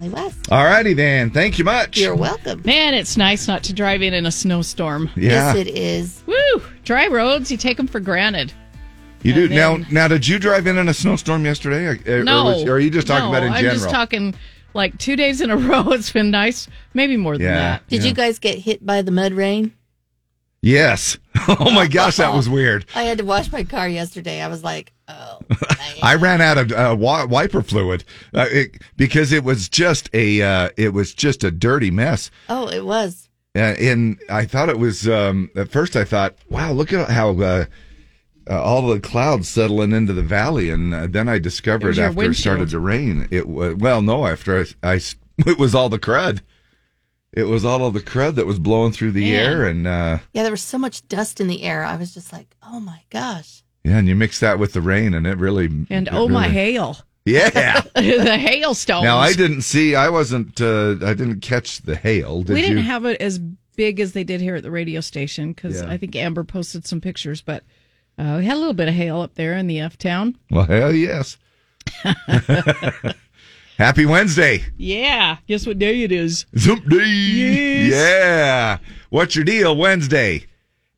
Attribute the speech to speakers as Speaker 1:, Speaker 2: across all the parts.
Speaker 1: Definitely was.
Speaker 2: All righty then. Thank you much.
Speaker 1: You're welcome.
Speaker 3: Man, it's nice not to drive in in a snowstorm.
Speaker 2: Yeah,
Speaker 1: Yes, it is.
Speaker 3: Woo! Dry roads, you take them for granted.
Speaker 2: you do.
Speaker 3: And
Speaker 2: Now,
Speaker 3: then-
Speaker 2: now, did you drive in in a snowstorm yesterday? Or- Or,
Speaker 3: No.
Speaker 2: was- or are you just talking
Speaker 3: No,
Speaker 2: about in
Speaker 3: I'm
Speaker 2: general?
Speaker 3: just talking like two days in a row. It's been nice. Maybe more than
Speaker 2: Yeah.
Speaker 3: that.
Speaker 1: Did
Speaker 2: Yeah.
Speaker 1: you guys get hit by the mud rain?
Speaker 2: yes. Oh my gosh, that was weird.
Speaker 1: I had to wash my car yesterday. I was like, oh, man.
Speaker 2: I ran out of uh, wi- wiper fluid uh, it, because it was just a uh, it was just a dirty mess.
Speaker 1: oh, it was.
Speaker 2: Uh, and I thought it was um, at first. I thought, wow, look at how uh, uh, all the clouds settling into the valley. And uh, then I
Speaker 3: It was
Speaker 2: discovered
Speaker 3: your
Speaker 2: after it started
Speaker 3: windshield.
Speaker 2: to rain, it was well, no, after I, I s- it was all the crud. It was all of the crud that was blowing through the
Speaker 3: Man.
Speaker 2: air, and uh,
Speaker 1: Yeah, there was so much dust in the air. I was just like, oh my gosh.
Speaker 2: yeah, and you mix that with the rain, and it really
Speaker 3: And
Speaker 2: it
Speaker 3: oh my
Speaker 2: really-
Speaker 3: hail.
Speaker 2: yeah.
Speaker 3: the hailstones.
Speaker 2: Now I didn't see. I wasn't. Uh, I didn't catch the hail. Did
Speaker 3: we
Speaker 2: you?
Speaker 3: didn't have it as big as they did here at the radio station because
Speaker 2: Yeah.
Speaker 3: I think Amber posted some pictures, but uh, we had a little bit of hail up there in the F town.
Speaker 2: well, hell yes. Happy Wednesday,
Speaker 3: Yeah, guess what day it is?
Speaker 2: Zump Day.
Speaker 3: Yes.
Speaker 2: Yeah. What's your deal Wednesday?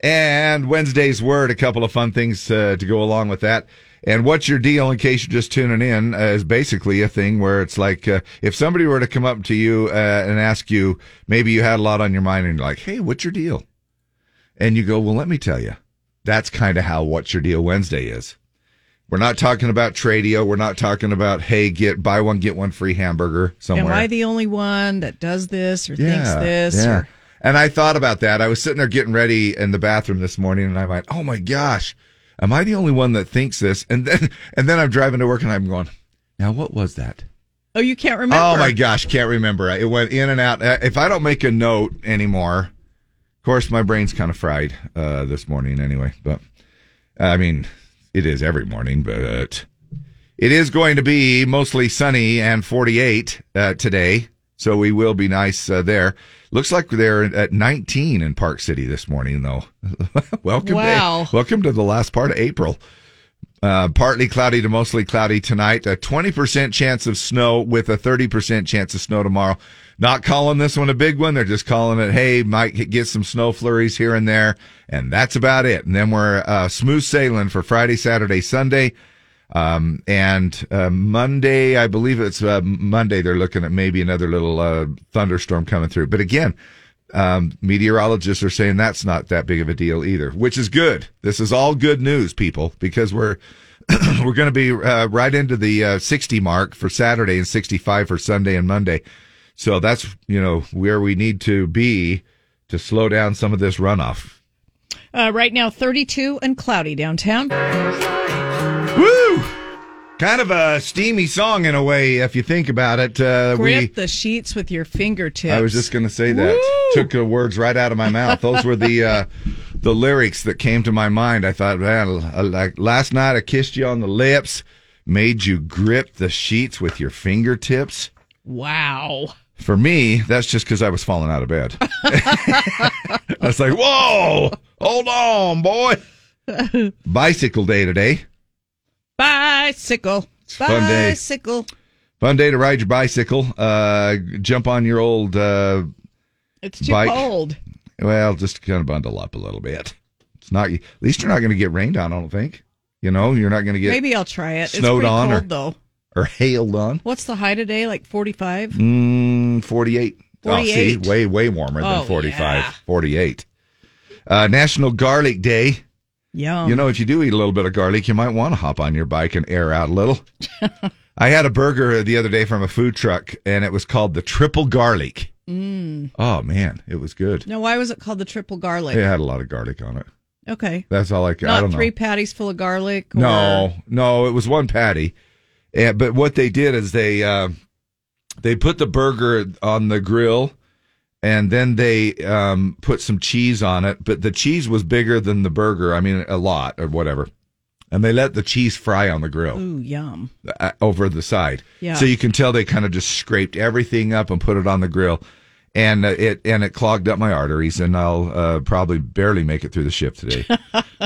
Speaker 2: And Wednesday's word. A couple of fun things uh, to go along with that. And what's your deal? In case you're just tuning in, uh, is basically a thing where it's like uh, if somebody were to come up to you uh, and ask you, maybe you had a lot on your mind, and you're like, "Hey, what's your deal?" and you go, Well, let me tell you, that's kind of how What's Your Deal Wednesday is. We're not talking about Tradio. We're not talking about, hey, get buy one, get one free hamburger somewhere.
Speaker 3: Am I the only one that does this or thinks this? Or,
Speaker 2: And I thought about that. I was sitting there getting ready in the bathroom this morning and I went, Oh my gosh, am I the only one that thinks this? And then and then I'm driving to work and I'm going, Now what was that?
Speaker 3: oh, you can't remember?
Speaker 2: Oh my gosh, can't remember. It went in and out. Uh, If I don't make a note anymore, of course my brain's kind of fried uh, this morning anyway. But I mean, it is every morning, but it is going to be mostly sunny and 48 uh, today. So we will be nice uh, there. Looks like they're at 19 in Park City this morning, though. welcome,
Speaker 3: Wow.
Speaker 2: to, welcome to the last part of April. Uh, partly cloudy to mostly cloudy tonight. A 20% chance of snow with a 30% chance of snow tomorrow. Not calling this one a big one. They're just calling it, hey, might get some snow flurries here and there. And that's about it. And then we're uh, smooth sailing for Friday, Saturday, Sunday. Um, and uh, Monday, I believe it's uh, Monday, they're looking at maybe another little uh, thunderstorm coming through. But again, um, meteorologists are saying that's not that big of a deal either, which is good. This is all good news, people, because we're we're going to be uh, right into the uh, 60 mark for Saturday and 65 for Sunday and Monday. So that's you know where we need to be to slow down some of this runoff.
Speaker 3: Uh, right now, 32 and cloudy downtown.
Speaker 2: Uh, Woo! Kind of a steamy song in a way, if you think about it. Uh, we
Speaker 3: Grip the sheets with your fingertips.
Speaker 2: I was just going to say that. Took the words right out of my mouth. Those were the uh, the lyrics that came to my mind. I thought, man, I- like last night I kissed you on the lips, made you grip the sheets with your fingertips.
Speaker 3: Wow.
Speaker 2: For me, that's just because I was falling out of bed. I was like, whoa, hold on, boy. Bicycle day today.
Speaker 3: Bicycle.
Speaker 2: fun day.
Speaker 3: Bicycle.
Speaker 2: Fun day to ride your bicycle. Uh, jump on your old, uh,
Speaker 3: It's too
Speaker 2: Bike.
Speaker 3: cold.
Speaker 2: Well, just kind of bundle up a little bit. It's not. At least you're not going to get rained on. I don't think. You know, you're not going to get
Speaker 3: Maybe I'll try it. it's
Speaker 2: Snowed
Speaker 3: pretty
Speaker 2: on or-
Speaker 3: cold, though.
Speaker 2: or hailed on.
Speaker 3: What's the high today? Like 45?
Speaker 2: Mm, 48. Oh, see,
Speaker 3: 48.
Speaker 2: way way warmer
Speaker 3: Oh,
Speaker 2: than 45.
Speaker 3: yeah.
Speaker 2: 48. Uh, National Garlic Day.
Speaker 3: Yum.
Speaker 2: you know, if you do eat a little bit of garlic, you might want to hop on your bike and air out a little. I had a burger the other day from a food truck, and it was called the Triple Garlic. Mm. Oh man, it was good.
Speaker 3: No, why was it called the triple garlic?
Speaker 2: It had a lot of garlic on it.
Speaker 3: Okay.
Speaker 2: That's all I could. I
Speaker 3: Not
Speaker 2: don't know.
Speaker 3: three patties full of garlic. Or,
Speaker 2: No, no, it was one patty. And, but what they did is they uh, they put the burger on the grill, and then they um, put some cheese on it. But the cheese was bigger than the burger. I mean, a lot or whatever. And they let the cheese fry on the grill
Speaker 3: Ooh, yum.
Speaker 2: uh, over the side,
Speaker 3: Yeah.
Speaker 2: so you can tell they kind of just scraped everything up and put it on the grill, and uh, it and it clogged up my arteries, and I'll uh, probably barely make it through the shift today.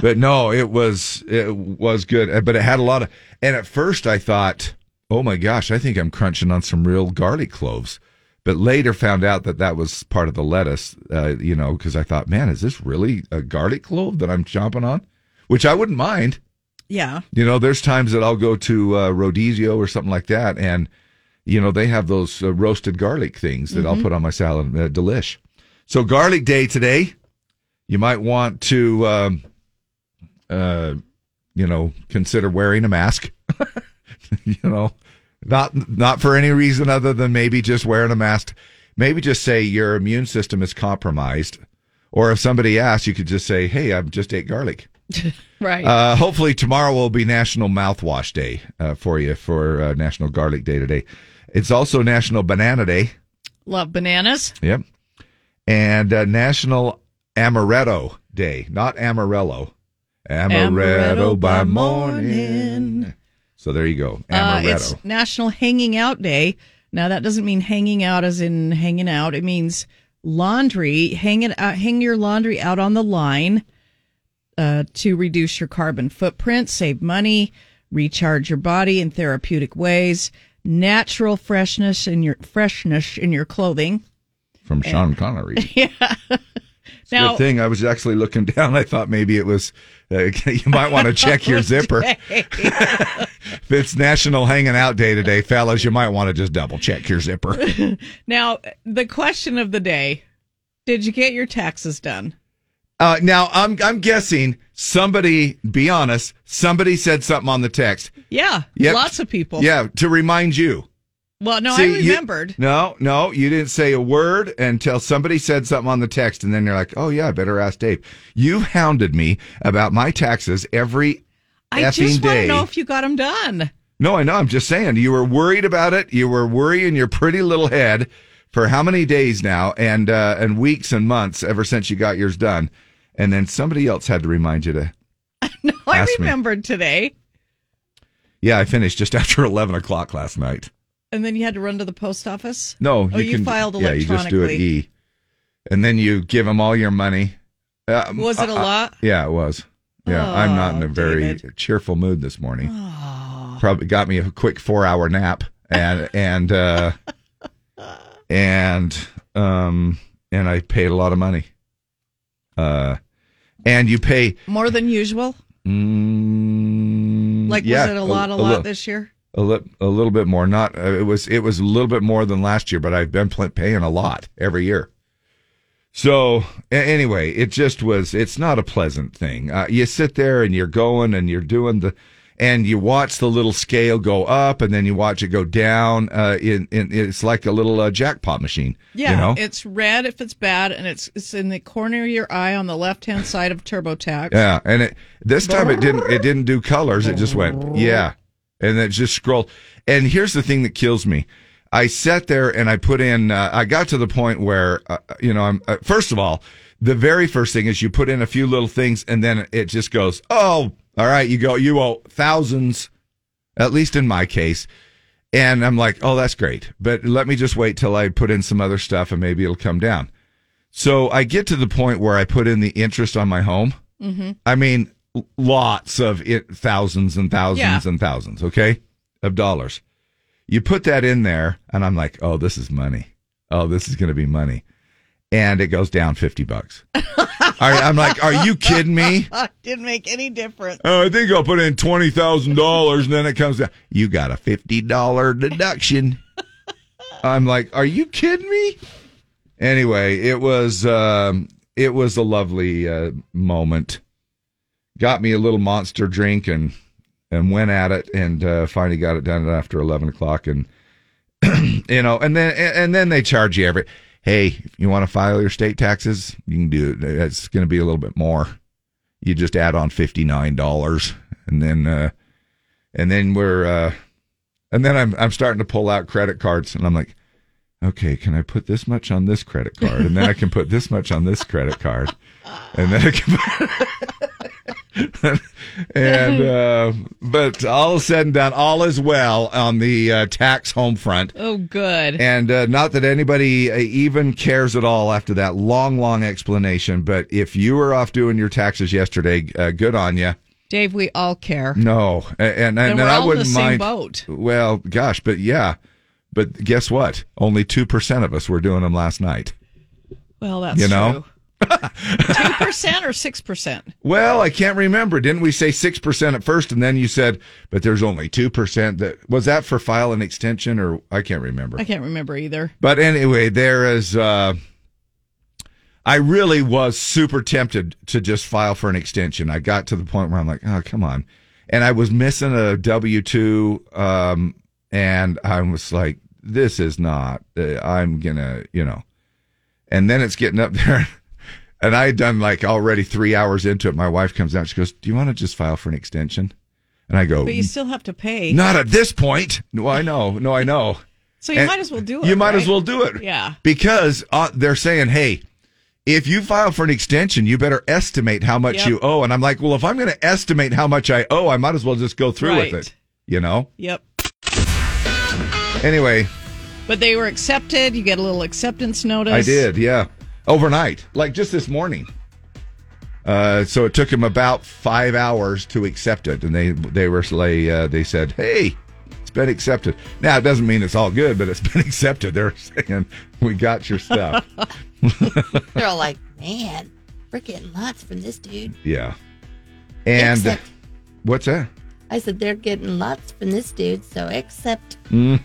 Speaker 2: but no, it was it was good, Uh, but it had a lot of. And at first, I thought, oh my gosh, I think I'm crunching on some real garlic cloves. But later found out that that was part of the lettuce, uh, you know, because I thought, man, is this really a garlic clove that I'm chomping on? Which I wouldn't mind.
Speaker 3: Yeah.
Speaker 2: You know, there's times that I'll go to uh, Rodizio or something like that, and you know they have those uh, roasted garlic things that I'll put on my salad. Uh, delish. So garlic day today. You might want to, um, uh, you know, consider wearing a mask. you know, not not for any reason other than maybe just wearing a mask. Maybe just say your immune system is compromised, or if somebody asks, you could just say, "Hey, I've just ate garlic."
Speaker 3: Right.
Speaker 2: Uh, hopefully tomorrow will be National Mouthwash Day uh, for you for uh, National Garlic Day today. It's also National Banana Day.
Speaker 3: Love bananas.
Speaker 2: Yep. And uh, National Amaretto Day, not Amaretto. Amaretto by
Speaker 3: by
Speaker 2: morning. So there you go.
Speaker 3: Uh,
Speaker 2: Amaretto.
Speaker 3: it's National Hanging Out Day. Now that doesn't mean hanging out as in hanging out. It means laundry. Hang it. Uh, hang your laundry out on the line uh, to reduce your carbon footprint, save money, recharge your body in therapeutic ways. Natural freshness in your freshness in your clothing.
Speaker 2: from Sean Connery.
Speaker 3: Yeah.
Speaker 2: Good thing I was actually looking down. I thought maybe it was, uh, you might want to check your zipper. If it's National Hanging Out Day today, fellas, you might want to just double check your zipper.
Speaker 3: Now the question of the day: Did you get your taxes done?
Speaker 2: Uh, now I'm I'm guessing somebody, be honest, somebody said something on the text.
Speaker 3: Yeah.
Speaker 2: Yep.
Speaker 3: Lots of people.
Speaker 2: Yeah, to remind you.
Speaker 3: Well, no,
Speaker 2: See,
Speaker 3: I
Speaker 2: you-
Speaker 3: remembered.
Speaker 2: no, no, you didn't say a word until somebody said something on the text, and then you're like, oh yeah, I better ask Dave. You've hounded me about my taxes every
Speaker 3: I
Speaker 2: effing
Speaker 3: just want
Speaker 2: day.
Speaker 3: to know if you got them done.
Speaker 2: No, I know. I'm just saying you were worried about it. You were worrying your pretty little head for how many days now and uh, and weeks and months ever since you got yours done. And then somebody else had to remind you to.
Speaker 3: No,
Speaker 2: Ask
Speaker 3: I
Speaker 2: me.
Speaker 3: remembered today.
Speaker 2: Yeah, I finished just after 11 o'clock last night.
Speaker 3: And then you had to run to the post office.
Speaker 2: No,
Speaker 3: Oh, you filed
Speaker 2: Yeah, you just do it
Speaker 3: electronically.
Speaker 2: E. And then you give them all your money. Uh,
Speaker 3: Was it a
Speaker 2: uh, uh,
Speaker 3: lot?
Speaker 2: yeah, it was. Yeah, I'm not in a
Speaker 3: Oh,
Speaker 2: very
Speaker 3: David.
Speaker 2: cheerful mood this morning. Probably got me a quick four hour nap and and uh, and um and I paid a lot of money. Uh, and you pay.
Speaker 3: More than usual.
Speaker 2: Mm,
Speaker 3: Like
Speaker 2: yeah,
Speaker 3: was it a lot, a,
Speaker 2: li-
Speaker 3: lot this year?
Speaker 2: a, li- a little bit more. Not uh, it was it was a little bit more than last year, but I've been pl- paying a lot every year. So a- anyway, it just was. It's not a pleasant thing. Uh, you sit there and you're going and you're doing the, and you watch the little scale go up and then you watch it go down. Uh, in, in it's like a little uh, jackpot machine.
Speaker 3: Yeah,
Speaker 2: you know?
Speaker 3: it's red if it's bad, and it's it's in the corner of your eye on the left hand side of TurboTax.
Speaker 2: Yeah, and it this time it didn't it didn't do colors. It just went yeah, and it just scrolled. And here's the thing that kills me. I sat there and I put in. Uh, I got to the point where uh, you know I'm uh, first of all the very first thing is you put in a few little things and then it just goes oh all right you go you owe thousands at least in my case. And I'm like, oh, that's great. But let me just wait till I put in some other stuff and maybe it'll come down. So I get to the point where I put in the interest on my home. I mean, l- lots of it, thousands and thousands
Speaker 3: Yeah.
Speaker 2: and thousands, okay, of dollars. You put that in there, and I'm like, oh, this is money. Oh, this is going to be money. And it goes down 50 bucks. All right. I'm like, are you kidding me?
Speaker 3: Ah, didn't make any difference.
Speaker 2: Oh, I think I'll put in twenty thousand dollars, and then it comes down. You got a fifty dollar deduction. I'm like, are you kidding me? Anyway, it was um, it was a lovely uh, moment. Got me a little monster drink and and went at it, and uh, finally got it done after eleven o'clock, and you know, and then and, and then they charge you every. Hey, if you want to file your state taxes, you can do it. It's going to be a little bit more you just add on fifty nine dollars, and then uh, and then we're uh, and then I'm I'm starting to pull out credit cards, and I'm like, okay, can I put this much on this credit card, and then I can put this much on this credit card, and then I can. and uh, but all is said and done, all is well on the uh, tax home front.
Speaker 3: Oh, good.
Speaker 2: And uh, not that anybody uh, even cares at all after that long, long explanation. But if you were off doing your taxes yesterday, uh, good on you.
Speaker 3: Dave, we all care.
Speaker 2: No, A-
Speaker 3: And
Speaker 2: and and, and
Speaker 3: we're
Speaker 2: I
Speaker 3: all in the
Speaker 2: wouldn't
Speaker 3: same
Speaker 2: mind.
Speaker 3: boat.
Speaker 2: Well, gosh, but yeah, but guess what? Only two percent of us were doing them last night.
Speaker 3: Well, that's
Speaker 2: You know?
Speaker 3: true. Two percent or six percent?
Speaker 2: Well, I can't remember. Didn't we say six percent at first, and then you said, but there's only two percent that was that for file and extension, or I can't remember.
Speaker 3: I can't remember either.
Speaker 2: But anyway, there is. Uh, I really was super tempted to just file for an extension. I got to the point where I'm like, oh, come on. And I was missing a W 2. Um, and I was like, this is not, uh, I'm going to, you know. And then it's getting up there. And I had done like already three hours into it. My wife comes out. She goes, Do you want to just file for an extension? And I go,
Speaker 3: But you still have to pay.
Speaker 2: Oh. Not at this point. No, I know. No, I know.
Speaker 3: So you
Speaker 2: And
Speaker 3: might as well do it.
Speaker 2: You might as
Speaker 3: right?
Speaker 2: well do it.
Speaker 3: Yeah.
Speaker 2: Because uh, they're saying, hey, if you file for an extension, you better estimate how much
Speaker 3: Yep.
Speaker 2: you owe. And I'm like, well, if I'm going to estimate how much I owe, I might as well just go through
Speaker 3: Right.
Speaker 2: with it. You know?
Speaker 3: Yep.
Speaker 2: Anyway,
Speaker 3: But they were accepted. You get a little acceptance notice.
Speaker 2: I did. Yeah. Overnight, like just this morning. Uh, so it took him about five hours to accept it, and they they were like, uh, they said, "Hey, it's been accepted." Now it doesn't mean it's all good, but it's been accepted. They're saying we got your stuff.
Speaker 1: They're all like, man, we're getting lots from this dude.
Speaker 2: Yeah. And
Speaker 1: Accept.
Speaker 2: what's that?
Speaker 1: I said, they're getting lots from this dude, so accept.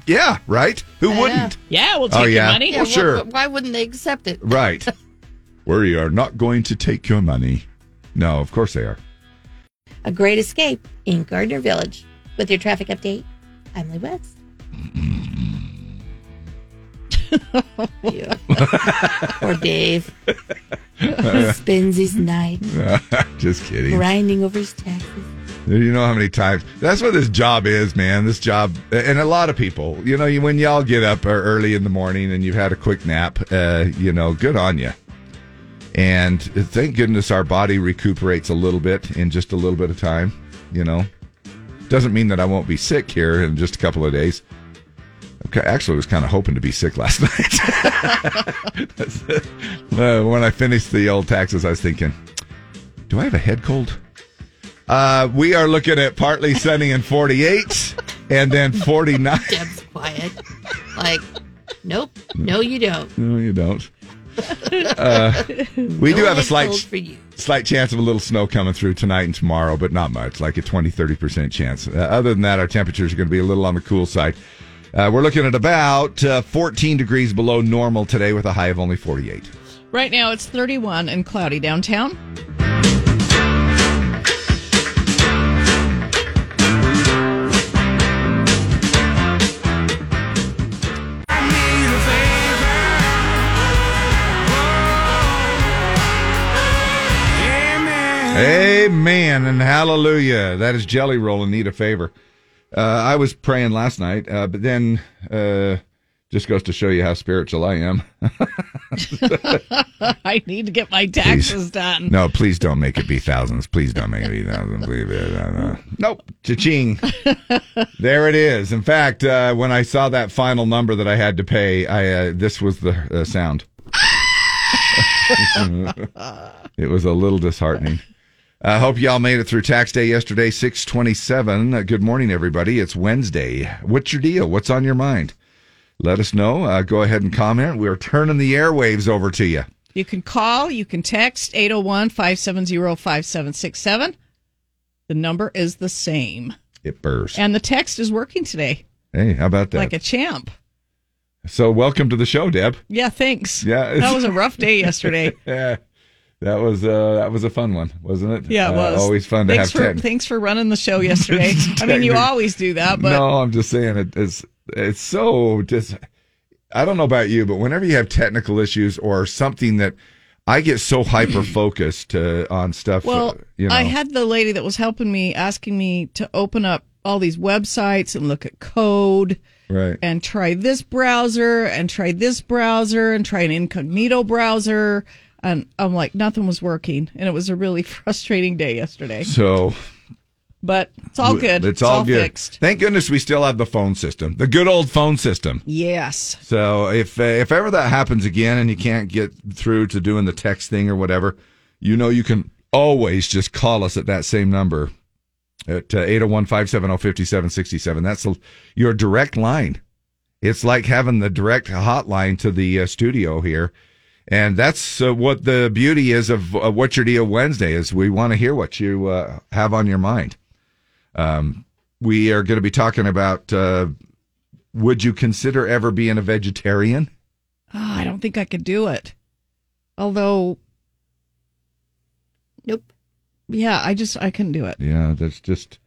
Speaker 2: Yeah, right? Who
Speaker 1: Yeah.
Speaker 2: wouldn't?
Speaker 3: Yeah, we'll take
Speaker 2: Oh, yeah.
Speaker 3: your money.
Speaker 2: Well, sure.
Speaker 1: wh- why wouldn't they accept it?
Speaker 2: Right. we are not going to take your money. No, of course they are.
Speaker 1: A Great Escape in Gardner Village. With your traffic update, I'm Lee West. You. or Dave spends his night
Speaker 2: Just kidding.
Speaker 1: grinding over his taxes.
Speaker 2: You know how many times? That's what this job is, man. This job, and a lot of people, you know, you, when y'all get up er- early in the morning and you've had a quick nap, uh, you know, good on you. And thank goodness our body recuperates a little bit in just a little bit of time, you know. Doesn't mean that I won't be sick here in just a couple of days. Okay, Actually, I was kind of hoping to be sick last night. That's- uh, when I finished the old taxes, I was thinking, do I have a head cold? Uh, we are looking at partly sunny and 48, and then 49.
Speaker 1: Deb's quiet. Like, nope, no, you don't.
Speaker 2: No, you don't. Uh, we do
Speaker 1: No
Speaker 2: have a
Speaker 1: head
Speaker 2: slight
Speaker 1: cold for you.
Speaker 2: slight chance of a little snow coming through tonight and tomorrow, but not much, like a 20, 30% chance. Uh, other than that, our temperatures are going to be a little on the cool side. Uh, we're looking at about uh, 14 degrees below normal today with a high of only 48.
Speaker 3: Right now it's 31 and cloudy downtown.
Speaker 2: Amen and hallelujah. That is Jelly Roll and Need a Favor. Uh, I was praying last night, uh, but then uh, just goes to show you how spiritual I am.
Speaker 3: I need to get my taxes done.
Speaker 2: No, please don't make it be thousands. Please don't make it be thousands. Please, uh, uh, nope. Cha-ching. there it is. In fact, uh, when I saw that final number that I had to pay, I uh, this was the uh, sound. it was a little disheartening. I hope y'all made it through tax day yesterday, 627. Uh, good morning, everybody. It's Wednesday. What's your deal? What's on your mind? Let us know. Uh, go ahead and comment. We're turning the airwaves over to you.
Speaker 3: You can call, you can text 801 570 5767. The number is the same.
Speaker 2: It bursts.
Speaker 3: And the text is working today
Speaker 2: Hey, how about that?
Speaker 3: like a champ.
Speaker 2: so, welcome to the show, Deb.
Speaker 3: Yeah, thanks.
Speaker 2: Yeah.
Speaker 3: That was a rough day yesterday.
Speaker 2: Yeah, that was uh, that was a fun one, wasn't it?
Speaker 3: Yeah, it
Speaker 2: Uh,
Speaker 3: was.
Speaker 2: always fun to
Speaker 3: thanks
Speaker 2: have
Speaker 3: for,
Speaker 2: tech.
Speaker 3: Thanks for running the show yesterday. I mean, you
Speaker 2: Technic-
Speaker 3: always do that, but
Speaker 2: no, I'm just saying it, it's it's so just. I don't know about you, but whenever you have technical issues or something that I get so hyper focused uh, on stuff,
Speaker 3: Well,
Speaker 2: uh, you know,
Speaker 3: I had the lady that was helping me asking me to open up all these websites and look at code
Speaker 2: right?
Speaker 3: and try this browser and try this browser and try an incognito browser. And I'm like, nothing was working. And it was a really frustrating day yesterday,
Speaker 2: So
Speaker 3: but it's all good.
Speaker 2: It's all, good.
Speaker 3: fixed.
Speaker 2: Thank goodness we still have the phone system, the good old phone system.
Speaker 3: Yes.
Speaker 2: So if uh, if ever that happens again and you can't get through to doing the text thing or whatever, you know you can always just call us at that same number at uh, 801 570 5767. That's the- your direct line. It's like having the direct hotline to the uh, studio here. And that's uh, what the beauty is of uh, What's Your Deal Wednesday is we want to hear what you uh, have on your mind. Um, we are going to be talking about uh, would you consider ever being a vegetarian?
Speaker 3: Ah, I don't think I could do it. Although,
Speaker 1: Nope.
Speaker 3: yeah, I just I couldn't do it.
Speaker 2: Yeah, there's just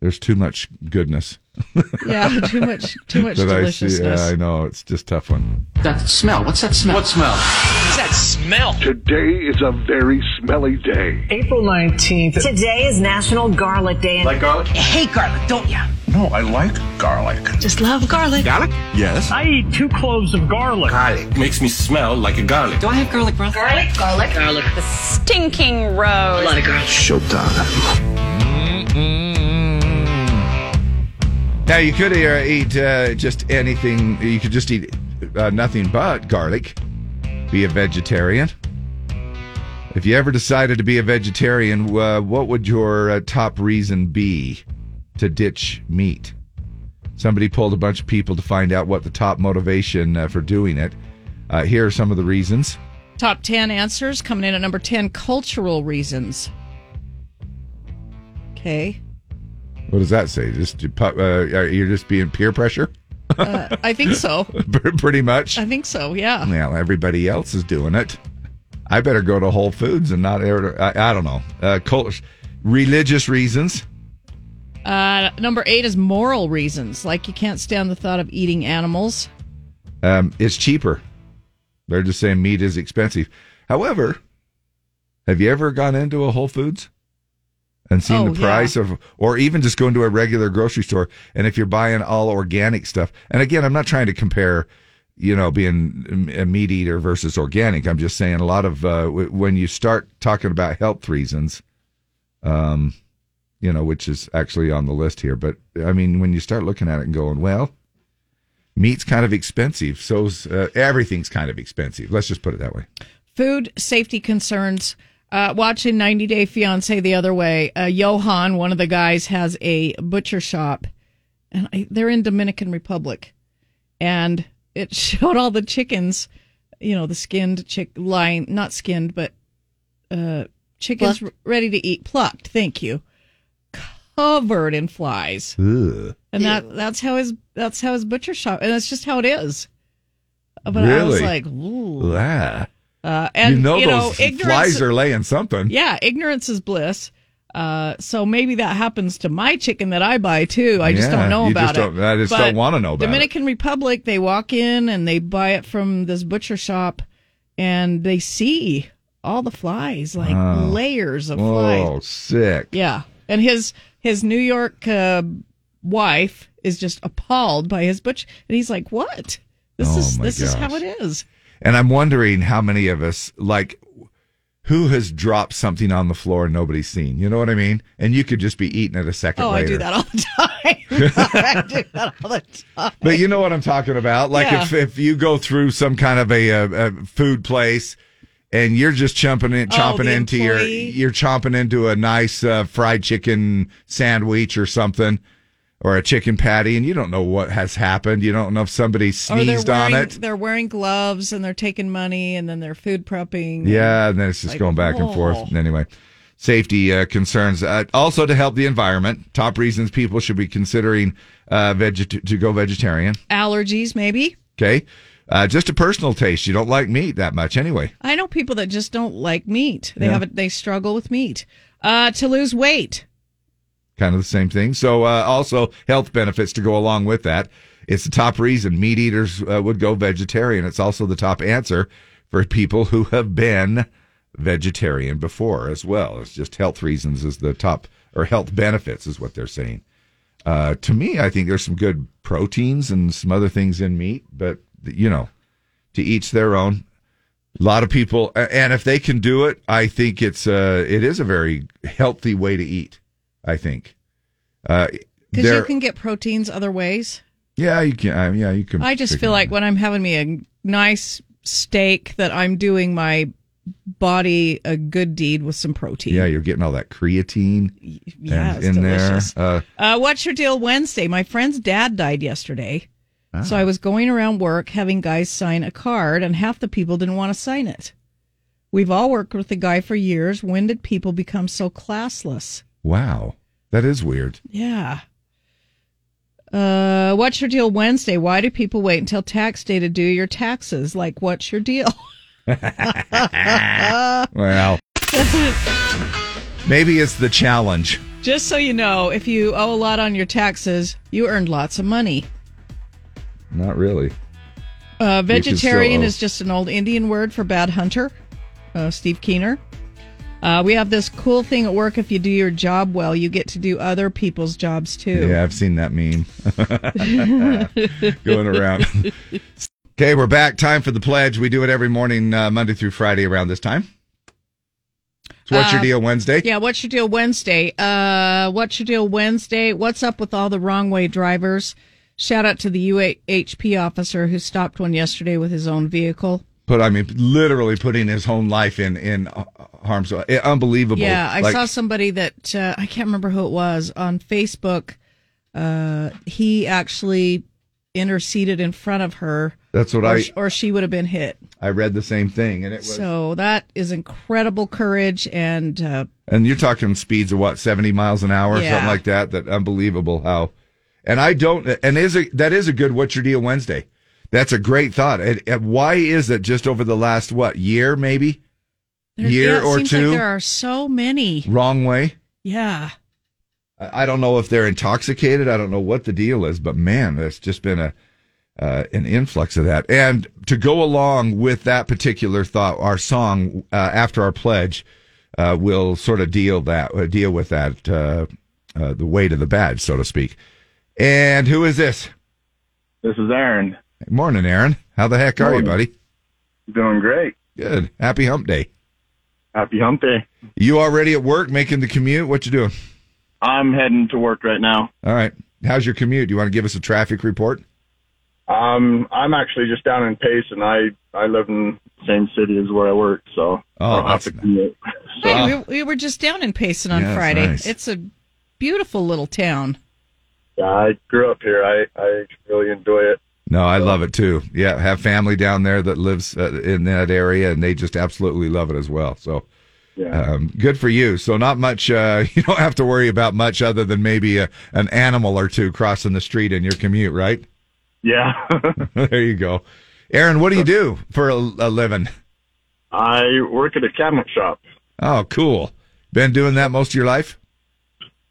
Speaker 2: there's too much goodness.
Speaker 3: Yeah, too much, too much
Speaker 2: that I see.
Speaker 3: deliciousness.
Speaker 2: Yeah, I know it's just tough one.
Speaker 4: That smell. What's that smell? What smell? What's that smell?
Speaker 5: Today is a very smelly day.
Speaker 6: April 19th.
Speaker 7: Today is National Garlic Day. And
Speaker 4: Like garlic?
Speaker 7: hate garlic, don't ya?
Speaker 5: No, I like garlic.
Speaker 7: Just love garlic.
Speaker 4: Garlic? Yes.
Speaker 6: I eat two cloves of garlic.
Speaker 4: Garlic makes me smell like a garlic.
Speaker 7: Do I have garlic breath? Garlic, garlic, garlic. The stinking rose. A lot of garlic.
Speaker 2: Now you could uh, eat uh, just anything. You could just eat uh, nothing but garlic. Be a vegetarian. If you ever decided to be a vegetarian, uh, what would your uh, top reason be to ditch meat? Somebody pulled a bunch of people to find out what the top motivation uh, for doing it. Uh, here are some of the reasons.
Speaker 3: Top 10 answers coming in at number 10 cultural reasons. Okay.
Speaker 2: What does that say? Just uh, you're just being peer pressure,
Speaker 3: Uh, I think so.
Speaker 2: pretty much.
Speaker 3: I think so, yeah.
Speaker 2: Well, everybody else is doing it. I better go to Whole Foods and not. order- I, I don't know. Uh, cult, religious reasons.
Speaker 3: Uh, number 8 is moral reasons, like you can't stand the thought of eating animals.
Speaker 2: Um, it's cheaper. They're just saying meat is expensive. However, have you ever gone into a Whole Foods and seen
Speaker 3: Oh,
Speaker 2: the price of, or even just go into a regular grocery store? And if you're buying all organic stuff, and again, I'm not trying to compare, you know, being a meat eater versus organic. I'm just saying a lot of uh, w- when you start talking about health reasons, um, you know, which is actually on the list here. But I mean, when you start looking at it and going, well, meat's kind of expensive. So's uh, everything's kind of expensive. Let's just put it that way.
Speaker 3: Food safety concerns. Uh, watching 90 Day Fiancé the other way. Uh, Johan, one of the guys, has a butcher shop, and I, they're in Dominican Republic, and it showed all the chickens, you know, the skinned chick lying, not skinned, but uh, chickens
Speaker 1: Plucked?
Speaker 3: r- ready to eat, plucked. Thank you. Covered in flies,
Speaker 2: Ugh.
Speaker 3: and that that's how his that's how his butcher shop, and that's just how it is. But I was
Speaker 2: Really?
Speaker 3: like, ooh.
Speaker 2: Ah.
Speaker 3: Uh, and
Speaker 2: you know those
Speaker 3: ignorance.
Speaker 2: flies are laying something.
Speaker 3: yeah, ignorance is bliss. Uh, so maybe that happens to my chicken that I buy too. I just
Speaker 2: Yeah,
Speaker 3: don't know
Speaker 2: you
Speaker 3: about
Speaker 2: just
Speaker 3: it.
Speaker 2: don't- I just
Speaker 3: But
Speaker 2: don't wanna know about it.
Speaker 3: Dominican Republic, they walk in and they buy it from this butcher shop, and they see all the flies, like
Speaker 2: Wow.
Speaker 3: layers of
Speaker 2: Ah. Oh,
Speaker 3: flies.
Speaker 2: sick.
Speaker 3: Yeah, and his his New York uh, wife is just appalled by his butcher, and he's like, "What? This
Speaker 2: Oh,
Speaker 3: is
Speaker 2: my
Speaker 3: this is
Speaker 2: gosh.
Speaker 3: how it is."
Speaker 2: And I'm wondering how many of us, like, who has dropped something on the floor and nobody's seen? You know what I mean? And you could just be eating it a second
Speaker 3: Oh, I
Speaker 2: later.
Speaker 3: do that all the time. I do that all the time.
Speaker 2: But you know what I'm talking about. Like
Speaker 3: Yeah.
Speaker 2: if, if you go through some kind of a, uh, a, a food place and you're just chomping in,
Speaker 3: Oh,
Speaker 2: chomping
Speaker 3: the
Speaker 2: into your,
Speaker 3: employee.
Speaker 2: you're chomping into a nice uh, fried chicken sandwich or something, or a chicken patty, and you don't know what has happened. You don't know if somebody sneezed
Speaker 3: wearing,
Speaker 2: on it.
Speaker 3: Oh, They're wearing gloves and they're taking money and then they're food prepping.
Speaker 2: Yeah, and then it's just
Speaker 3: Like, oh.
Speaker 2: going back and forth.
Speaker 3: whoa.
Speaker 2: Anyway, safety uh, concerns. Uh, also to help the environment. Top reasons people should be considering uh, veget- to go vegetarian.
Speaker 3: Allergies, maybe.
Speaker 2: Okay. Uh, just a personal taste. You don't like meat that much anyway.
Speaker 3: I know people that just don't like meat. They have a, they struggle with meat. Uh, to lose weight.
Speaker 2: Kind of the same thing. So, uh, also health benefits to go along with that. It's the top reason meat eaters uh, would go vegetarian. It's also the top answer for people who have been vegetarian before as well. It's just health reasons is the top or health benefits is what they're saying. Uh, to me, I think there's some good proteins and some other things in meat, but you know, to each their own. A lot of people, a- and if they can do it, I think it's uh it is a very healthy way to eat. I think. Uh,
Speaker 3: Because you
Speaker 2: there-
Speaker 3: can get proteins other ways.
Speaker 2: yeah, you can. uh, yeah, you can.
Speaker 3: I just
Speaker 2: figure
Speaker 3: feel
Speaker 2: it
Speaker 3: like
Speaker 2: out.
Speaker 3: when I'm having me a nice steak that I'm doing my body a good deed with some protein.
Speaker 2: Yeah, you're getting all that creatine
Speaker 3: Yeah,
Speaker 2: and-
Speaker 3: it's
Speaker 2: in
Speaker 3: delicious.
Speaker 2: there. Uh,
Speaker 3: Uh, what's your deal Wednesday? My friend's dad died yesterday. So I was going around work having guys sign a card, and half the people didn't want to sign it. We've all worked with the guy for years. When did people become so classless?
Speaker 2: wow, that is weird.
Speaker 3: Yeah. Uh, what's your deal Wednesday? Why do people wait until tax day to do your taxes? Like, what's your deal?
Speaker 2: Well, maybe it's the challenge.
Speaker 3: Just so you know, if you owe a lot on your taxes, you earned lots of money.
Speaker 2: Not really.
Speaker 3: Uh,
Speaker 2: can still
Speaker 3: vegetarian
Speaker 2: owe.
Speaker 3: is just an old Indian word for bad hunter. Uh, Steve Keener. Uh, we have this cool thing at work. If you do your job well, you get to do other people's jobs too.
Speaker 2: Yeah, I've seen that meme going around. okay, we're back. Time for the pledge. We do it every morning, uh, Monday through Friday, around this time. So what's your deal Wednesday?
Speaker 3: Uh, Yeah, what's your deal Wednesday? Uh, what's your deal Wednesday? What's up with all the wrong way drivers? Shout out to the UHP officer who stopped one yesterday with his own vehicle.
Speaker 2: But I mean, literally putting his own life in in uh, harm's way. Uh, Unbelievable.
Speaker 3: Yeah, I
Speaker 2: Like,
Speaker 3: saw somebody that uh, I can't remember who it was on Facebook. Uh, he actually interceded in front of her,
Speaker 2: That's what
Speaker 3: or,
Speaker 2: I
Speaker 3: sh- or she would have been hit.
Speaker 2: I read the same thing, and it was.
Speaker 3: So that is incredible courage, and uh,
Speaker 2: And you're talking speeds of what, 70 miles an hour, or
Speaker 3: Yeah.
Speaker 2: something like that. That unbelievable how. And I don't, and is a, that is a good what's your deal Wednesday. That's a great thought. And, and why is it just over the last, what, year maybe?
Speaker 3: there,
Speaker 2: Year
Speaker 3: yeah, it
Speaker 2: or
Speaker 3: seems
Speaker 2: two?
Speaker 3: Like there are so many.
Speaker 2: Wrong way.
Speaker 3: Yeah,
Speaker 2: I, I don't know if they're intoxicated. I don't know what the deal is, but man, there's just been a, uh, an influx of that. And to go along with that particular thought, our song, uh, after our pledge, uh, will sort of deal that, uh, deal with that, uh, uh, the weight of the badge, so to speak. And who is this?
Speaker 8: This is Aaron.
Speaker 2: Morning, Aaron. How the heck are you, buddy?
Speaker 8: Doing great.
Speaker 2: Good. Happy hump day.
Speaker 8: Happy hump day.
Speaker 2: You already at work making the commute? What you doing?
Speaker 8: I'm heading to work right now.
Speaker 2: All right. How's your commute? Do you want to give us a traffic report?
Speaker 8: Um, I'm actually just down in Pace, and I I live in the same city as where I work, so
Speaker 2: Oh,
Speaker 8: I don't have
Speaker 2: that's
Speaker 8: to
Speaker 2: nice.
Speaker 8: commute. So,
Speaker 3: hey, we, we were just down in Payson on
Speaker 2: Yeah, it's
Speaker 3: Friday.
Speaker 2: nice.
Speaker 3: It's a beautiful little town.
Speaker 8: yeah, I grew up here. I I really enjoy it.
Speaker 2: No, I love it too. Yeah, have family down there that lives uh, in that area, and they just absolutely love it as well. So,
Speaker 8: Yeah.
Speaker 2: um, good for you. So, not much. Uh, you don't have to worry about much other than maybe a, an animal or two crossing the street in your commute, right?
Speaker 8: Yeah.
Speaker 2: there you go, Aaron. What do you do for a, a living?
Speaker 8: I work at a cabinet shop.
Speaker 2: Oh, cool. Been doing that most of your life?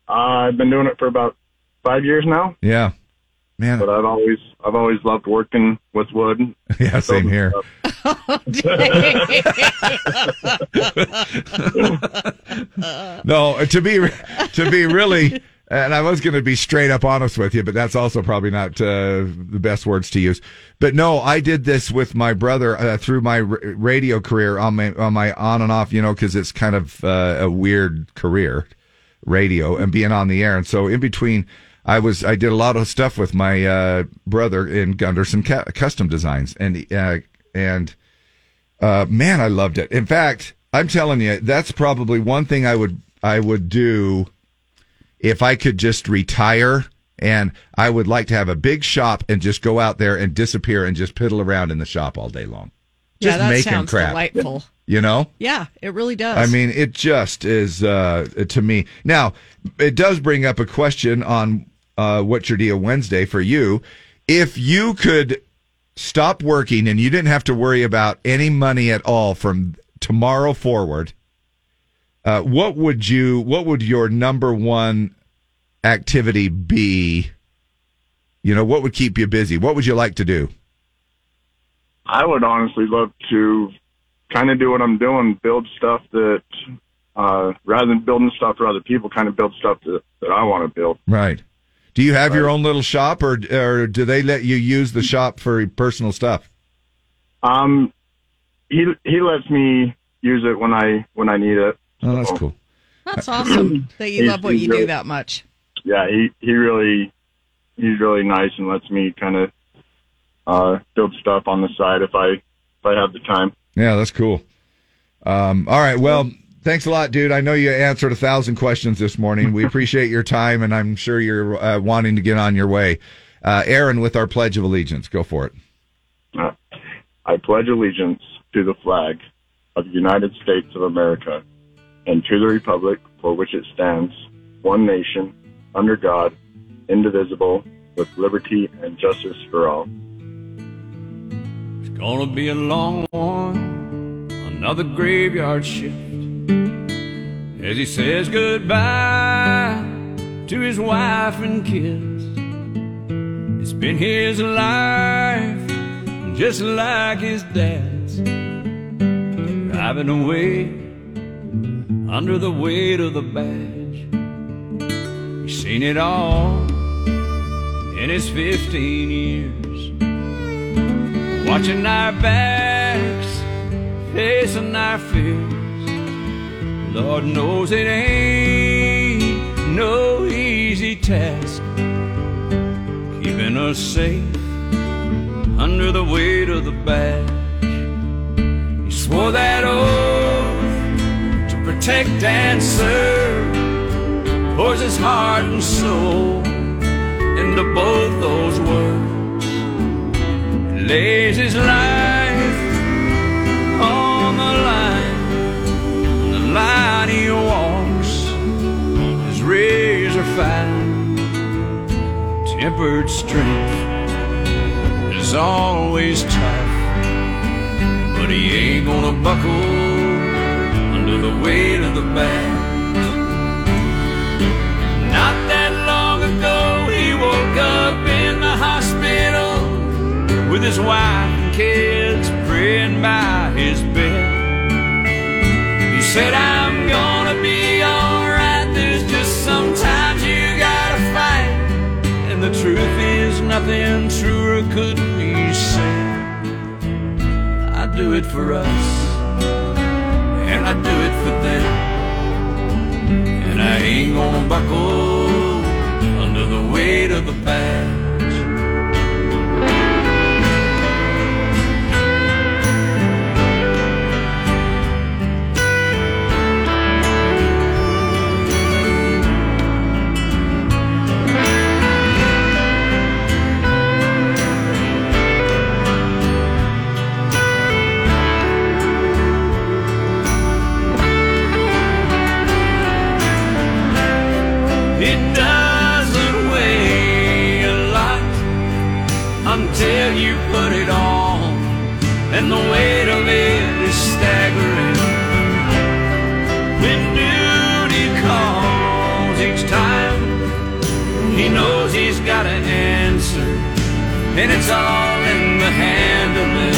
Speaker 8: I've been doing it for about five years now,
Speaker 2: Yeah, man.
Speaker 8: but I've always I've always loved working with wood. uh,
Speaker 2: Yeah, same here. no, uh, to be to be really, and I was going to be straight up honest with you, but that's also probably not uh, the best words to use. But no, I did this with my brother uh, through my r- radio career on my on my on and off, you know, because it's kind of uh, a weird career radio and being on the air. And so in between, I was I did a lot of stuff with my uh, brother in Gunderson Cu- Custom Designs, and uh, and uh, man, I loved it. In fact, I'm telling you, that's probably one thing I would I would do if I could just retire. And I would like to have a big shop and just go out there and disappear and just piddle around in the shop all day long,
Speaker 3: yeah,
Speaker 2: Just
Speaker 3: that
Speaker 2: making
Speaker 3: sounds
Speaker 2: crap.
Speaker 3: delightful.
Speaker 2: you know.
Speaker 3: Yeah, it really does.
Speaker 2: I mean, it just is uh, to me. Now, it does bring up a question on uh, what's your deal Wednesday for you. If you could stop working and you didn't have to worry about any money at all from tomorrow forward, uh, what would you? What would your number one activity be? You know, what would keep you busy? What would you like to do?
Speaker 8: I would honestly love to kind of do what I'm doing, build stuff that, uh, rather than building stuff for other people, kind of build stuff that, that I want to build.
Speaker 2: Right. Do you have your own little shop, or or do they let you use the shop for personal stuff?
Speaker 8: Um, he, he lets me use it when I, when I need it.
Speaker 2: Oh, that's
Speaker 8: So,
Speaker 2: cool.
Speaker 3: That's awesome that you
Speaker 8: He's-
Speaker 3: love what
Speaker 8: he's
Speaker 3: you do
Speaker 8: really-
Speaker 3: that much.
Speaker 8: Yeah. He, he really, he's really nice and lets me kind of, uh, build stuff on the side if I, if I have the time.
Speaker 2: Yeah, that's cool. Um, all right. Well, thanks a lot, dude. I know you answered a thousand questions this morning. We appreciate your time, and I'm sure you're uh, wanting to get on your way. Uh, Aaron, with our Pledge of Allegiance, go for it.
Speaker 8: Uh, I pledge allegiance to the flag of the United States of America and to the republic for which it stands, one nation, under God, indivisible, with liberty and justice for all.
Speaker 9: It's gonna be a long one, another graveyard shift. As he says goodbye to his wife and kids, it's been his life just like his dad's, driving away under the weight of the badge. He's seen it all in his 15 years watching our backs, facing our fears. Lord knows it ain't no easy task keeping us safe under the weight of the badge. He swore that oath to protect and serve, pours his heart and soul into both those words lays his life on the line. And the line he walks is razor fine. Tempered strength is always tough, but he ain't gonna buckle under the weight of the bag. Not that long ago, he woke up in the hospital with his wife and kids praying by his bed. He said, I'm gonna be alright, there's just sometimes you gotta fight. And the truth is, nothing truer could be said. I do it for us, and I do it for them. And I ain't gonna buckle under the weight of the badge. It doesn't weigh a lot until you put it on, and the weight of it is staggering. When duty calls each time, he knows he's got an answer, and it's all in the hand of him.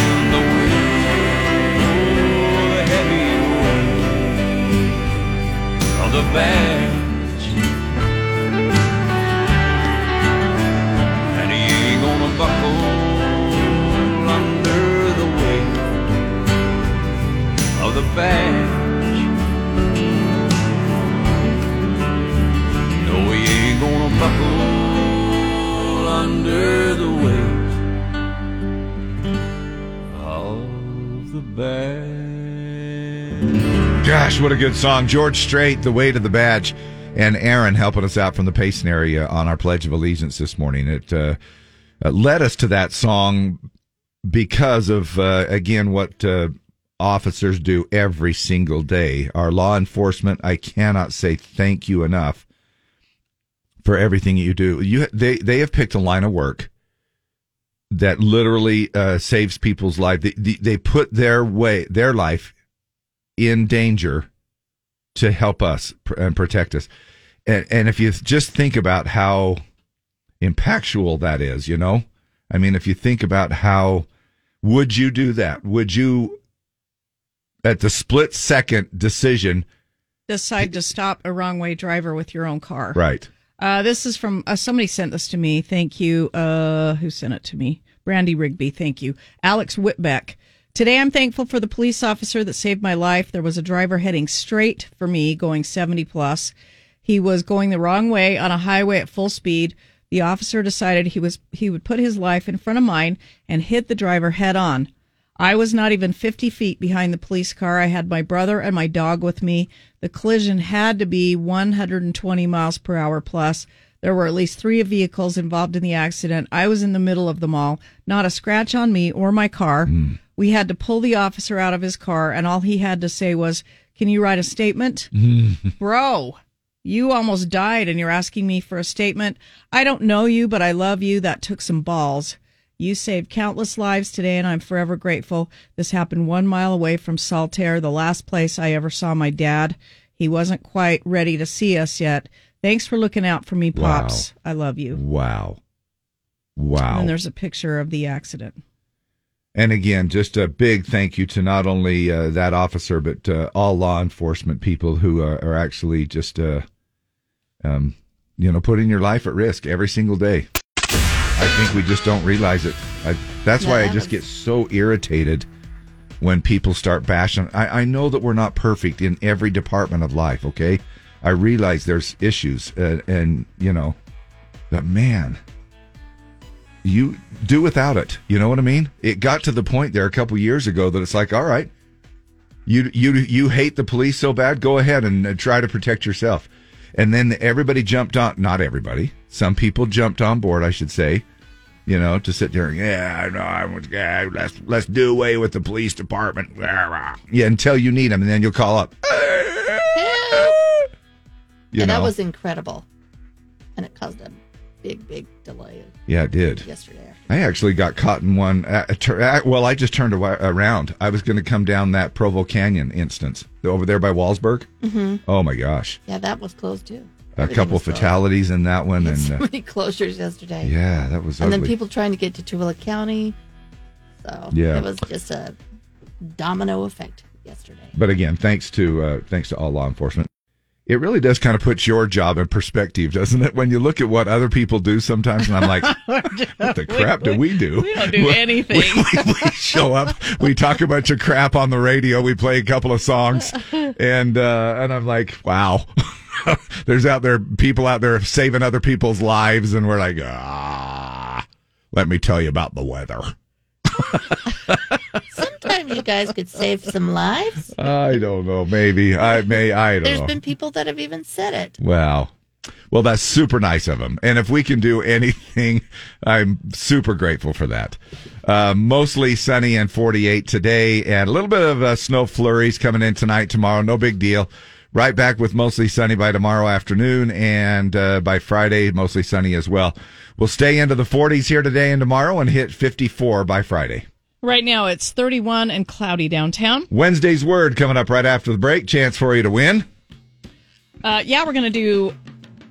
Speaker 9: The weight, oh, the heavy weight Oh, of the badge. And he ain't gonna buckle under the weight of the badge. No, he ain't gonna buckle under the weight of the badge.
Speaker 2: Gosh, what a good song. George Strait, The Weight of the Badge, and Aaron helping us out from the Payson area on our Pledge of Allegiance this morning. It uh, uh, led us to that song because of, uh, again, what uh, officers do every single day. Our law enforcement, I cannot say thank you enough for everything you do. You, they, they have picked a line of work that literally uh, saves people's life. They, they, they put their way, their life in danger to help us pr- and protect us. And, and if you just think about how impactful that is, you know, I mean, if you think about how would you do that? Would you, at the split second decision,
Speaker 3: Decide to stop a wrong way driver with your own car.
Speaker 2: right?
Speaker 3: Uh, this is from uh, somebody sent this to me. Thank you. Uh, who sent it to me? Brandy Rigby. Thank you. Alex Whitbeck. Today, I'm thankful for the police officer that saved my life. There was a driver heading straight for me, going 70 plus. He was going the wrong way on a highway at full speed. The officer decided he was he would put his life in front of mine and hit the driver head on. I was not even 50 feet behind the police car. I had my brother and my dog with me. The collision had to be 120 miles per hour plus. There were at least three vehicles involved in the accident. I was in the middle of them all. Not a scratch on me or my car. We had to pull the officer out of his car, and all he had to say was, Can you write a statement? Bro, you almost died, and you're asking me for a statement. I don't know you, but I love you. That took some balls. You saved countless lives today, and I'm forever grateful. This happened one mile away from Saltaire, the last place I ever saw my dad. He wasn't quite ready to see us yet. Thanks for looking out for me,
Speaker 2: Wow.
Speaker 3: Pops. I love you.
Speaker 2: Wow. Wow.
Speaker 3: And there's a picture of the accident.
Speaker 2: And again, just a big thank you to not only uh, that officer, but uh, all law enforcement people who are, are actually just, uh, um, you know, putting your life at risk every single day. I think we just don't realize it. I, that's why I just get so irritated when people start bashing. I, I know that we're not perfect in every department of life, okay? I realize there's issues, uh, and, you know, but man you do without it. You know what I mean? It got to the point there a couple years ago that it's like, all right, you you you hate the police so bad, go ahead and uh, try to protect yourself. And then everybody jumped on. Not everybody. Some people jumped on board, I should say. You know, to sit there, and, yeah, I know, I was, yeah, let's let's do away with the police department. Yeah, until you need them, and then you'll call up. You
Speaker 1: yeah,
Speaker 2: know,
Speaker 1: that was incredible. And it caused a big, big delay
Speaker 2: yeah, it did.
Speaker 1: yesterday afternoon.
Speaker 2: I actually got caught in one. Uh, tur- uh, well, I just turned awa- around. I was going to come down that Provo Canyon instance over there by Wallsburg.
Speaker 1: Mhm.
Speaker 3: Mm-hmm.
Speaker 2: Oh my gosh,
Speaker 1: Yeah, that was closed too.
Speaker 2: a couple fatalities in that one,
Speaker 1: So
Speaker 2: and uh,
Speaker 1: many closures yesterday.
Speaker 2: yeah, that was
Speaker 1: And
Speaker 2: ugly.
Speaker 1: then people trying to get to Tooele County. So
Speaker 2: Yeah.
Speaker 1: it was just a domino effect yesterday.
Speaker 2: but again, thanks to uh, thanks to all law enforcement. It really does kind of put your job in perspective, doesn't it? When you look at what other people do sometimes, and I'm like, what the crap do we do?
Speaker 3: We don't do anything.
Speaker 2: we show up, we talk a bunch of crap on the radio, we play a couple of songs, and uh, and I'm like, wow, there's out there people out there saving other people's lives, and we're like, ah, let me tell you about the weather.
Speaker 1: Sometimes you guys could save some lives.
Speaker 2: I don't know, maybe I may, I don't
Speaker 1: There's
Speaker 2: know.
Speaker 1: been people that have even said it.
Speaker 2: Wow. Well, that's super nice of them. And if we can do anything, I'm super grateful for that. Uh, mostly sunny and 48 today, and a little bit of uh, snow flurries coming in tonight, tomorrow. No big deal. Right back with mostly sunny by tomorrow afternoon, and uh, by Friday, mostly sunny as well. We'll stay into the 40s here today and tomorrow and hit 54 by Friday.
Speaker 3: Right now it's 31 and cloudy downtown.
Speaker 2: Wednesday's word coming up right after the break. Chance for you to win.
Speaker 3: Uh, yeah, we're going to do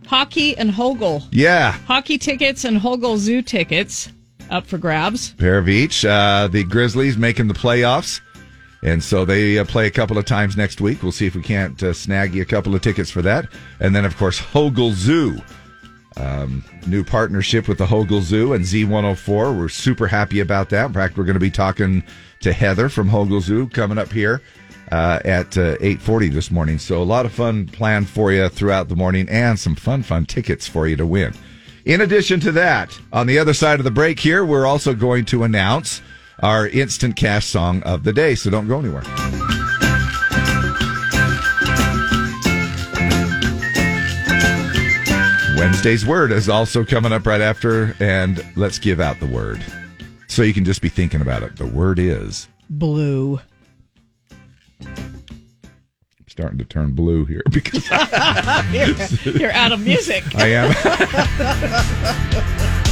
Speaker 3: hockey and Hogel.
Speaker 2: Yeah.
Speaker 3: Hockey tickets and Hogel Zoo tickets up for grabs.
Speaker 2: pair of each. Uh, the Grizzlies making the playoffs, and so they uh, play a couple of times next week. We'll see if we can't uh, snag you a couple of tickets for that. And then, of course, Hogel Zoo. Um, new partnership with the Hogel Zoo and Z104. We're super happy about that. In fact, we're going to be talking to Heather from Hogel Zoo coming up here uh, at uh, 8.40 this morning. So a lot of fun planned for you throughout the morning and some fun, fun tickets for you to win. In addition to that, on the other side of the break here, we're also going to announce our instant cash song of the day. So don't go anywhere. Wednesday's word is also coming up right after, and let's give out the word. So you can just be thinking about it. The word is
Speaker 3: Blue.
Speaker 2: starting to turn blue here because
Speaker 3: you're, you're out of music.
Speaker 2: I am.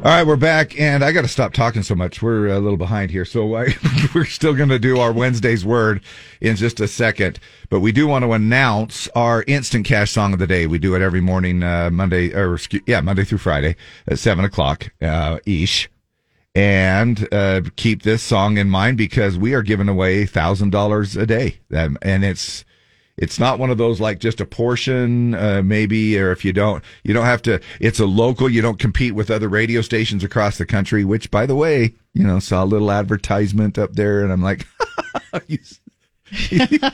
Speaker 2: All right, we're back, and I got to stop talking so much. We're a little behind here, so I, we're still going to do our Wednesday's word in just a second. But we do want to announce our instant cash song of the day. We do it every morning, uh, Monday or excuse, yeah, Monday through Friday at seven o'clock uh, ish. And uh, keep this song in mind because we are giving away thousand dollars a day, um, and it's it's not one of those like just a portion, uh, maybe, or if you don't, you don't have to, it's a local, you don't compete with other radio stations across the country, which by the way, you know, saw a little advertisement up there and I'm like, you,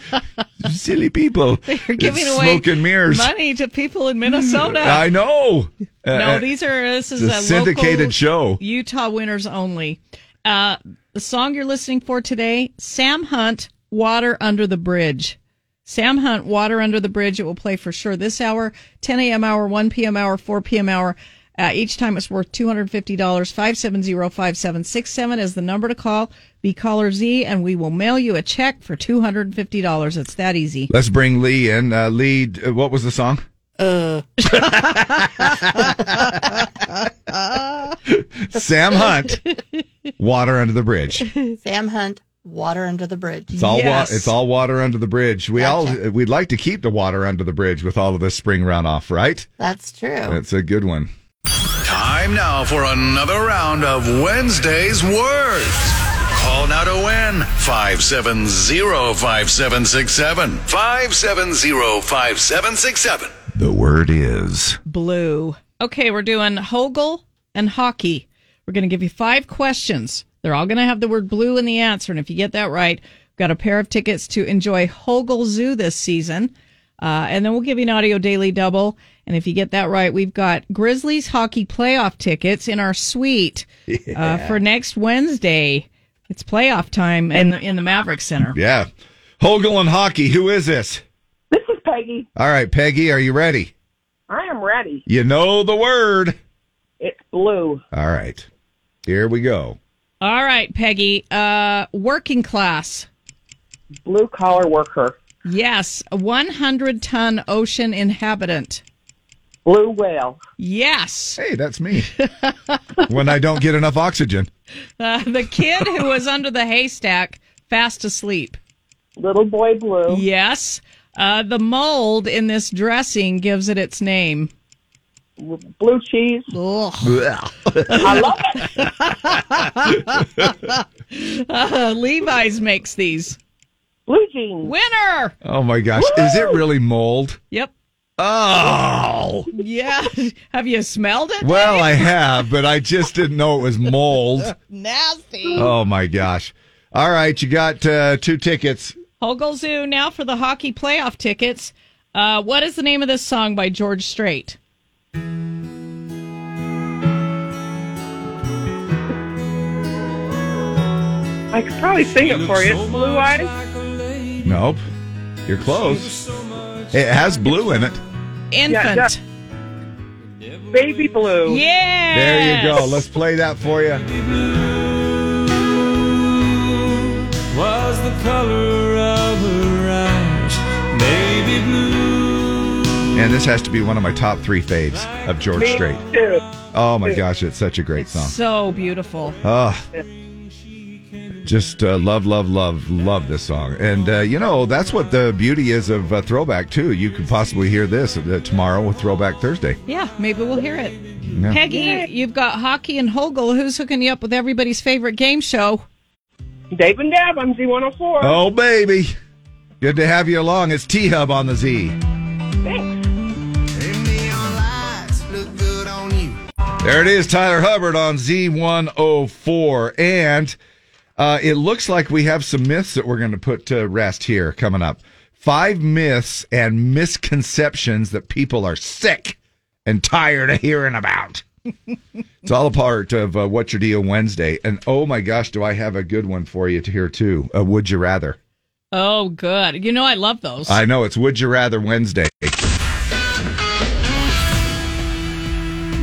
Speaker 2: Silly people.
Speaker 3: They're giving
Speaker 2: It's
Speaker 3: away
Speaker 2: smoke and mirrors.
Speaker 3: money to people in Minnesota.
Speaker 2: I know. Uh,
Speaker 3: No, these are this is
Speaker 2: It's
Speaker 3: a
Speaker 2: a syndicated
Speaker 3: local
Speaker 2: show.
Speaker 3: Utah winners only. Uh, the song you're listening for today, Sam Hunt, "Water Under the Bridge." Sam Hunt, "Water Under the Bridge." It will play for sure this hour, 10 a.m. hour, 1 p.m. hour, 4 p.m. hour. Uh, each time it's worth two hundred fifty dollars. Five seven zero five seven six seven is the number to call. Be caller Z, and we will mail you a check for two hundred and fifty dollars. It's that easy.
Speaker 2: Let's bring Lee in. Uh, Lee, d- what was the song?
Speaker 1: Uh.
Speaker 2: Sam Hunt, Water Under the Bridge.
Speaker 1: Sam Hunt, Water Under the Bridge.
Speaker 2: It's all wa- it's all water under the bridge. We all we'd like to keep the water under the bridge with all of this spring runoff, right?
Speaker 1: That's true.
Speaker 2: That's a good one.
Speaker 10: Time now for another round of Wednesday's Words. Call now to win 570-5767. 570-5767.
Speaker 2: The word is
Speaker 3: blue. Okay, we're doing Hogel and hockey. We're going to give you five questions. They're all going to have the word blue in the answer. And if you get that right, we've got a pair of tickets to enjoy Hogel Zoo this season. Uh, and then we'll give you an audio daily double. And if you get that right, we've got Grizzlies hockey playoff tickets in our suite uh, for next Wednesday. It's playoff time in the, in the Maverick Center.
Speaker 2: Yeah. Hogel and hockey. Who is this?
Speaker 11: This is Peggy.
Speaker 2: All right, Peggy, are you ready?
Speaker 11: I am ready.
Speaker 2: You know the word.
Speaker 11: It's blue.
Speaker 2: All right. Here we go.
Speaker 3: All right, Peggy. Uh, working class.
Speaker 11: Blue collar worker.
Speaker 3: Yes. A 100 ton ocean inhabitant.
Speaker 11: Blue whale.
Speaker 3: Yes.
Speaker 2: Hey, that's me. when I don't get enough oxygen.
Speaker 3: Uh, the kid who was under the haystack, fast asleep.
Speaker 11: Little boy blue.
Speaker 3: Yes. Uh, the mold in this dressing gives it its name.
Speaker 11: Blue cheese. I love it.
Speaker 3: Uh, Levi's makes these.
Speaker 11: Blue jeans.
Speaker 3: Winner.
Speaker 2: Oh my gosh. Is it really mold?
Speaker 3: Yep.
Speaker 2: Oh.
Speaker 3: Yeah. Have you smelled it?
Speaker 2: Well, I have, but I just didn't know it was mold.
Speaker 3: Uh, Nasty.
Speaker 2: Oh my gosh. All right, you got uh, two tickets.
Speaker 3: Hogel Zoo now for the hockey playoff tickets. Uh, what is the name of this song by George Strait?
Speaker 11: I could probably sing it for you. Blue eyes.
Speaker 2: Nope. You're close. It has blue in it.
Speaker 3: Infant.
Speaker 11: Baby blue.
Speaker 3: Yeah.
Speaker 2: There you go. Let's play that for you.
Speaker 9: was the color of her eyes, navy blue.
Speaker 2: And this has to be one of my top three faves of George
Speaker 3: Me
Speaker 2: Strait.
Speaker 11: too.
Speaker 2: Oh my gosh, it's such a great song.
Speaker 3: So beautiful.
Speaker 2: Ah, just uh, love, love, love, love this song. And uh, you know, that's what the beauty is of uh, throwback too. You could possibly hear this uh, tomorrow with Throwback Thursday.
Speaker 3: Yeah, maybe we'll hear it.
Speaker 2: Yeah.
Speaker 3: Peggy, you've got hockey and Hogel. Who's hooking you up with everybody's favorite game show?
Speaker 11: Dave and Dab on Z104.
Speaker 2: Oh baby, good to have you along. It's T Hub on the Z.
Speaker 11: Thanks.
Speaker 2: There it is, Tyler Hubbard on Z104. And uh, it looks like we have some myths that we're going to put to rest here coming up. Five myths and misconceptions that people are sick and tired of hearing about. it's all a part of uh, What's Your Deal Wednesday. And oh my gosh, do I have a good one for you to hear too. Uh, would you rather?
Speaker 3: Oh, good. You know I love those.
Speaker 2: I know it's Would You Rather Wednesday.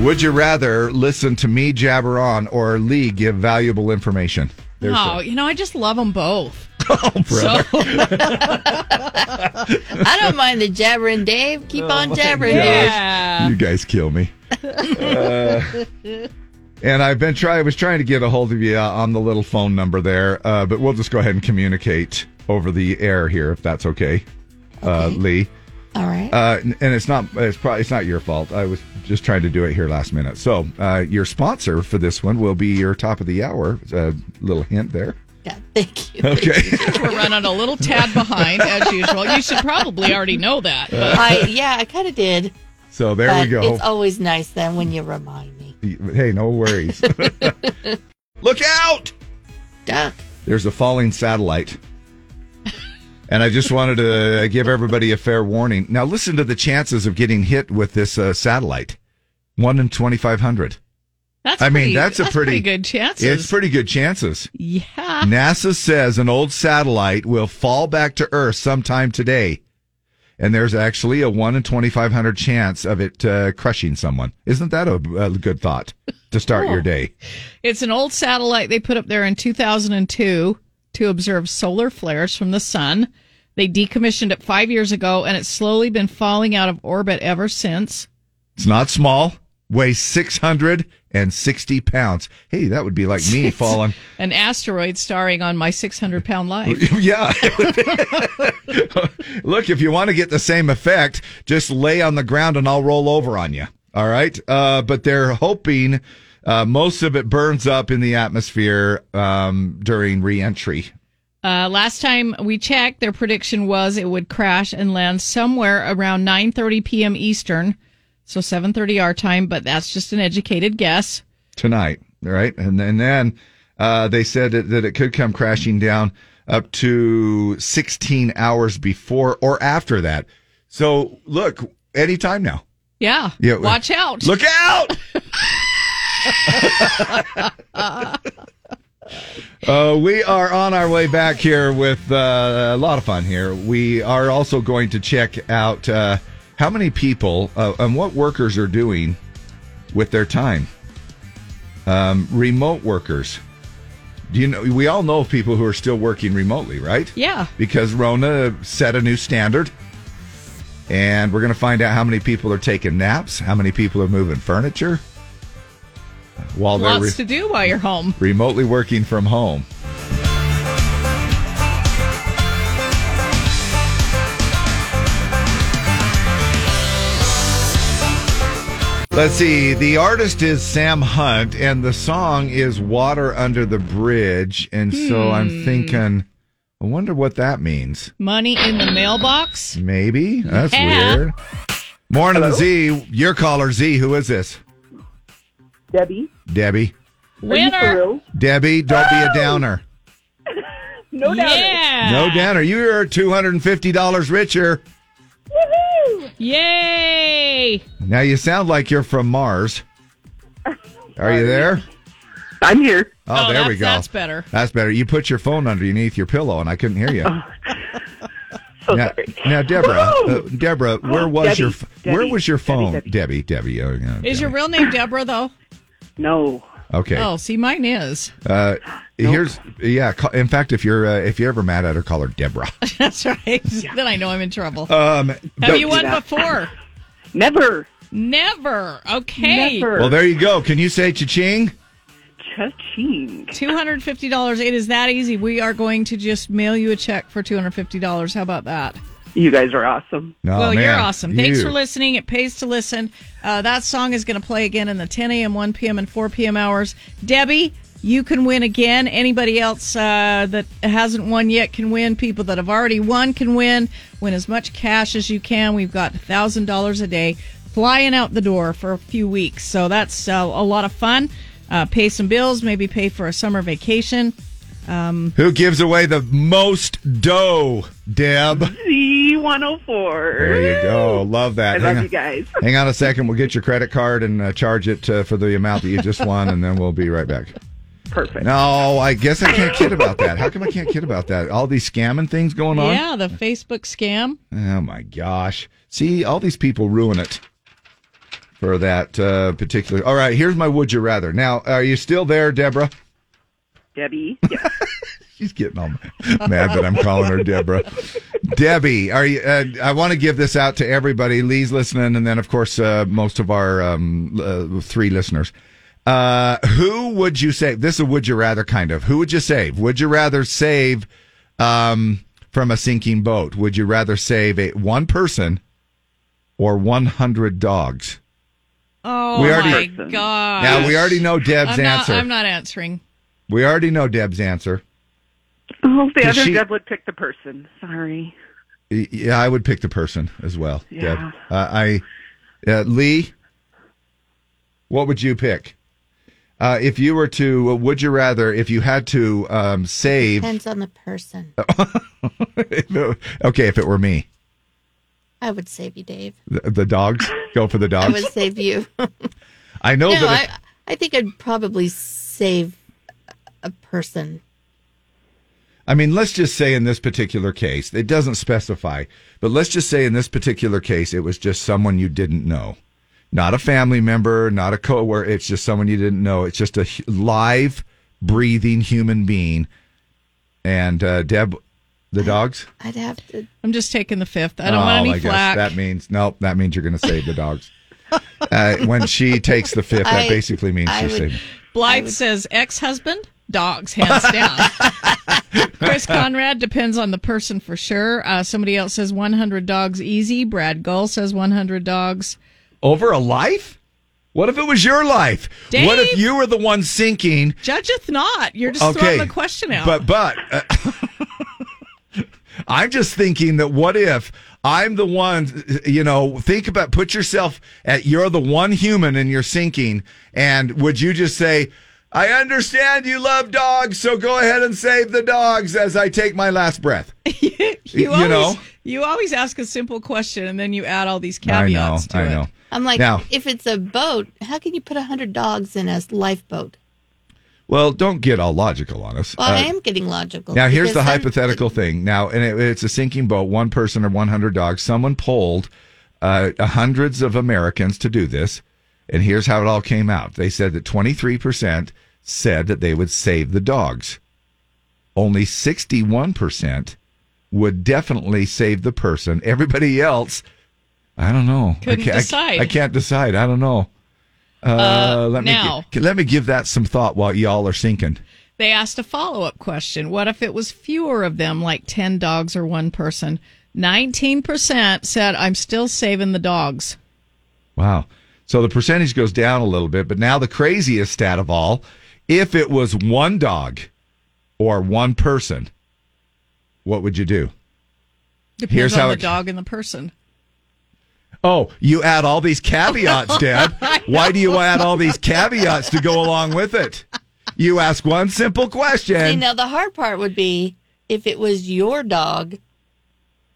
Speaker 2: Would you rather listen to me jabber on or Lee give valuable information? There's
Speaker 3: oh, you know I just love them both.
Speaker 2: oh, brother.
Speaker 1: I don't mind the jabbering, Dave. Keep on jabbering.
Speaker 2: gosh. You guys kill me. Uh, and I've been trying. I was trying to get a hold of you uh, on the little phone number there, uh, but we'll just go ahead and communicate over the air here, if that's okay, Uh, Lee.
Speaker 1: All right.
Speaker 2: Uh, n- and it's not. It's probably. It's not your fault. I was just trying to do it here last minute. So uh, your sponsor for this one will be your top of the hour. Uh, little hint there.
Speaker 1: Yeah. Thank you.
Speaker 2: Okay.
Speaker 3: We're running a little tad behind as usual. You should probably already know that. but-
Speaker 1: I, yeah, I kind of did.
Speaker 2: So there
Speaker 1: but
Speaker 2: we go.
Speaker 1: It's always nice then when you remind me.
Speaker 2: Hey, no worries. Look out!
Speaker 1: Duck.
Speaker 2: There's a falling satellite. And I just wanted to uh, give everybody a fair warning. Now, listen to the chances of getting hit with this uh, satellite one in 2,500.
Speaker 3: That's
Speaker 2: I mean,
Speaker 3: pretty-
Speaker 2: that's a pretty,
Speaker 3: good chances.
Speaker 2: It's pretty good chances.
Speaker 3: yeah.
Speaker 2: NASA says an old satellite will fall back to Earth sometime today. And there's actually a 1 in 2,500 chance of it uh, crushing someone. Isn't that a, a good thought to start your day?
Speaker 3: It's an old satellite they put up there in 2002 to observe solar flares from the sun. They decommissioned it five years ago, and it's slowly been falling out of orbit ever since.
Speaker 2: It's not small, weighs 660 pounds. Hey, that would be like me falling.
Speaker 3: An asteroid starring on my 600 pound life.
Speaker 2: yeah. Look, if you want to get the same effect, just lay on the ground and I'll roll over on you. All right. Uh, but they're hoping uh, most of it burns up in the atmosphere um, during reentry.
Speaker 3: Uh, last time we checked, their prediction was it would crash and land somewhere around 9:30 p.m. Eastern, so 7:30 our time. But that's just an educated guess.
Speaker 2: tonight, right? And and then uh, they said that, that it could come crashing down up to 16 hours before or after that. So look, anytime now.
Speaker 3: Yeah.
Speaker 2: Yeah.
Speaker 3: Watch out.
Speaker 2: Look out! Uh, we are on our way back here with uh, a lot of fun here. We are also going to check out uh, how many people uh, and what workers are doing with their time. Um, remote workers. Do you know? We all know people who are still working remotely, right?
Speaker 3: Yeah.
Speaker 2: Because Rona set a new standard. And we're going to find out how many people are taking naps, how many people are moving furniture while they're
Speaker 3: Lots to
Speaker 2: re-
Speaker 3: do while you're home.
Speaker 2: remotely working from home. Let's see. The artist is Sam Hunt, and the song is Water Under the Bridge. And so
Speaker 3: Hmm.
Speaker 2: I'm thinking, I wonder what that means.
Speaker 3: Money in the mailbox.
Speaker 2: Maybe. That's
Speaker 3: Yeah.
Speaker 2: weird. Morning, Z. Your caller, Z. Who is this?
Speaker 11: Debbie.
Speaker 2: Debbie.
Speaker 11: Winner.
Speaker 2: Debbie, don't be
Speaker 3: Oh.
Speaker 2: a downer.
Speaker 11: No doubt. Yeah.
Speaker 2: No downer. You are $250 richer.
Speaker 11: Woohoo!
Speaker 3: Yay!
Speaker 2: Now you sound like you're from Mars. Are you there?
Speaker 11: I'm here.
Speaker 2: Oh, there we
Speaker 3: that's-
Speaker 2: go.
Speaker 3: That's better. Oh.
Speaker 2: That's better. You put your phone underneath your pillow, and I couldn't hear you. now, now, Deborah,
Speaker 3: Woo! Oh,
Speaker 2: uh, Deborah, where was
Speaker 3: Debbie,
Speaker 2: your f-
Speaker 3: Debbie,
Speaker 2: where was your phone, Debbie? Debbie, oh, yeah,
Speaker 3: Is your real name Deborah though?
Speaker 11: No.
Speaker 2: okay.
Speaker 3: Oh, see, mine is.
Speaker 2: Uh, Here's yeah. ca- In fact, if you're uh, if you're ever mad at her, call her Deborah.
Speaker 3: That's right. Then I know I'm in trouble.
Speaker 2: Um,
Speaker 3: Have
Speaker 2: but-
Speaker 3: you won before?
Speaker 11: Never.
Speaker 3: Never. Okay.
Speaker 2: Well, there you go. Can you say cha-ching?
Speaker 11: Cha-ching.
Speaker 3: $250. It is that easy. We are going to just mail you a check for $250. How about that?
Speaker 11: You guys are awesome.
Speaker 2: No,
Speaker 3: well,
Speaker 2: man.
Speaker 3: you're awesome. Thanks
Speaker 2: You.
Speaker 3: for listening. It pays to listen. Uh, that song is going to play again in the 10 a.m., 1 p.m., and 4 p.m. hours. Debbie, you can win again. Anybody else uh, that hasn't won yet can win. People that have already won can win. Win as much cash as you can. We've got $1,000 a day flying out the door for a few weeks. So that's uh, a lot of fun. Uh, pay some bills, maybe pay for a summer vacation. Um,
Speaker 2: Who gives away the most dough, Deb?
Speaker 11: Z104.
Speaker 2: There you go. Love that.
Speaker 11: I
Speaker 2: Hang
Speaker 11: love
Speaker 2: on.
Speaker 11: you guys.
Speaker 2: Hang on a second. We'll get your credit card and uh, charge it uh, for the amount that you just won, and then we'll be right back.
Speaker 11: Perfect.
Speaker 2: No, I guess I can't kid about that. How come I can't kid about that? All these scamming things going on?
Speaker 3: yeah, the Facebook scam.
Speaker 2: Oh, my gosh. See, all these people ruin it for that uh, particular. All right, here's my would you rather. Now, are you still there, Deborah?
Speaker 11: Debbie.
Speaker 2: She's getting all mad that I'm calling her Deborah. Debbie, are you? Uh, I want to give this out to everybody. Lee's listening, and then of course uh, most of our um, uh, three listeners. Uh, who would you save? This is a would you rather kind of. Who would you save? Would you rather save um, from a sinking boat? Would you rather save a, one person or 100 dogs?
Speaker 3: Oh,
Speaker 2: We already-
Speaker 3: my God.
Speaker 2: Now we already know Deb's
Speaker 3: I'm not,
Speaker 2: answer.
Speaker 3: I'm not answering.
Speaker 2: We already know Deb's answer.
Speaker 11: Oh, the
Speaker 2: Did
Speaker 11: other
Speaker 2: she-
Speaker 11: Deb would pick the person. Sorry.
Speaker 2: Y- Yeah, I would pick the person as well.
Speaker 11: Yeah.
Speaker 2: Deb. Uh, I, uh, Lee, what would you pick? Uh, if you were to, would you rather, if you had to um, save,
Speaker 1: Depends on the person.
Speaker 2: okay, if it were me,
Speaker 1: I would save you, Dave.
Speaker 2: the, the dogs go for the
Speaker 1: I
Speaker 2: dogs.
Speaker 1: would save you.
Speaker 2: I know
Speaker 1: no,
Speaker 2: that.
Speaker 1: I, I think I'd probably save a person.
Speaker 2: I mean, let's just say in this particular case, it doesn't specify, but let's just say in this particular case, it was just someone you didn't know. Not a family member, not a coworker. It's just someone you didn't know. It's just a hu- live, breathing human being. And uh, Deb, the dogs?
Speaker 1: I'd have to.
Speaker 3: I'm just taking the fifth. I don't
Speaker 2: Oh,
Speaker 3: want any
Speaker 2: I guess
Speaker 3: flack.
Speaker 2: That means, nope, that means you're going to save the dogs. uh, when she takes the fifth, that
Speaker 3: I-
Speaker 2: basically means
Speaker 3: I
Speaker 2: she's
Speaker 3: would-
Speaker 2: saving.
Speaker 3: Blythe says ex husband, dogs, hands down. Chris Conrad depends on the person for sure. Uh, somebody else says 100 dogs easy. Brad Gull says 100 dogs.
Speaker 2: Over a life? What if it was your life? What if
Speaker 3: Dave?
Speaker 2: you were the one sinking
Speaker 3: Judgeth not. You're just throwing the question out.
Speaker 2: But but uh, I'm just thinking that what if I'm the one, you know, think about put yourself at you're the one human and you're sinking and would you just say I understand you love dogs, so go ahead and save the dogs as I take my last breath.
Speaker 3: you,
Speaker 2: you
Speaker 3: always,
Speaker 2: know?
Speaker 3: you always ask a simple question and then you add all these
Speaker 2: I
Speaker 3: caveats.
Speaker 2: know, I know.
Speaker 1: I'm like,
Speaker 2: Now-
Speaker 1: if it's a boat, how can you put a hundred dogs in a lifeboat?
Speaker 2: Well, don't get all logical on us.
Speaker 1: Well,
Speaker 2: Uh,
Speaker 1: I am getting logical.
Speaker 2: Now here's
Speaker 1: because
Speaker 2: the
Speaker 1: some-
Speaker 2: hypothetical thing. Now, and it, it's a sinking boat, one person or 100 dogs. Someone polled uh, hundreds of Americans to do this, and here's how it all came out. They said that 23 percent said that they would save the dogs. Only 61 percent would definitely save the person. Everybody else, I don't know.
Speaker 3: Couldn't
Speaker 2: I can't, I-
Speaker 3: decide.
Speaker 2: I, can't decide. I don't know. Uh,
Speaker 3: Uh,
Speaker 2: let
Speaker 3: now-
Speaker 2: me gi- let me give that some thought while y'all are sinking.
Speaker 3: They asked a follow up question. What if it was fewer of them, like 10 dogs or one person? 19% said, I'm still saving the dogs.
Speaker 2: Wow. So the percentage goes down a little bit, but now the craziest stat of all if it was one dog or one person, what would you do?
Speaker 3: Depends
Speaker 2: Here's
Speaker 3: on
Speaker 2: how
Speaker 3: the
Speaker 2: it-
Speaker 3: dog and the person.
Speaker 2: Oh, you add all these caveats, Deb. Why do you add all these caveats to go along with it? You ask one simple
Speaker 1: See,
Speaker 2: question.
Speaker 1: now the hard part would be if it was your dog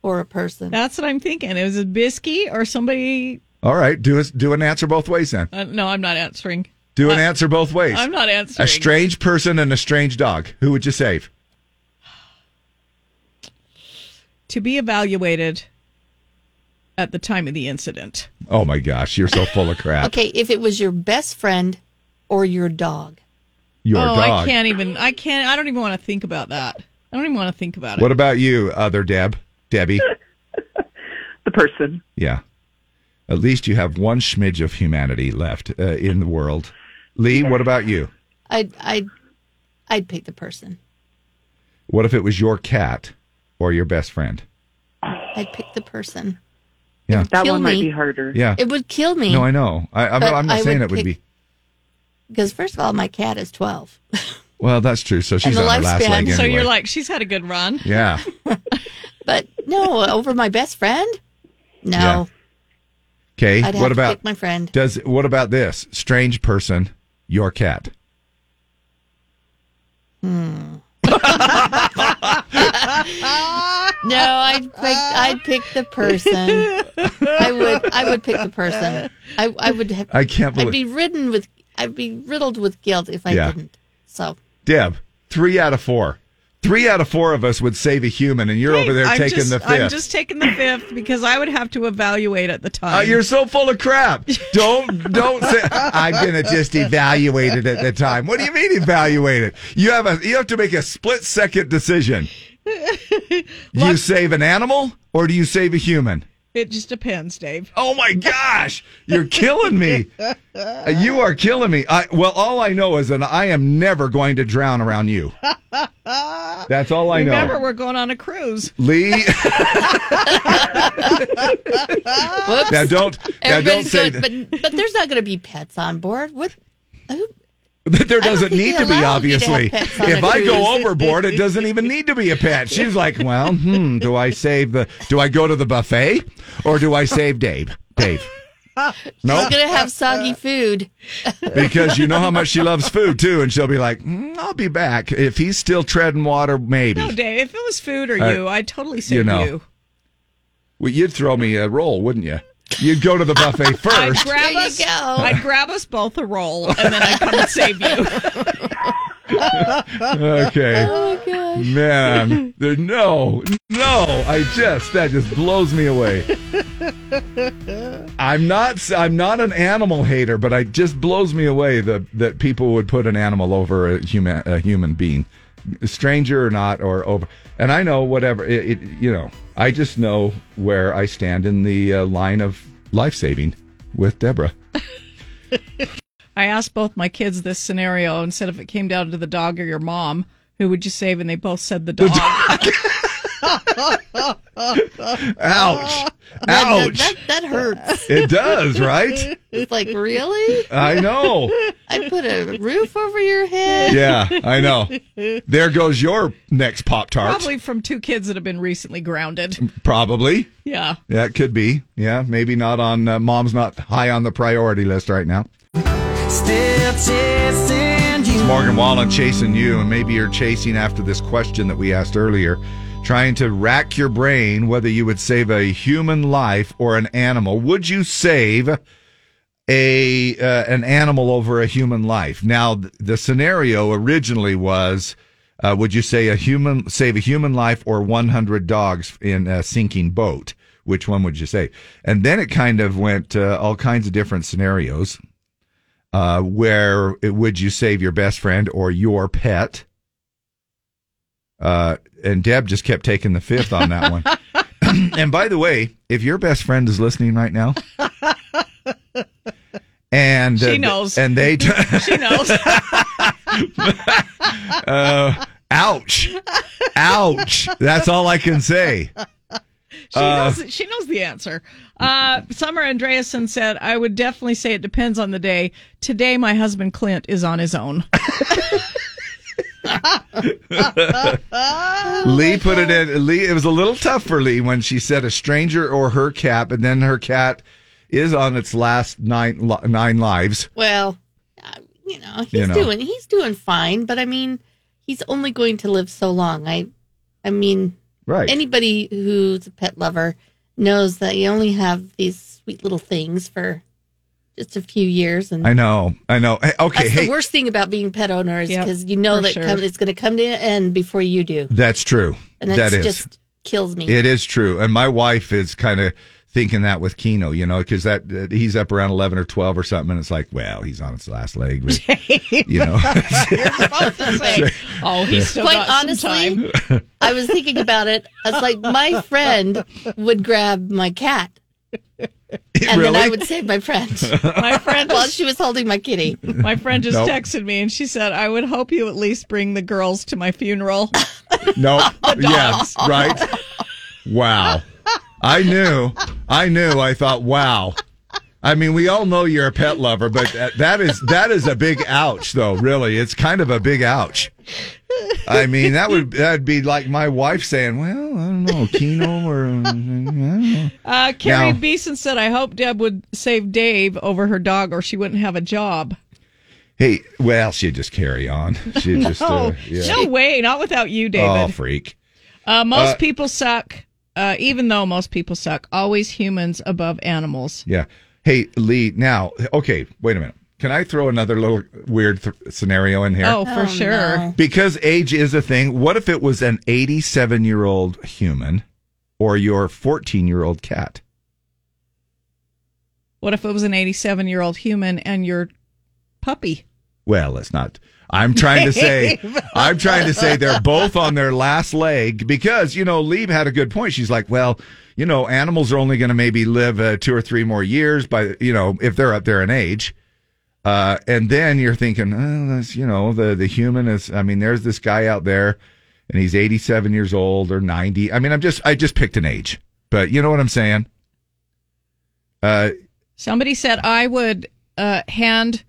Speaker 1: or a person.
Speaker 3: That's what I'm thinking. It was a bisky or somebody.
Speaker 2: All right, do us do an answer both ways then.
Speaker 3: Uh, no, I'm not answering.
Speaker 2: Do an answer both ways.
Speaker 3: Uh, I'm not answering.
Speaker 2: A strange person and a strange dog. Who would you save?
Speaker 3: To be evaluated at the time of the incident.
Speaker 2: Oh my gosh, you're so full of
Speaker 3: Oh,
Speaker 2: crap.
Speaker 1: Okay, if it was your best friend or your dog.
Speaker 2: Your
Speaker 3: oh,
Speaker 2: dog.
Speaker 3: I can't even. I can't. I don't even want to think about that. I don't even want to think about it.
Speaker 2: What about you, other Deb? Debbie?
Speaker 11: the person.
Speaker 2: Yeah. At least you have one smidge of humanity left uh, in the world. Lee, what about you?
Speaker 1: I'd I'd I'd pick the person.
Speaker 2: What if it was your cat or your best friend?
Speaker 1: I'd pick the person.
Speaker 2: Yeah.
Speaker 11: That
Speaker 1: Kill
Speaker 11: one might
Speaker 1: me.
Speaker 11: be harder.
Speaker 2: Yeah.
Speaker 1: It would kill me.
Speaker 2: No, I know. I, I'm,
Speaker 1: But
Speaker 2: I'm not
Speaker 1: I
Speaker 2: saying
Speaker 1: would
Speaker 2: it would
Speaker 1: pick-
Speaker 2: be.
Speaker 1: Because first of all, my cat is twelve.
Speaker 2: Well, that's true. So she's
Speaker 1: and the
Speaker 2: on her last
Speaker 1: lifespan.
Speaker 2: leg anyway.
Speaker 3: So you're like, she's had a good run.
Speaker 2: yeah.
Speaker 1: But no, over my best friend? No.
Speaker 2: Okay.
Speaker 1: I'd have
Speaker 2: What
Speaker 1: to
Speaker 2: about
Speaker 1: pick my friend.
Speaker 2: Does what about this strange person? Your cat.
Speaker 1: Hmm. no, I'd pick I'd pick the person. I would I would pick the person. I I would have
Speaker 2: I can't
Speaker 1: I'd
Speaker 2: believe.
Speaker 1: be ridden with I'd be riddled with guilt if I
Speaker 2: Yeah.
Speaker 1: didn't. So
Speaker 2: Deb, three out of four. Three out of four of us would save a human, and you're over there
Speaker 3: I'm
Speaker 2: taking
Speaker 3: just,
Speaker 2: the 5th
Speaker 3: I'm just taking the fifth because I would have to evaluate at the time.
Speaker 2: Uh, you're so full of crap. Don't don't say I'm gonna just evaluate it at the time. What do you mean evaluate it? You have a you have to make a split second decision. Do you save an animal or do you save a human?
Speaker 3: It just depends, Dave.
Speaker 2: Oh my gosh, you're killing me. Uh, You are killing me. I, well, all I know is that I am never going to drown around you. That's all I know.
Speaker 3: Remember, we're going on a cruise.
Speaker 2: Lee, now don't now don't
Speaker 1: Everybody's
Speaker 2: say
Speaker 1: good, but but there's not going to be pets on board. What?
Speaker 2: That there doesn't
Speaker 1: think
Speaker 2: need
Speaker 1: they
Speaker 2: to be,
Speaker 1: allow you to have
Speaker 2: obviously.
Speaker 1: pets on
Speaker 2: if
Speaker 1: a
Speaker 2: I go
Speaker 1: cruise.
Speaker 2: overboard, it doesn't even need to be a pet. She's like, well, hmm, do I save the, do I go to the buffet or do I save Dave? Dave,
Speaker 1: She's gonna have soggy food.
Speaker 2: because you know how much she loves food too, and she'll be like, "Mm, "I'll be back if he's still treading water, maybe."
Speaker 3: No, Dave, if it was food or
Speaker 2: Uh,
Speaker 3: you, I'd totally save
Speaker 2: you
Speaker 3: you.
Speaker 2: know. Well, you'd throw me a roll, wouldn't you? You'd go to the buffet
Speaker 3: I'd
Speaker 2: first.
Speaker 3: grab us, I'd grab us both a roll, and then I'd come and save you.
Speaker 2: okay.
Speaker 1: Oh gosh.
Speaker 2: Man, there, no, no, I just that just blows me away. I'm not, I'm not an animal hater, but it just blows me away that that people would put an animal over a human, a human being, stranger or not, or over. And I know whatever it, it you know, I just know where I stand in the uh, line of life saving with Deborah.
Speaker 3: I asked both my kids this scenario and said if it came down to the dog or your mom, who would you save? And they both said the dog.
Speaker 2: Ouch!
Speaker 1: That-
Speaker 2: Ouch!
Speaker 1: That, that, that hurts.
Speaker 2: It does, right?
Speaker 1: It's like really.
Speaker 2: I know.
Speaker 1: I put a roof over your head.
Speaker 2: Yeah, I know. There goes your next Pop Tart.
Speaker 3: Probably from two kids that have been recently grounded.
Speaker 2: Probably.
Speaker 3: Yeah.
Speaker 2: That could be. Yeah, maybe not on uh, mom's not high on the priority list right now.
Speaker 12: Still chasing
Speaker 2: It's
Speaker 12: you.
Speaker 2: Morgan Wallen chasing you, and maybe you're chasing after this question that we asked earlier, trying to rack your brain whether you would save a human life or an animal. Would you save a uh, an animal over a human life? Now, th- the scenario originally was. Uh, would you say a human save a human life or 100 dogs in a sinking boat? Which one would you save? And then it kind of went uh, all kinds of different scenarios uh, where it, would you save your best friend or your pet? Uh, and Deb just kept taking the fifth on that one. and by the way, if your best friend is listening right now, and uh,
Speaker 3: She knows.
Speaker 2: and they,
Speaker 3: She knows.
Speaker 2: uh, ouch, ouch. That's all I can say.
Speaker 3: She
Speaker 2: Uh,
Speaker 3: knows. She knows the answer. Uh, Summer Andreasen said, "I would definitely say it depends on the day. Today, my husband Clint is on his own.
Speaker 1: Oh
Speaker 2: Lee put it in. Lee, it was a little tough for Lee when she said a stranger or her cat, and then her cat is on its last nine li- nine lives.
Speaker 1: Well, uh, you know he's
Speaker 2: You know.
Speaker 1: doing he's doing fine, but I mean he's only going to live so long. I, I mean,
Speaker 2: Right.
Speaker 1: Anybody who's a pet lover knows that you only have these sweet little things for just a few years, and
Speaker 2: I know, I know. Hey, okay,
Speaker 1: that's
Speaker 2: hey,
Speaker 1: the worst thing about being pet owner is
Speaker 3: Yep,
Speaker 1: because you know
Speaker 3: for
Speaker 1: that
Speaker 3: sure.
Speaker 1: come, it's going to come to an end before you do,
Speaker 2: that's true.
Speaker 1: and
Speaker 2: that
Speaker 1: that's
Speaker 2: is.
Speaker 1: just kills me.
Speaker 2: It is true, and my wife is kind of thinking that with Keno, you know, because that that- he's up around eleven or twelve or something, and it's like, well, he's on his last leg, you know.
Speaker 3: oh, he's still
Speaker 1: Quite
Speaker 3: got some
Speaker 1: honestly,
Speaker 3: time.
Speaker 1: I was thinking about it. I was like, my friend would grab my cat, and then I
Speaker 2: Really?
Speaker 1: would save my friend
Speaker 3: My friend
Speaker 1: while she was holding my kitty.
Speaker 3: My friend just
Speaker 2: Nope.
Speaker 3: texted me and she said, I would hope you at least bring the girls to my funeral.
Speaker 2: No.
Speaker 3: Oh,
Speaker 2: yeah. Right. Wow. I knew. I knew. I thought, wow. I mean, we all know you're a pet lover, but that, that is that is a big ouch, though. Really, it's kind of a big ouch. I mean, that would that'd be like my wife saying, "Well, I don't know, Keno or I don't know.
Speaker 3: Uh, Carrie
Speaker 2: Now-
Speaker 3: Beeson said, I hope Deb would save Dave over her dog or she wouldn't have a job.
Speaker 2: hey." Well, she'd just carry on. She'd just uh,
Speaker 3: oh,
Speaker 2: yeah.
Speaker 3: no way. Not without you,
Speaker 2: oh,
Speaker 3: David.
Speaker 2: freak.
Speaker 3: uh, most
Speaker 2: uh,
Speaker 3: people suck. Uh, even though most people suck, always humans above animals.
Speaker 2: Yeah. Hey, Lee. Now, okay. Wait a minute. Can I throw another little weird th- scenario in here?
Speaker 3: Oh, for sure.
Speaker 2: Because age is a thing. What if it was an 87 year old human or your 14 year old cat?
Speaker 3: What if it was an 87 year old human and your puppy?
Speaker 2: Well, it's not. I'm trying to say, I'm trying to say they're both on their last leg because, you know, Lee had a good point. She's like, well, you know, animals are only going to maybe live uh, two or three more years by, you know, if they're up there in age. Uh, and then you're thinking, oh, that's, you know, the, the human is, I mean, there's this guy out there and he's 87 years old or 90. I mean, I'm just, I just picked an age, but you know what I'm saying? Uh,
Speaker 3: Somebody said I would uh, hand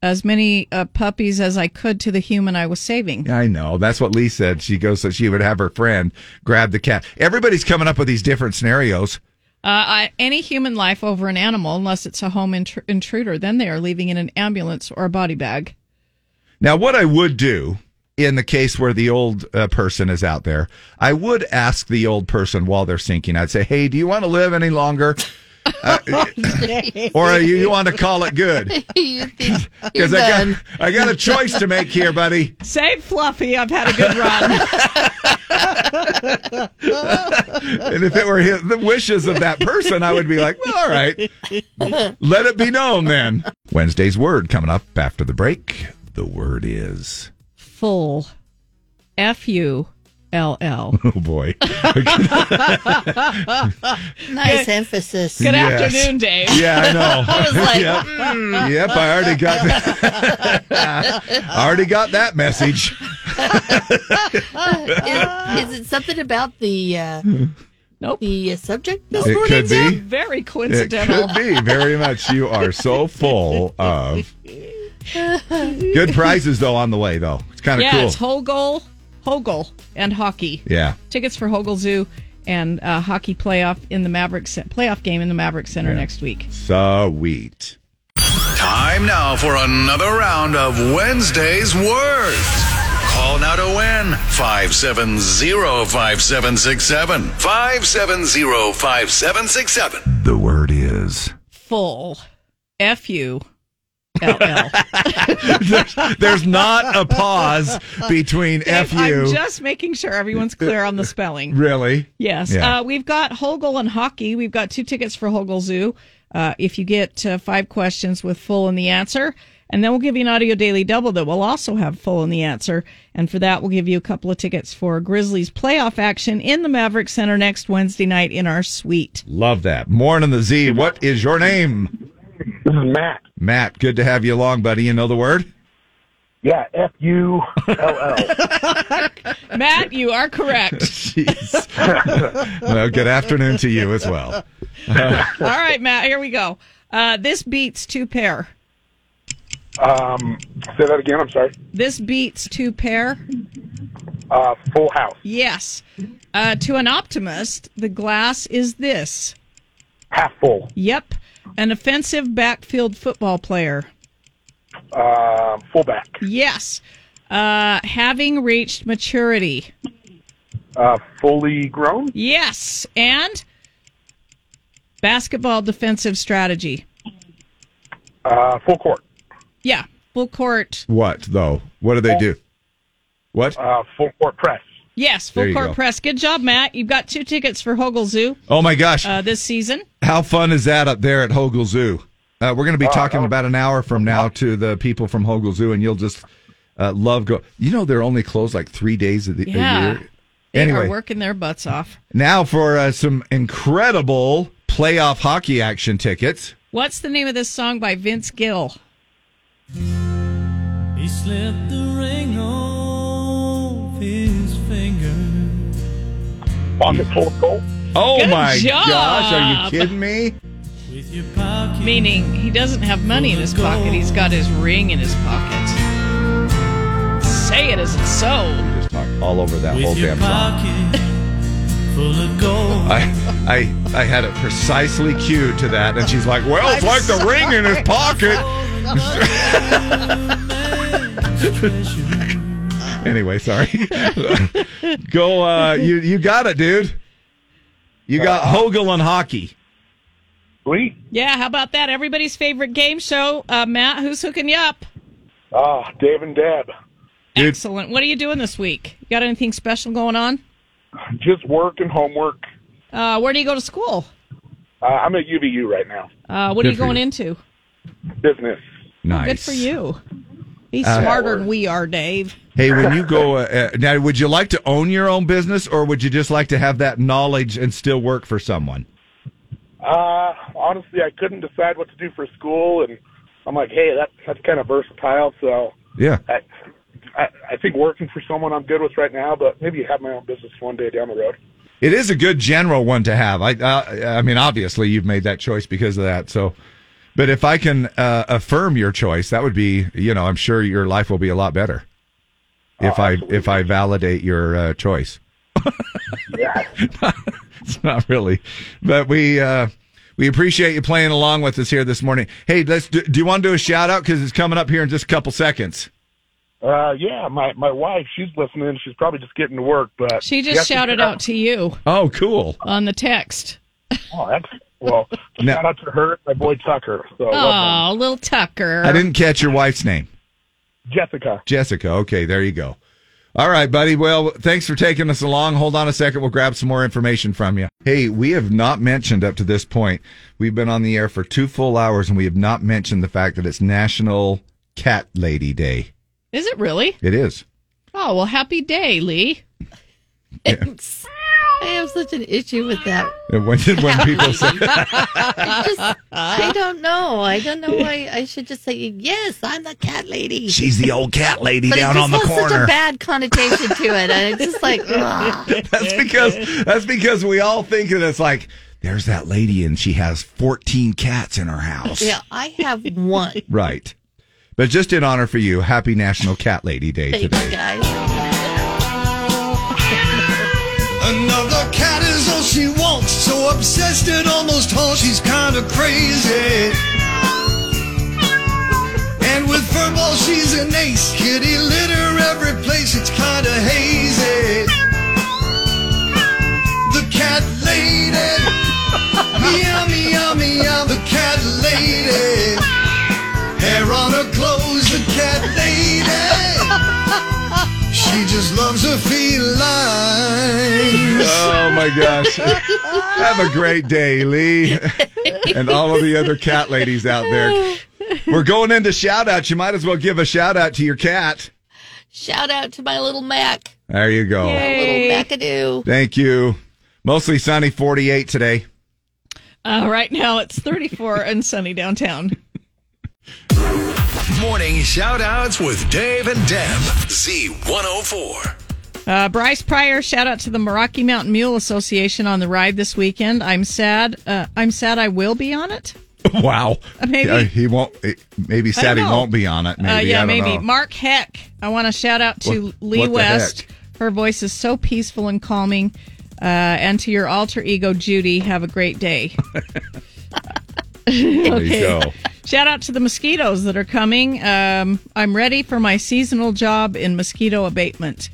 Speaker 3: as many uh, puppies as I could to the human I was saving.
Speaker 2: I know. That's what Lee said. She goes, so she would have her friend grab the cat. Everybody's coming up with these different scenarios.
Speaker 3: Uh, I, any human life over an animal, unless it's a home intr- intruder, then they are leaving in an ambulance or a body bag.
Speaker 2: Now, what I would do in the case where the old uh, person is out there, I would ask the old person while they're sinking. I'd say, "Hey, do you want to live any longer?" Uh, or you, you want to call it good?
Speaker 1: you think
Speaker 2: Because I got, I got a choice to make here, buddy.
Speaker 3: Save Fluffy. I've had a good run.
Speaker 2: And if it were his, the wishes of that person, I would be like, well, all right, let it be known then. Wednesday's word coming up after the break. The word is,
Speaker 3: Full. F U L L.
Speaker 2: oh boy.
Speaker 1: nice emphasis.
Speaker 3: Good
Speaker 2: Yes.
Speaker 3: afternoon, Dave.
Speaker 2: Yeah, I know.
Speaker 1: I was like,
Speaker 2: yep.
Speaker 1: mm.
Speaker 2: Yep, I already got that. I already got that message.
Speaker 1: Uh, is, is it something about the uh,
Speaker 3: nope.
Speaker 1: the uh, subject this
Speaker 2: It
Speaker 1: morning?
Speaker 2: could
Speaker 1: Jeff?
Speaker 2: be.
Speaker 3: Very
Speaker 2: It could be very much. You are so full of good prizes though on the way though. It's kind of
Speaker 3: yeah,
Speaker 2: cool.
Speaker 3: it's Hogel, Hogel, and hockey.
Speaker 2: yeah.
Speaker 3: Tickets for Hogel Zoo and uh, hockey playoff in the Mavericks playoff game in the Maverick Center
Speaker 2: Yeah.
Speaker 3: next week.
Speaker 2: Sweet.
Speaker 10: Time now for another round of Wednesday's Words. Call now to win 570-5767. 570-5767.
Speaker 2: The word is.
Speaker 3: Full, F U L L.
Speaker 2: there's, there's not a pause between F
Speaker 3: I'm
Speaker 2: you.
Speaker 3: just making sure everyone's clear on the spelling.
Speaker 2: Really?
Speaker 3: Yes.
Speaker 2: Yeah.
Speaker 3: Uh, we've got Hogel and hockey. We've got two tickets for Hogel Zoo. Uh, if you get uh, five questions with full in the answer, and then we'll give you an audio daily double that will also have full in the answer. And for that, we'll give you a couple of tickets for Grizzlies playoff action in the Maverick Center next Wednesday night in our suite.
Speaker 2: Love that. Morning the Z. What is your name?
Speaker 13: This is Matt.
Speaker 2: Matt, good to have you along, buddy. You know the word?
Speaker 13: Yeah, F U L L.
Speaker 3: Matt, you are correct.
Speaker 2: Jeez. well, good afternoon to you as well. Uh,
Speaker 3: All right, Matt, here we go. Uh, this beats two pair.
Speaker 13: Um, say that again. I'm sorry.
Speaker 3: This beats two pair.
Speaker 13: Uh, full House.
Speaker 3: Yes. Uh, to an optimist, the glass is this.
Speaker 13: Half full.
Speaker 3: Yep. An offensive backfield football player.
Speaker 13: Um, fullback.
Speaker 3: Yes. Uh, having reached maturity.
Speaker 13: Uh, fully grown.
Speaker 3: Yes. And basketball defensive strategy.
Speaker 13: Uh, full court.
Speaker 3: Yeah. Full court.
Speaker 2: What, though? What do they do? What?
Speaker 13: Uh, full court press.
Speaker 3: Yes.
Speaker 2: There
Speaker 3: Full
Speaker 2: you
Speaker 3: court
Speaker 2: go.
Speaker 3: press. Good job, Matt. You've got two tickets for Hogel Zoo
Speaker 2: Oh, my gosh.
Speaker 3: uh, this season.
Speaker 2: How fun is that up there at Hogel Zoo? Uh, we're going
Speaker 13: Oh,
Speaker 2: to be talking about an hour from now to the people from Hogel Zoo, and you'll just uh, love go. You know, they're only closed like three days of the a
Speaker 3: Yeah.
Speaker 2: year.
Speaker 3: They
Speaker 2: anyway,
Speaker 3: are working their butts off.
Speaker 2: now for uh, some incredible playoff hockey action tickets.
Speaker 3: What's the name of this song by Vince Gill?
Speaker 12: He slipped the ring off his finger.
Speaker 13: Pocket full of gold.
Speaker 2: Oh
Speaker 3: Good
Speaker 2: my
Speaker 3: job.
Speaker 2: gosh, are you kidding me?
Speaker 3: Meaning he doesn't have money in his pocket, he's got his ring in his pocket. Say it isn't so.
Speaker 2: Just talk all over that whole
Speaker 12: With your
Speaker 2: damn song.
Speaker 12: pocket full of gold.
Speaker 2: I, I, I had it precisely cued to that, and she's like, "Well, it's
Speaker 12: I'm
Speaker 2: like the ring in his
Speaker 12: sorry.
Speaker 2: pocket." anyway, sorry. Go, uh, you you got it, dude. You got Hogel and hockey.
Speaker 13: Sweet.
Speaker 3: Yeah, how about that? Everybody's favorite game show. Uh, Matt, who's hooking you up?
Speaker 13: Ah, Dave and Deb.
Speaker 3: Excellent. What are you doing this week? You got anything special going on?
Speaker 13: Just work and homework.
Speaker 3: Uh, where do you go to school?
Speaker 13: Uh, I'm at UVU right now.
Speaker 3: Uh, what
Speaker 13: Good
Speaker 3: are you
Speaker 13: for
Speaker 3: going
Speaker 13: you.
Speaker 3: into?
Speaker 13: Business.
Speaker 2: Nice.
Speaker 3: Good for you. Be
Speaker 2: Uh,
Speaker 3: smarter than we are, Dave.
Speaker 2: Hey, when you go uh, uh, now, would you like to own your own business, or would you just like to have that knowledge and still work for someone?
Speaker 13: Uh, honestly, I couldn't decide what to do for school, and I'm like, hey, that's that's kind of versatile. So
Speaker 2: Yeah.
Speaker 13: I, I, I think working for someone I'm good with right now, but maybe have my own business one day down the road.
Speaker 2: It is a good general one to have. I, uh, I mean, obviously you've made that choice because of that. So, but if I can uh, affirm your choice, that would be, you know, I'm sure your life will be a lot better if I if I validate your uh, choice. it's not really, but we uh, we appreciate you playing along with us here this morning. Hey, let's do, do you want to do a shout out because it's coming up here in just a couple seconds.
Speaker 13: Uh, yeah, my my wife, she's listening. She's probably just getting to work, but
Speaker 3: She just shouted out to you
Speaker 2: Oh, cool.
Speaker 3: on the text.
Speaker 13: Oh, that's well. Shout out to her, and my boy Tucker. So love
Speaker 3: Oh, little Tucker.
Speaker 2: I didn't catch your wife's name.
Speaker 13: him. Jessica.
Speaker 2: Jessica. Okay, there you go. All right, buddy. Well, thanks for taking us along. Hold on a second. We'll grab some more information from you. Hey, we have not mentioned up to this point, we've been on the air for two full hours and we have not mentioned the fact that it's National Cat Lady Day.
Speaker 3: Is it really?
Speaker 2: It is.
Speaker 3: Oh, well, happy day, Lee.
Speaker 1: I have such an issue with that.
Speaker 2: And When, when people say,
Speaker 1: I just, I don't know. I don't know why I should just say yes. I'm the cat lady.
Speaker 2: She's the old cat lady
Speaker 1: But it
Speaker 2: down
Speaker 1: just
Speaker 2: on the
Speaker 1: has Such
Speaker 2: corner.
Speaker 1: a bad connotation to it, and it's just like ugh.
Speaker 2: that's because that's because we all think that it's like there's that lady and she has 14 cats in her house.
Speaker 1: yeah. I have one.
Speaker 2: Right. But just in honor for you, happy National Cat Lady Day
Speaker 1: Thanks,
Speaker 2: today.
Speaker 10: Another cat is all she wants, so obsessed it almost haunts. She's kinda crazy. And with furball, she's an ace. Kitty litter every place, it's kinda hazy. The cat lady. meow, meow, meow, the cat lady. Hair on her clothes, the cat lady. She just loves her felines.
Speaker 2: Oh my gosh. Have a great day, Lee. And all of the other cat ladies out there. We're going into shout outs. You might as well give a shout out to your cat.
Speaker 1: Shout out to my little Mac,
Speaker 2: There you
Speaker 3: Oh.
Speaker 2: go.
Speaker 1: my little Macadoo.
Speaker 2: Thank you. Mostly sunny 48 today.
Speaker 3: Uh, right now, it's 34 and sunny downtown.
Speaker 10: Morning shout outs with Dave and Deb. Z104.
Speaker 3: Uh, Bryce Pryor, shout out to the Meraki Mountain Mule Association on the ride this weekend. I'm sad. Uh, I'm sad I will be on it.
Speaker 2: Wow.
Speaker 3: Uh, maybe.
Speaker 2: Yeah, he won't. eh, Maybe
Speaker 3: I
Speaker 2: Saturday
Speaker 3: don't know.
Speaker 2: won't be on it. Maybe.
Speaker 3: uh,
Speaker 2: I
Speaker 3: yeah,
Speaker 2: don't
Speaker 3: maybe.
Speaker 2: know.
Speaker 3: Mark Heck, I want to shout out to
Speaker 2: What-
Speaker 3: Lee
Speaker 2: what the
Speaker 3: West. Her voice is so peaceful and calming. Uh, and to your alter ego, Judy, have a great day.
Speaker 2: There you go.
Speaker 3: Shout out to the mosquitoes that are coming. Um, I'm ready for my seasonal job in mosquito abatement.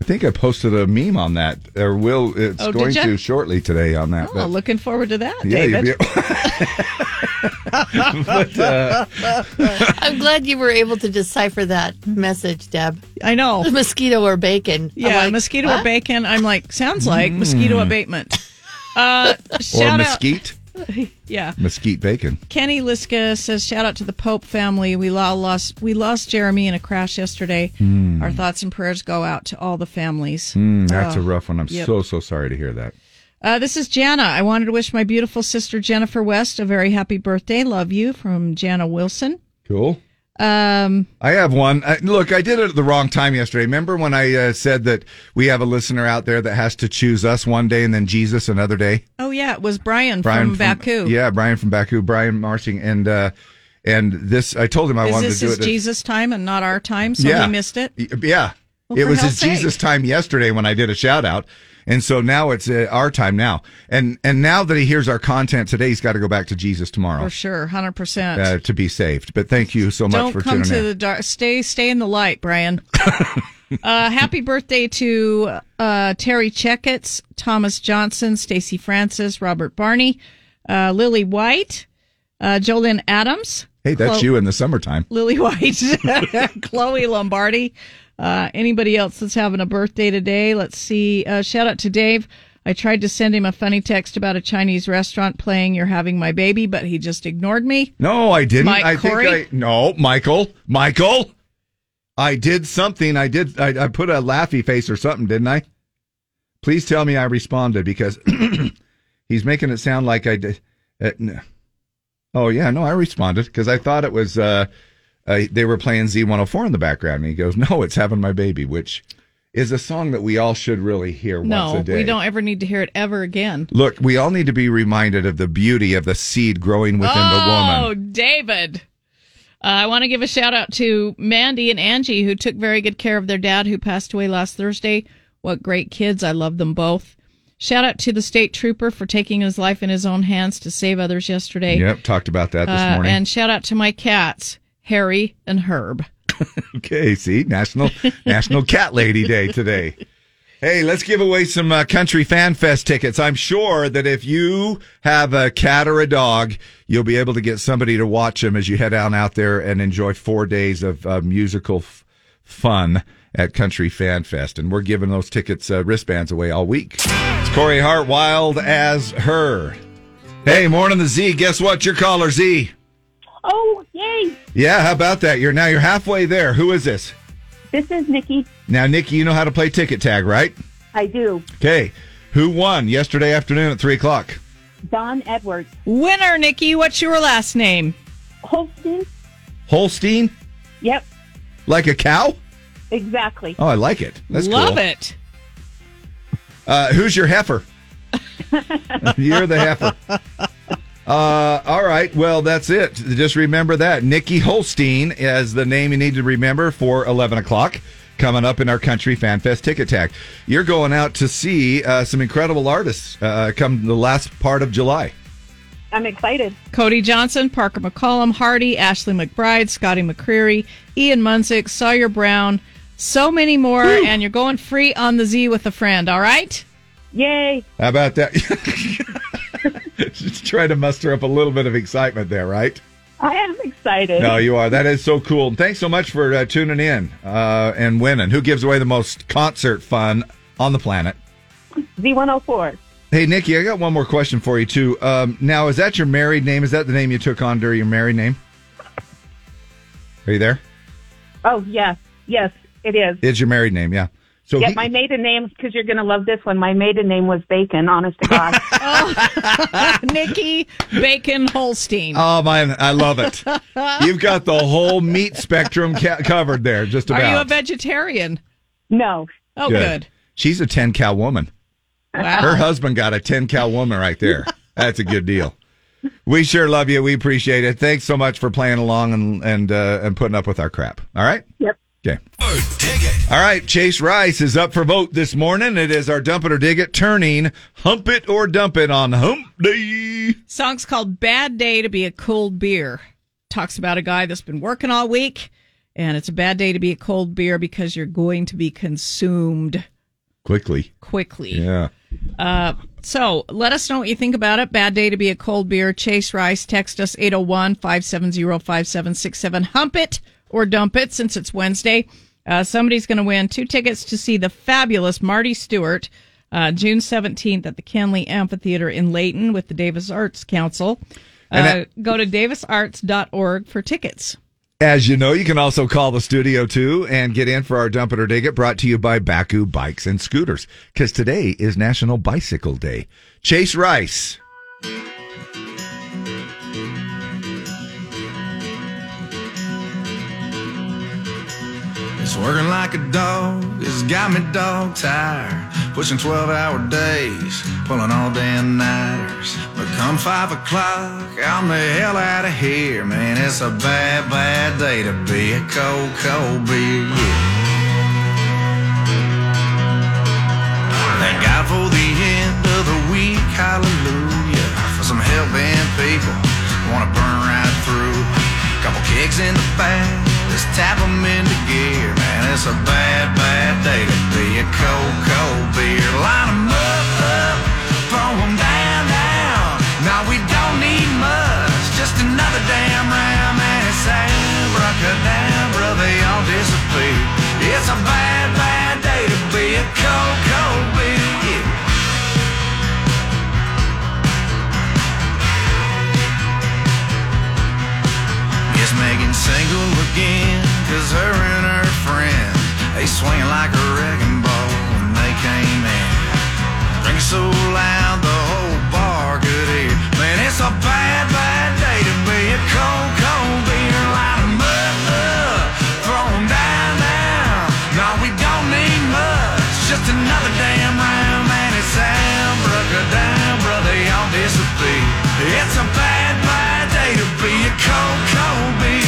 Speaker 2: I think I posted a meme on that, or will it's
Speaker 3: Oh, did
Speaker 2: going
Speaker 3: ya?
Speaker 2: to shortly today on that.
Speaker 3: Oh,
Speaker 2: but-
Speaker 3: looking forward to that,
Speaker 2: yeah, you'll
Speaker 3: David.
Speaker 2: be- But, uh,
Speaker 1: I'm glad you were able to decipher that message, Deb.
Speaker 3: I know.
Speaker 1: Mosquito or bacon. I'm
Speaker 3: Yeah,
Speaker 1: like,
Speaker 3: mosquito
Speaker 1: what?
Speaker 3: bacon. I'm like, sounds like mosquito
Speaker 2: Mm.
Speaker 3: abatement. Uh,
Speaker 2: or
Speaker 3: shout
Speaker 2: mesquite,
Speaker 3: out, yeah.
Speaker 2: mesquite bacon.
Speaker 3: Kenny Liska says, "Shout out to the Pope family. We lo- lost we lost Jeremy in a crash yesterday.
Speaker 2: Hmm.
Speaker 3: Our thoughts and prayers go out to all the families.
Speaker 2: Mm, that's
Speaker 3: Oh,
Speaker 2: a rough one. I'm
Speaker 3: yep.
Speaker 2: so so sorry to hear that.
Speaker 3: Uh, this is Jana. I wanted to wish my beautiful sister Jennifer West a very happy birthday. Love you from Jana Wilson.
Speaker 2: Cool.
Speaker 3: Um,
Speaker 2: I have one. I, look, I did it at the wrong time yesterday. Remember when I uh, said that we have a listener out there that has to choose us one day and then Jesus another day?
Speaker 3: oh yeah, it was Brian, from, Baku.
Speaker 2: Yeah, Brian from Baku. Brian Marching and uh, and this. I told him I
Speaker 3: is
Speaker 2: wanted
Speaker 3: this
Speaker 2: to do
Speaker 3: his
Speaker 2: it. at-
Speaker 3: Jesus time and not our time? So
Speaker 2: Yeah.
Speaker 3: we missed it.
Speaker 2: Y- Yeah.
Speaker 3: Well,
Speaker 2: it
Speaker 3: for
Speaker 2: was
Speaker 3: hell's
Speaker 2: his Jesus time yesterday when I did a shout out. And so now it's uh, our time now. And and now that he hears our content today, he's got to go back to Jesus tomorrow
Speaker 3: For sure, hundred percent.
Speaker 2: uh, to be saved. But thank you so much
Speaker 3: Don't
Speaker 2: for
Speaker 3: come
Speaker 2: tuning
Speaker 3: to
Speaker 2: in.
Speaker 3: the dark. Stay, stay in the light, Brian. uh, happy birthday to uh, Terry Checkets, Thomas Johnson, Stacy Francis, Robert Barney, uh, Lily White, uh, Jolynn Adams.
Speaker 2: hey, that's
Speaker 3: Chlo-
Speaker 2: you in the summertime.
Speaker 3: Lily White, Chloe Lombardi. Uh, anybody else that's having a birthday today? Let's see. Uh, shout out to Dave. I tried to send him a funny text about a Chinese restaurant playing "You're Having My Baby," but he just ignored me.
Speaker 2: No, I didn't.
Speaker 3: Mike
Speaker 2: I
Speaker 3: Corey?
Speaker 2: think I no, Michael, Michael. I did something. I did. I, I put a laughy face or something, didn't I? Please tell me I responded because he's making it sound like I did. Uh, n- oh yeah, no, I responded because I thought it was uh, uh, they were playing Z104 in the background, and he goes, "No, it's having my baby," which is a song that we all should really hear once
Speaker 3: No,
Speaker 2: a day.
Speaker 3: we don't ever need to hear it ever again.
Speaker 2: Look, we all need to be reminded of the beauty of the seed growing within the woman.
Speaker 3: Oh, David. Uh, I want to give a shout out to Mandy and Angie, who took very good care of their dad, who passed away last Thursday. What great kids. I love them both. Shout out to the state trooper for taking his life in his own hands to save others yesterday.
Speaker 2: Yep, talked about that this
Speaker 3: Uh,
Speaker 2: morning.
Speaker 3: And shout out to my cats, Harry and Herb.
Speaker 2: Okay, see, National National Cat Lady Day today. Hey, let's give away some uh, Country Fan Fest tickets. I'm sure that if you have a cat or a dog, you'll be able to get somebody to watch them as you head on out there and enjoy four days of uh, musical f- fun at Country Fan Fest. And we're giving those tickets uh, wristbands away all week. It's Corey Hart, wild as her. Hey, morning the Z. Guess what? Your caller Z.
Speaker 14: Oh, yay!
Speaker 2: Yeah, how about that? You're now you're halfway there. Who is this?
Speaker 14: This is Nikki.
Speaker 2: Now, Nikki, you know how to play ticket tag, right?
Speaker 14: I do.
Speaker 2: Okay. Who won yesterday afternoon at 3 o'clock?
Speaker 14: Don Edwards.
Speaker 3: Winner, Nikki. What's your last name?
Speaker 14: Holston.
Speaker 2: Holstein?
Speaker 14: Yep,
Speaker 2: Like a cow?
Speaker 14: exactly.
Speaker 2: Oh, I like it. That's
Speaker 3: Love
Speaker 2: cool.
Speaker 3: it.
Speaker 2: Uh, who's your heifer? You're the heifer. Uh, all right. Well, that's it. Just remember that. Nikki Holstein is the name you need to remember for 11 o'clock coming up in our Country Fan Fest Ticket Tag. You're going out to see uh, some incredible artists uh, come the last part of July.
Speaker 14: I'm excited.
Speaker 3: Cody Johnson, Parker McCollum, Hardy, Ashley McBride, Scotty McCreery, Ian Munsick, Sawyer Brown, so many more. And you're going free on the Z with a friend, all right?
Speaker 14: Yay.
Speaker 2: How about that? Just try to muster up a little bit of excitement there, right?
Speaker 14: I am excited.
Speaker 2: No, you are. That is so cool. And thanks so much for uh, tuning in uh, and winning. Who gives away the most concert fun on the planet?
Speaker 14: Z104.
Speaker 2: Hey, Nikki, I got one more question for you, too. Um, now, is that your married name? Is that the name you took on during your married name? Are you there?
Speaker 14: Oh, yes. Yes, it is.
Speaker 2: It's your married name, yeah. So
Speaker 14: yeah,
Speaker 2: he-
Speaker 14: my maiden name, because you're going to love this one, my maiden name was Bacon, honest to God.
Speaker 3: Oh. Nikki Bacon Holstein.
Speaker 2: Oh man, I love it. You've got the whole meat spectrum ca- covered there, just about.
Speaker 3: Are you a vegetarian?
Speaker 14: No.
Speaker 3: Oh, good.
Speaker 2: She's a 10 cow woman.
Speaker 3: Wow.
Speaker 2: Her husband got a 10 cow woman right there. That's a good deal. We sure love you. We appreciate it. Thanks so much for playing along and and uh, and putting up with our crap. All right?
Speaker 14: Yep.
Speaker 2: Okay. All right, Chase Rice is up for vote this morning. It is our dump it or dig it turning hump it or dump it on hump day.
Speaker 3: Song's called Bad Day to Be a Cold Beer. Talks about a guy that's been working all week, and it's a bad day to be a cold beer because you're going to be consumed
Speaker 2: Quickly.
Speaker 3: quickly.
Speaker 2: Yeah.
Speaker 3: Uh, so let us know what you think about it. Bad day to be a cold beer. Chase Rice, text us 801 570 5767. Hump it or dump it since it's Wednesday. Uh, somebody's going to win two tickets to see the fabulous Marty Stewart uh, June 17th at the Kenley Amphitheater in Layton with the Davis Arts Council. Uh,
Speaker 2: And
Speaker 3: go to davisarts.org for tickets.
Speaker 2: As you know, you can also call the studio too and get in for our dump it or dig it brought to you by Baku Bikes and Scooters because today is National Bicycle Day. Chase Rice.
Speaker 15: It's working like a dog, it's got me dog tired. Pushing 12 hour days, pulling all damn nighters. But come 5 o'clock, I'm the hell out of here, man. It's a bad, bad day to be a cold, cold beer. Yeah. Thank God for the end of the week, hallelujah. For some hell bent people, wanna burn right through. Couple kicks in the back, just tap 'em into gear. Man, it's a bad, bad day to be a cold, cold beer. Line 'em up, up, throw 'em down, down. Now we don't need much, just another damn round. Man, it's abracadabra, they all disappear. It's a bad, bad day to be a cold, cold beer. Yeah. It's Megan single again, cause her and her friend, they swinging like a wrecking ball when they came in. Drinking so loud the whole bar could hear. Man, it's a bad, bad day to be a cold, cold beer. Light 'em up, up, throw 'em down, down. No, we don't need much, just another damn round. Man, it's abracadabra, they all disappear. It's a bad, bad day to be a cold, cold beer.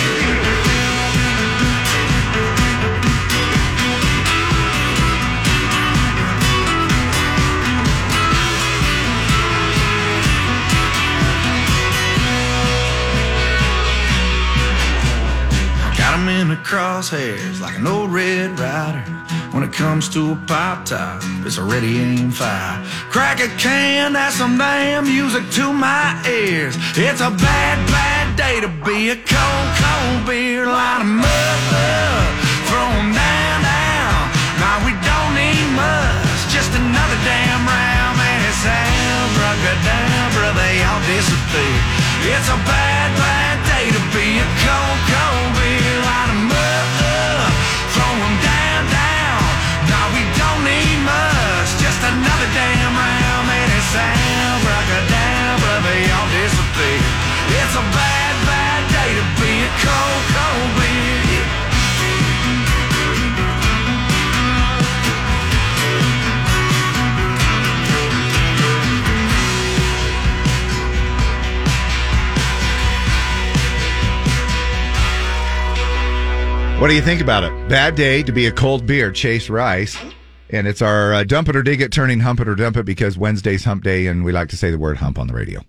Speaker 15: I'm in the crosshairs like an old red rider. When it comes to a pop top, it's already aim fire. Crack a can, that's some damn music to my ears. It's a bad, bad day to be a cold, cold beer. Line 'em up, up, throw 'em down, down. Now we don't need much, just another damn round. Man, it's abracadabra, they all disappear. It's a bad, bad day to be a cold, cold beer. Line 'em up, up, throw 'em down, down. Now we don't need much, just another damn round. Man, it's abracadabra, they all disappear. It's a bad, bad day to be a cold, cold beer.
Speaker 2: What do you think about it? Bad day to be a cold beer, Chase Rice. And it's our uh, dump it or dig it, turning hump it or dump it because Wednesday's hump day and we like to say the word hump on the radio.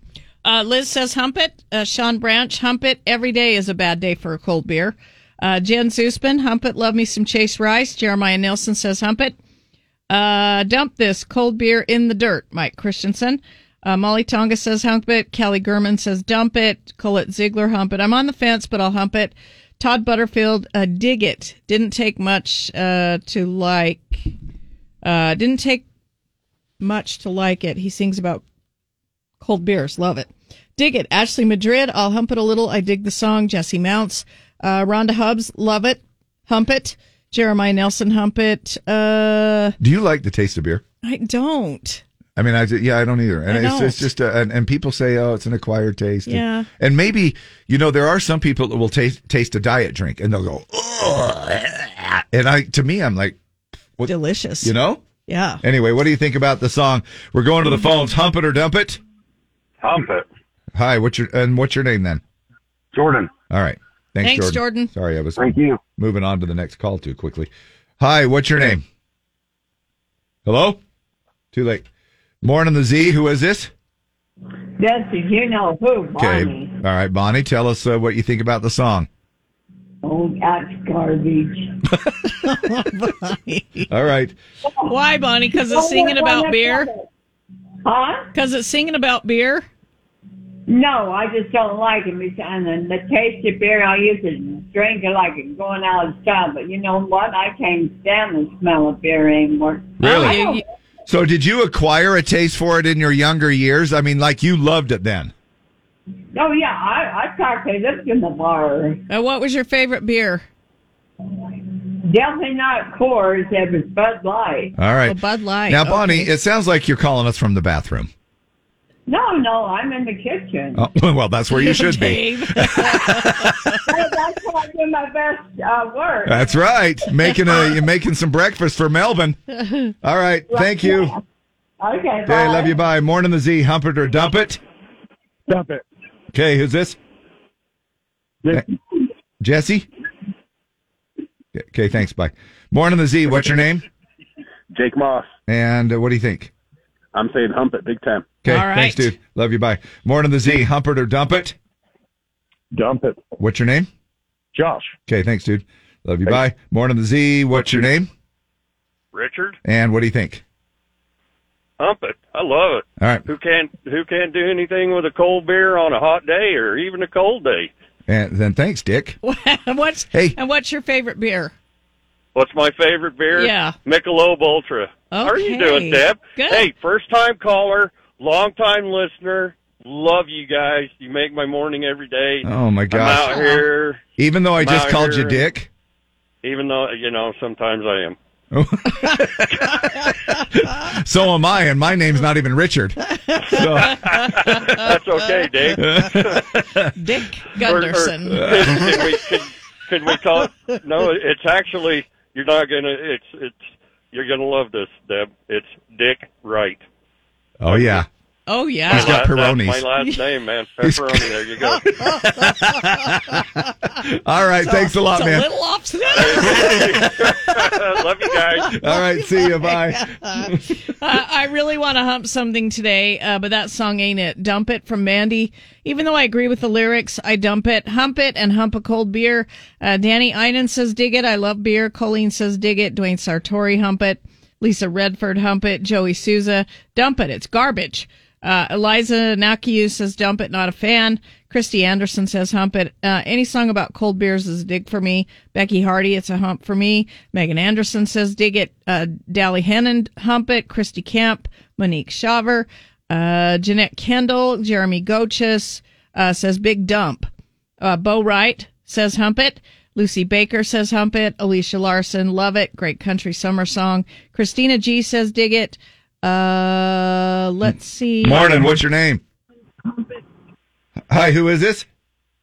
Speaker 3: Uh, Liz says hump it. Uh, Sean Branch, hump it. Every day is a bad day for a cold beer. Uh, Jen Zusman, hump it. Love me some Chase Rice. Jeremiah Nelson says hump it. Uh, dump this cold beer in the dirt. Mike Christensen. Uh, Molly Tonga says hump it. Callie Gurman says dump it. Colette Ziegler, hump it. I'm on the fence, but I'll hump it. Todd Butterfield, uh, dig it. Didn't take much uh, to like. Uh, didn't take much to like it. He sings about cold beers. Love it. Dig it. Ashley Madrid. I'll hump it a little. I dig the song. Jesse Mounts. Uh, Rhonda Hubbs. Love it. Hump it. Jeremiah Nelson. Hump it. Uh,
Speaker 2: Do you like the taste of beer?
Speaker 3: I don't.
Speaker 2: I mean, I ju- yeah, I don't either, and
Speaker 3: I
Speaker 2: it's, it's
Speaker 3: don't.
Speaker 2: just a, and, and people say, oh, it's an acquired taste. And-
Speaker 3: Yeah.
Speaker 2: and, maybe you know there are some people that will taste taste a diet drink and they'll go, Ugh. and I to me I'm like, what?
Speaker 3: delicious,
Speaker 2: you know?
Speaker 3: Yeah.
Speaker 2: Anyway, what do you think about the song? We're going to the phones. Hump it or dump it.
Speaker 13: Hump it.
Speaker 2: Hi, what's your and what's your name then?
Speaker 13: Jordan.
Speaker 2: All right. Thanks,
Speaker 3: Thanks,
Speaker 2: Jordan.
Speaker 3: Jordan.
Speaker 2: Sorry, I was
Speaker 13: Thank you.
Speaker 2: moving on to the next call too quickly. Hi, what's your name? Hello? Too late. Morning the Z, who is this?
Speaker 16: Dusty, you know who, Bonnie.
Speaker 2: Okay. All right, Bonnie, tell us uh, what you think about the song.
Speaker 16: Oh, that's garbage.
Speaker 2: All right.
Speaker 3: Why, Bonnie? Because
Speaker 16: Oh,
Speaker 12: Oh,
Speaker 3: it's singing about beer?
Speaker 16: Huh?
Speaker 3: Because it's singing about beer?
Speaker 16: No, I just don't like it. It's- And then the taste of beer, I used to drink it like it's going out of style. But you know what? I can't stand the smell of beer anymore. I don't
Speaker 2: Really? So did you acquire a taste for it in your younger years? I mean, like you loved it then.
Speaker 16: Oh yeah, I I practically lived in the bar.
Speaker 3: Uh, what was your favorite beer?
Speaker 16: Definitely not Coors. It was Bud Light.
Speaker 2: All right.
Speaker 3: Oh, Bud Light.
Speaker 2: Now, Bonnie, it sounds like you're calling us from the bathroom.
Speaker 16: No, no, I'm in the kitchen.
Speaker 2: Oh, well, that's where you should be.
Speaker 16: Hey, that's where I do my best uh, work.
Speaker 2: That's right. Making a you're making some breakfast for Melvin. All right. Thank you.
Speaker 16: Okay.
Speaker 2: Hey,
Speaker 16: bye.
Speaker 2: love you. Bye. Morning the Z. Hump it or dump it.
Speaker 13: Dump it.
Speaker 2: Okay. Who's this? Eh, Jesse. Okay. Thanks. Bye. Morning the Z. What's your name?
Speaker 17: Jake Moss.
Speaker 2: And uh, what do you think?
Speaker 17: I'm saying hump it big time.
Speaker 2: Okay. Thanks, dude. Love you. Bye. Morning the Z. Hump it or dump it.
Speaker 13: Dump it.
Speaker 2: What's your name?
Speaker 13: Josh.
Speaker 2: Okay. Thanks, dude. Love you. Bye. Morning the Z. What's your name?
Speaker 18: Richard,
Speaker 2: And what do you think?
Speaker 18: hump it. I love it.
Speaker 2: All right.
Speaker 18: Who can't who can't do anything with a cold beer on a hot day or even a cold day?
Speaker 2: And then thanks, Dick.
Speaker 3: what's
Speaker 2: Hey.
Speaker 3: And what's your favorite beer?
Speaker 18: What's my favorite beer?
Speaker 3: Yeah.
Speaker 18: Michelob Ultra. How are you
Speaker 3: Okay.
Speaker 18: doing, Deb?
Speaker 3: Good.
Speaker 18: Hey, first time caller, long time listener. Love you guys. You make my morning every day.
Speaker 2: Oh my
Speaker 18: I'm
Speaker 2: gosh.
Speaker 18: out here,
Speaker 2: Even though I
Speaker 18: I'm
Speaker 2: just
Speaker 18: out
Speaker 2: called you
Speaker 18: here.
Speaker 2: Dick.
Speaker 18: even though you know sometimes I am.
Speaker 2: So am I, and my name's not even Richard. So,
Speaker 18: That's okay, Dave.
Speaker 3: Dick
Speaker 18: Gunderson. can, can we can, can we talk? No, it's actually you're not gonna. It's it's you're gonna love this, Deb. It's Dick Wright.
Speaker 2: oh yeah,
Speaker 3: Oh yeah.
Speaker 2: He's got
Speaker 18: My la-
Speaker 2: Peronis.
Speaker 18: That's my last name, man. Pepperoni. There you go.
Speaker 2: All right, thanks a lot, man.
Speaker 18: Love you guys.
Speaker 2: All right, see you. Bye.
Speaker 3: Uh, I really want to hump something today, uh, but that song ain't it. Dump it from Mandy. Even though I agree with the lyrics, I dump it, hump it, and hump a cold beer. Uh, Danny Einen says dig it. I love beer. Colleen says dig it. Dwayne Sartori hump it. Lisa Redford hump it. Joey Souza dump it. It's garbage. Uh, Eliza Nakiu says dump it. Not a fan. Christy Anderson says hump it. Uh, any song about cold beers is a dig for me. Becky Hardy, it's a hump for me. Megan Anderson says dig it. Uh, Dally Hannon, hump it. Christy Camp, Monique Shaver, uh, Jeanette Kendall, Jeremy Gochis uh, says big dump. Uh, Bo Wright says hump it. Lucy Baker says hump it. Alicia Larson, love it. Great country summer song. Christina G says dig it. Uh, let's see.
Speaker 2: Morning. What's your name? Hi, who is this?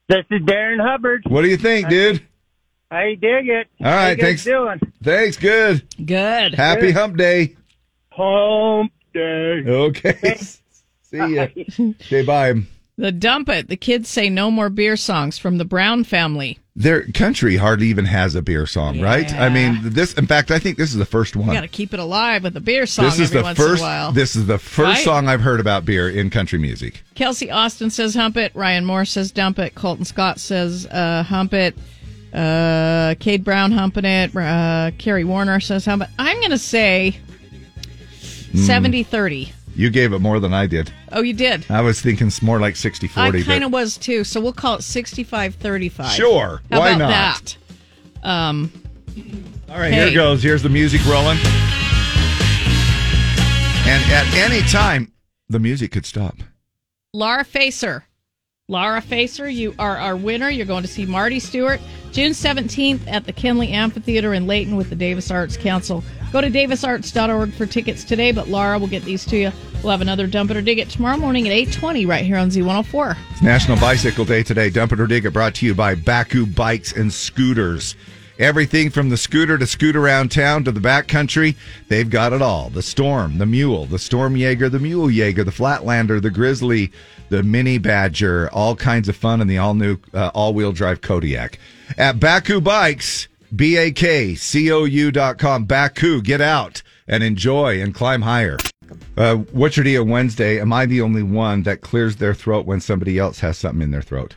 Speaker 19: This is Darren Hubbard.
Speaker 2: What do you think, dude?
Speaker 19: I dig it.
Speaker 2: All right,
Speaker 19: How you guys
Speaker 2: thanks.
Speaker 19: Doing
Speaker 2: Thanks. Good.
Speaker 3: Good.
Speaker 2: Happy
Speaker 19: Good.
Speaker 2: Hump Day.
Speaker 19: Hump Day.
Speaker 2: Okay. See ya. Say bye.
Speaker 3: The dump it. The kids say no more beer songs from the Brown family.
Speaker 2: Their country hardly even has a beer song, right? I mean, this. In fact, I think this is the first
Speaker 3: You
Speaker 2: one.
Speaker 3: got to keep it alive with a beer song
Speaker 2: this is
Speaker 3: every
Speaker 2: the
Speaker 3: once
Speaker 2: first.
Speaker 3: in a while.
Speaker 2: This is the first
Speaker 3: Right?
Speaker 2: song I've heard about beer in country music.
Speaker 3: Kelsey Austin says hump it. Ryan Moore says dump it. Colton Scott says uh, hump it. Uh, Cade Brown humping it. Uh, Carrie Warner says hump it. I'm going to say
Speaker 2: Mm.
Speaker 3: 70 30.
Speaker 2: You gave it more than I did.
Speaker 3: Oh, you did?
Speaker 2: I was thinking it's more like 60 40.
Speaker 3: I kind of was too. So we'll call it 65 35.
Speaker 2: Sure.
Speaker 3: How
Speaker 2: Why
Speaker 3: about
Speaker 2: not?
Speaker 3: That? Um,
Speaker 2: All right, here goes. Here's the music rolling. And at any time, the music could stop.
Speaker 3: Lara Facer. Lara Facer, you are our winner. You're going to see Marty Stewart June 17th at the Kenley Amphitheater in Layton with the Davis Arts Council. Go to davisarts.org for tickets today, but Laura will get these to you. We'll have another Dump It or Dig It tomorrow morning at 820 right here on Z104.
Speaker 2: It's National Bicycle Day today. Dump it or dig it brought to you by Baku Bikes and Scooters. Everything from the scooter to scoot around town to the backcountry, they've got it all. The Storm, the Mule, the Storm Jaeger, the Mule Jaeger, the Flatlander, the Grizzly, the Mini Badger, all kinds of fun, and the all new uh, all wheel drive Kodiak. At Baku Bikes, B A K C O U dot com. Baku, get out and enjoy and climb higher. Uh, what's your deal Wednesday? Am I the only one that clears their throat when somebody else has something in their throat?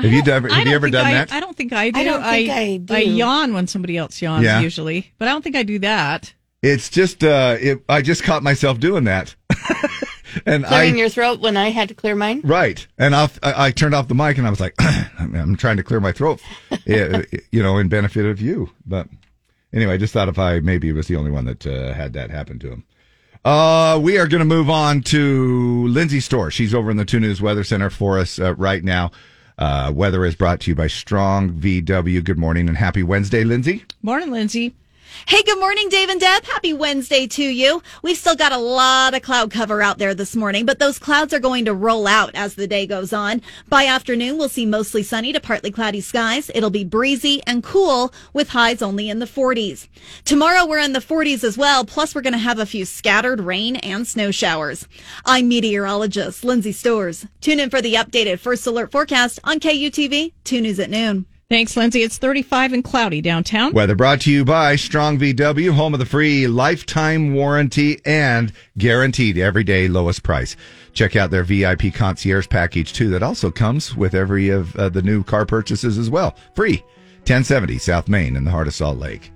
Speaker 2: Have you done?
Speaker 3: I
Speaker 2: Have
Speaker 3: don't
Speaker 2: you ever
Speaker 3: think
Speaker 2: done
Speaker 3: I,
Speaker 2: that?
Speaker 3: I don't think I do.
Speaker 1: I don't think I do.
Speaker 3: yawn when somebody else yawns
Speaker 2: Yeah.
Speaker 3: usually, but I don't think I do that.
Speaker 2: it's just uh, it, I just caught myself doing that, and
Speaker 1: Clearing
Speaker 2: I
Speaker 1: your throat when I had to clear mine.
Speaker 2: right, and off, I, I turned off the mic and I was like, I'm trying to clear my throat, eh, you know, in benefit of you. But anyway, I just thought if I maybe was the only one that uh, had that happen to him. Uh, we are going to move on to Lindsay Store. She's over in the Two News Weather Center for us uh, right now. Uh, weather is brought to you by Strong VW. Good morning and happy Wednesday, Lindsay.
Speaker 3: Morning, Lindsay.
Speaker 20: Hey, good morning, Dave and Deb. Happy Wednesday to you. We've still got a lot of cloud cover out there this morning, but those clouds are going to roll out as the day goes on. By afternoon, we'll see mostly sunny to partly cloudy skies. It'll be breezy and cool with highs only in the 40s. Tomorrow, we're in the 40s as well. Plus, we're going to have a few scattered rain and snow showers. I'm meteorologist Lindsay Stores. Tune in for the updated first alert forecast on KUTV 2 News at noon.
Speaker 3: Thanks, Lindsay. It's 35 and cloudy downtown.
Speaker 2: Weather brought to you by Strong VW, home of the free lifetime warranty and guaranteed everyday lowest price. Check out their VIP concierge package too. That also comes with every of uh, the new car purchases as well. Free 1070 South Main in the heart of Salt Lake.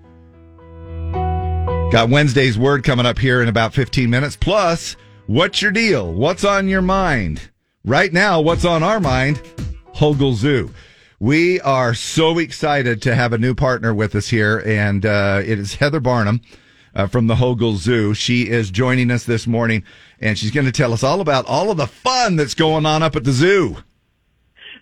Speaker 2: Got Wednesday's word coming up here in about 15 minutes. Plus, what's your deal? What's on your mind? Right now, what's on our mind? Hogle Zoo. We are so excited to have a new partner with us here, and uh, it is Heather Barnum uh, from the Hogle Zoo. She is joining us this morning, and she's going to tell us all about all of the fun that's going on up at the zoo.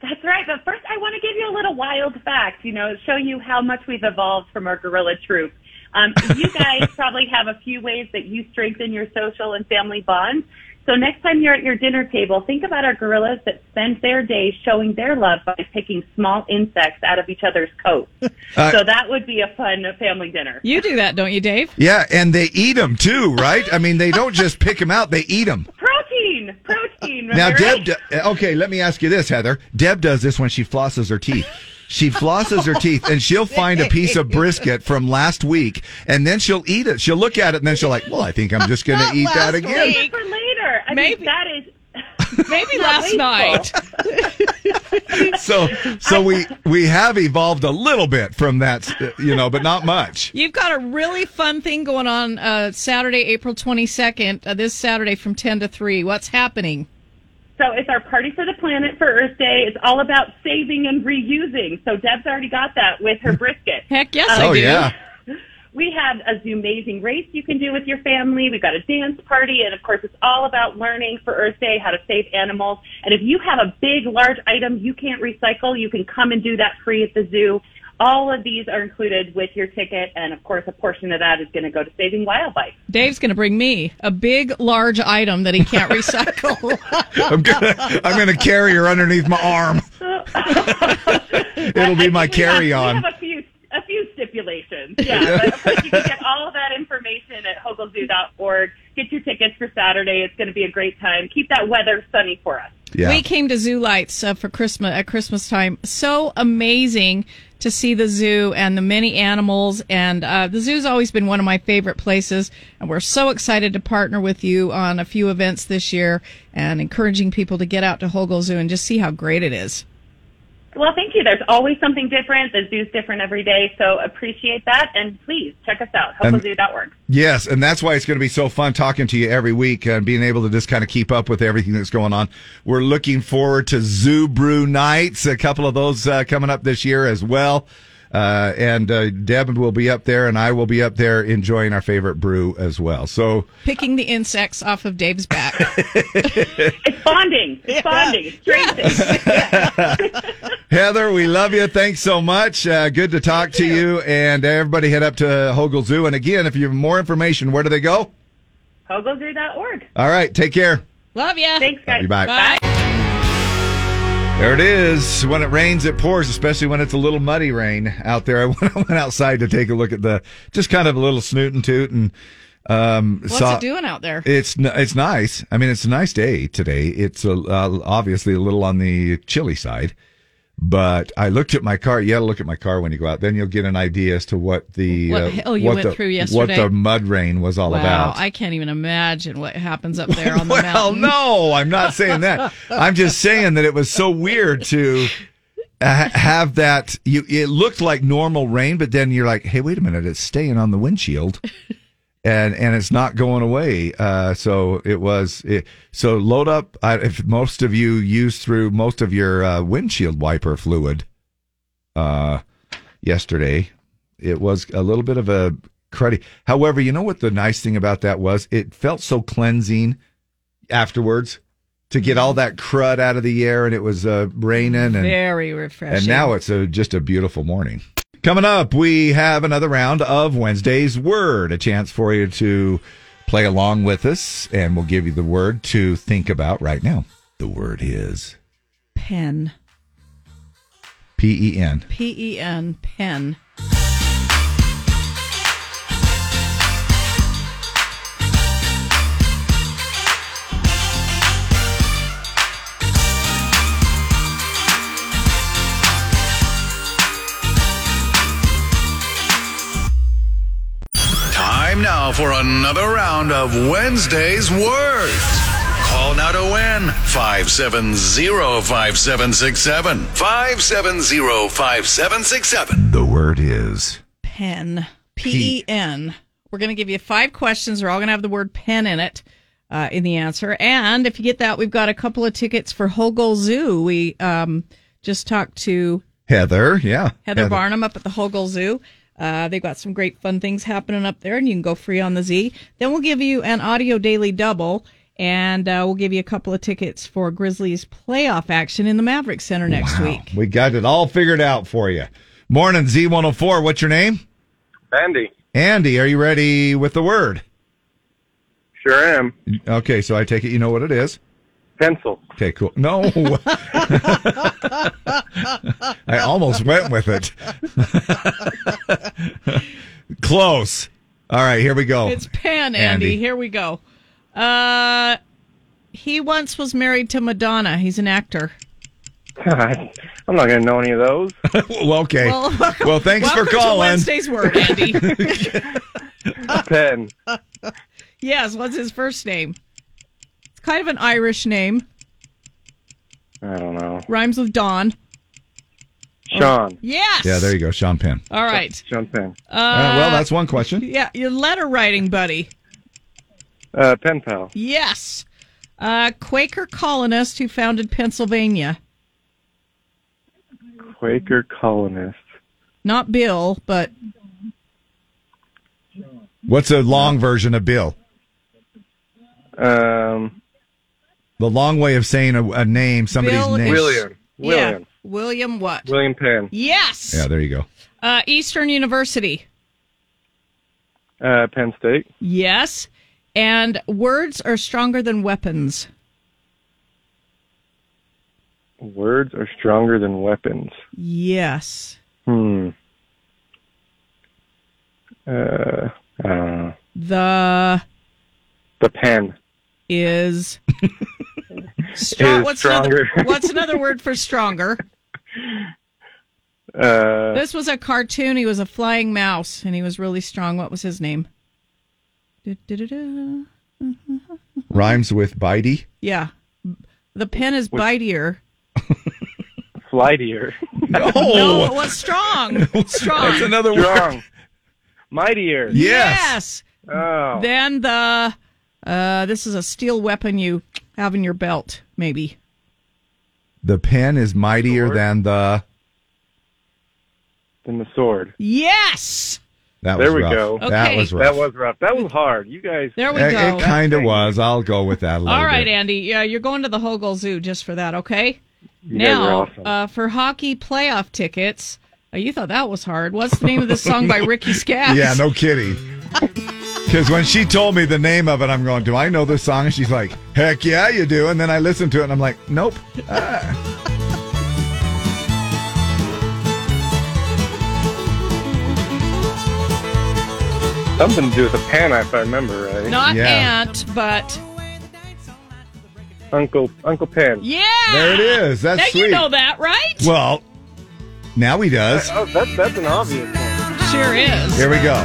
Speaker 11: That's right. But first, I want to give you a little wild fact, you know, show you how much we've evolved from our gorilla troop. Um, you guys probably have a few ways that you strengthen your social and family bonds. So next time you're at your dinner table, think about our gorillas that spend their days showing their love by picking small insects out of each other's coats.
Speaker 2: Uh,
Speaker 11: so that would be a fun family dinner.
Speaker 3: You do that, don't you, Dave?
Speaker 2: Yeah, and they eat them too, right? I mean, they don't just pick them out; they eat them.
Speaker 11: Protein, protein.
Speaker 2: Now,
Speaker 11: remember,
Speaker 2: Deb.
Speaker 11: right?
Speaker 2: do- eh, okay, let me ask you this, Heather. Deb does this when she flosses her teeth. She flosses her teeth, and she'll find a piece of brisket from last week, and then she'll eat it. She'll look at it, and then she'll like, "Well, I think I'm just going to eat that again."
Speaker 11: Save it for later. I
Speaker 3: Maybe.
Speaker 11: mean, that is.
Speaker 3: Maybe
Speaker 11: Not
Speaker 3: last night.
Speaker 11: wasteful.
Speaker 2: So, so we we have evolved a little bit from that, uh, you know, but not much.
Speaker 3: You've got a really fun thing going on uh, Saturday, April 22nd, uh, this Saturday from 10 to 3. What's happening?
Speaker 11: So it's our party for the planet for Earth Day. It's all about saving and reusing. So Deb's already got that with her brisket. Um,
Speaker 3: Heck yes,
Speaker 2: oh yeah.
Speaker 11: We have a amazing race you can do with your family. We've got a dance party, and of course, it's all about learning for Earth Day how to save animals. And if you have a big, large item you can't recycle, you can come and do that free at the zoo. All of these are included with your ticket, and of course, a portion of that is going to go to saving wildlife.
Speaker 3: Dave's going to bring me a big, large item that he can't recycle.
Speaker 2: I'm gonna I'm gonna carry her underneath my arm. It'll be my carry
Speaker 11: We
Speaker 2: on.
Speaker 11: have a few, a few stipulations. Yeah, but of course you can get all of that information at hoglezoo.org. Get your tickets for Saturday. It's going to be a great time. Keep that weather sunny for us.
Speaker 2: Yeah.
Speaker 3: We came to Zoo Lights uh, for Christmas at Christmas time. So amazing to see the zoo and the many animals. And uh, the zoo's always been one of my favorite places. And we're so excited to partner with you on a few events this year and encouraging people to get out to Hogel Zoo and just see how great it is.
Speaker 11: Well, thank you. There's always something different. The zoo's different every day, so appreciate that. And please check us out,
Speaker 2: And-
Speaker 11: hoglezoo.org.
Speaker 2: Yes, and that's why it's going to be so fun talking to you every week and being able to just kind of keep up with everything that's going on. We're looking forward to Zoo Brew Nights, a couple of those uh, coming up this year as well. Uh, and uh, Deb will be up there, and I will be up there enjoying our favorite brew as well. So,
Speaker 3: Picking the insects off of Dave's back.
Speaker 11: It's bonding. It's bonding. It's tracing.
Speaker 2: Heather, we love you. Thanks so much. Uh, good to talk to you. And everybody head up to Hogel Zoo. And again, if you have more information, where do they go?
Speaker 11: Hoglezoo.org.
Speaker 2: All right, take care.
Speaker 3: Love ya.
Speaker 11: Thanks, guys.
Speaker 2: Love you, bye.
Speaker 3: Bye.
Speaker 2: There it is. When it rains, it pours, especially when it's a little muddy rain out there. I went, I went outside to take a look at the just kind of a little snoot and toot and um,
Speaker 3: What's
Speaker 2: saw-
Speaker 3: it doing out there?
Speaker 2: It's n- it's nice. I mean, it's a nice day today. It's a, uh, obviously a little on the chilly side, but I looked at my car. You got to look at my car when you go out. Then you'll get an idea as to what the uh,
Speaker 3: What hell you
Speaker 2: what
Speaker 3: went
Speaker 2: the,
Speaker 3: through
Speaker 2: what
Speaker 3: yesterday.
Speaker 2: the mud rain was all
Speaker 3: wow,
Speaker 2: about.
Speaker 3: I can't even imagine what happens up there on the
Speaker 2: well,
Speaker 3: mountain.
Speaker 2: no, I'm not saying that. I'm just saying that it was so weird to uh, have that. You, it looked like normal rain, but then you're like, hey, wait a minute, it's staying on the windshield. And, and it's not going away. Uh, so it was. It, so load up. I, if most of you used through most of your uh, windshield wiper fluid uh, yesterday, it was a little bit of a cruddy. However, you know what the nice thing about that was? It felt so cleansing afterwards to get all that crud out of the air and it was uh, raining and
Speaker 3: Very refreshing.
Speaker 2: and now it's a, just a beautiful morning. Coming up, we have another round of Wednesday's word, a chance for you to play along with us and we'll give you the word to think about right now. The word is
Speaker 3: pen.
Speaker 2: P E N.
Speaker 3: P E N pen.
Speaker 15: Time now for another round of Wednesday's Words. Call now to win 570-5767. 570-5767.
Speaker 2: The word is
Speaker 3: Pen. P E N. We're going to give you five questions. They're all going to have the word pen in it uh, in the answer. And if you get that, we've got a couple of tickets for Hogel Zoo. We um, just talked to
Speaker 2: Heather. Yeah.
Speaker 3: Heather, Barnum up at the Hogel Zoo. Uh, they've got some great fun things happening up there, and you can go free on the Z. Then we'll give you an audio daily double, and uh, we'll give you a couple of tickets for Grizzlies playoff action in the Maverick Center next week.
Speaker 2: We got it all figured out for you. Morning, Z104. What's your name?
Speaker 17: Andy,
Speaker 2: Andy, are you ready with the word?
Speaker 13: Sure am.
Speaker 2: Okay, so I take it you know what it is.
Speaker 13: Pencil.
Speaker 2: Okay, cool. No, I almost went with it. Close. All right, here we go.
Speaker 3: It's Pan Andy.
Speaker 2: Oh, Andy.
Speaker 3: Here we go. Uh, he once was married to Madonna. He's an actor.
Speaker 13: God, I'm not going to know any of those.
Speaker 2: well, okay.
Speaker 3: Well,
Speaker 2: Well, thanks for
Speaker 3: welcome to
Speaker 2: calling.
Speaker 3: Wednesday's word, Andy.
Speaker 13: Pen.
Speaker 3: yes. What's his first name? It's kind of an Irish name.
Speaker 13: I don't know.
Speaker 3: Rhymes with Dawn.
Speaker 13: Sean.
Speaker 3: Yes.
Speaker 2: Yeah, there you go, Sean Penn.
Speaker 3: All right.
Speaker 13: Sean Penn.
Speaker 3: Uh,
Speaker 2: Uh, well, that's one question.
Speaker 3: Yeah, your letter writing buddy.
Speaker 13: Uh, pen pal.
Speaker 3: Yes. Uh, Quaker colonist who founded Pennsylvania.
Speaker 13: Quaker colonist.
Speaker 3: Not Bill, but
Speaker 2: What's a long version of Bill?
Speaker 13: Um,
Speaker 2: the long way of saying a, a name, somebody's
Speaker 3: Bill
Speaker 2: name.
Speaker 3: is-
Speaker 13: William.
Speaker 3: Yeah. William what?
Speaker 13: William Penn.
Speaker 3: Yes.
Speaker 2: Yeah, there you go.
Speaker 3: Uh, Eastern University.
Speaker 13: Uh, Penn State.
Speaker 3: Yes. And words are stronger than weapons.
Speaker 13: Words are stronger than weapons.
Speaker 3: Yes.
Speaker 13: Hmm. Uh, I don't know.
Speaker 3: The
Speaker 13: The pen.
Speaker 3: is.
Speaker 13: Is
Speaker 3: what's
Speaker 13: stronger.
Speaker 3: Another, what's another word for stronger?
Speaker 13: Uh,
Speaker 3: this was a cartoon. He was a flying mouse, and he was really strong. What was his name? Du-du-du-du.
Speaker 2: Rhymes with bitey.
Speaker 3: Yeah. The pen is
Speaker 2: Which-
Speaker 3: bitier.
Speaker 13: Flightier.
Speaker 2: No.
Speaker 3: No, it was strong. Strong.
Speaker 13: That's another
Speaker 3: Strong.
Speaker 13: word. Mightier.
Speaker 3: Yes.
Speaker 13: Oh.
Speaker 3: Then the uh, this is a steel weapon you have in your belt, maybe.
Speaker 2: The pen is mightier than the.
Speaker 13: Than the sword.
Speaker 3: Yes.
Speaker 2: That
Speaker 13: there
Speaker 2: was
Speaker 13: we
Speaker 2: rough.
Speaker 13: go.
Speaker 2: That was rough.
Speaker 13: That was rough. That was hard. You guys.
Speaker 3: There we
Speaker 2: It-
Speaker 3: go.
Speaker 2: It kind of was. I'll go with that. A little
Speaker 3: All right,
Speaker 2: bit.
Speaker 3: Andy. Yeah, you're going to the Hogel Zoo just for that, okay?
Speaker 2: You guys are
Speaker 3: now,
Speaker 2: awesome.
Speaker 3: uh, for hockey playoff tickets, uh, you thought that was hard. What's the name of this song by Ricky Skaggs?
Speaker 2: Yeah, no kidding. Because when she told me the name of it, I'm going, do I know this song? And she's like, heck yeah, you do. And then I listened to it and I'm like, nope. Ah.
Speaker 13: Something to do with the pen, if I remember right.
Speaker 3: Not Ant, but
Speaker 13: Uncle Uncle Pen.
Speaker 3: yeah.
Speaker 2: There it is. That's
Speaker 3: now you
Speaker 2: sweet.
Speaker 3: know that, right?
Speaker 2: Well, now he does.
Speaker 13: Oh, that's that's an obvious one.
Speaker 3: Sure is.
Speaker 2: Here we go.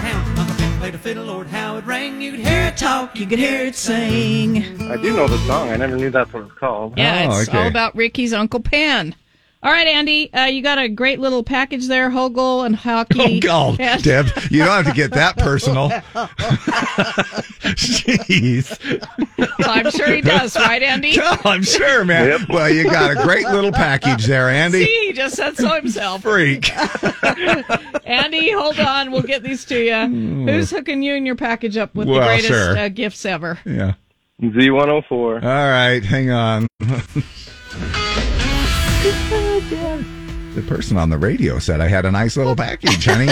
Speaker 12: Played a fiddle, Lord, how it rang. You could hear it talk, you could hear it sing.
Speaker 13: I do know the song. I never knew that's what it's called.
Speaker 3: Yeah,
Speaker 2: Oh,
Speaker 3: it's all about Ricky's Uncle Pan. All right, Andy, uh, you got a great little package there, Hogel and
Speaker 2: Oh,
Speaker 3: hockey.
Speaker 2: God,
Speaker 3: And-
Speaker 2: Deb, you don't have to get that personal. Jeez.
Speaker 3: I'm sure he does, right, Andy?
Speaker 2: Oh, I'm sure, man. Well, you got a great little package there, Andy.
Speaker 3: See, he just said so himself.
Speaker 2: Freak.
Speaker 3: Andy, hold on. We'll get these to you. Who's hooking you and your package up with the
Speaker 2: Well,
Speaker 3: greatest
Speaker 2: sure.
Speaker 3: uh, gifts ever?
Speaker 2: Yeah.
Speaker 13: Z104.
Speaker 2: All right, hang on. The person on the radio said I had a nice little package, honey.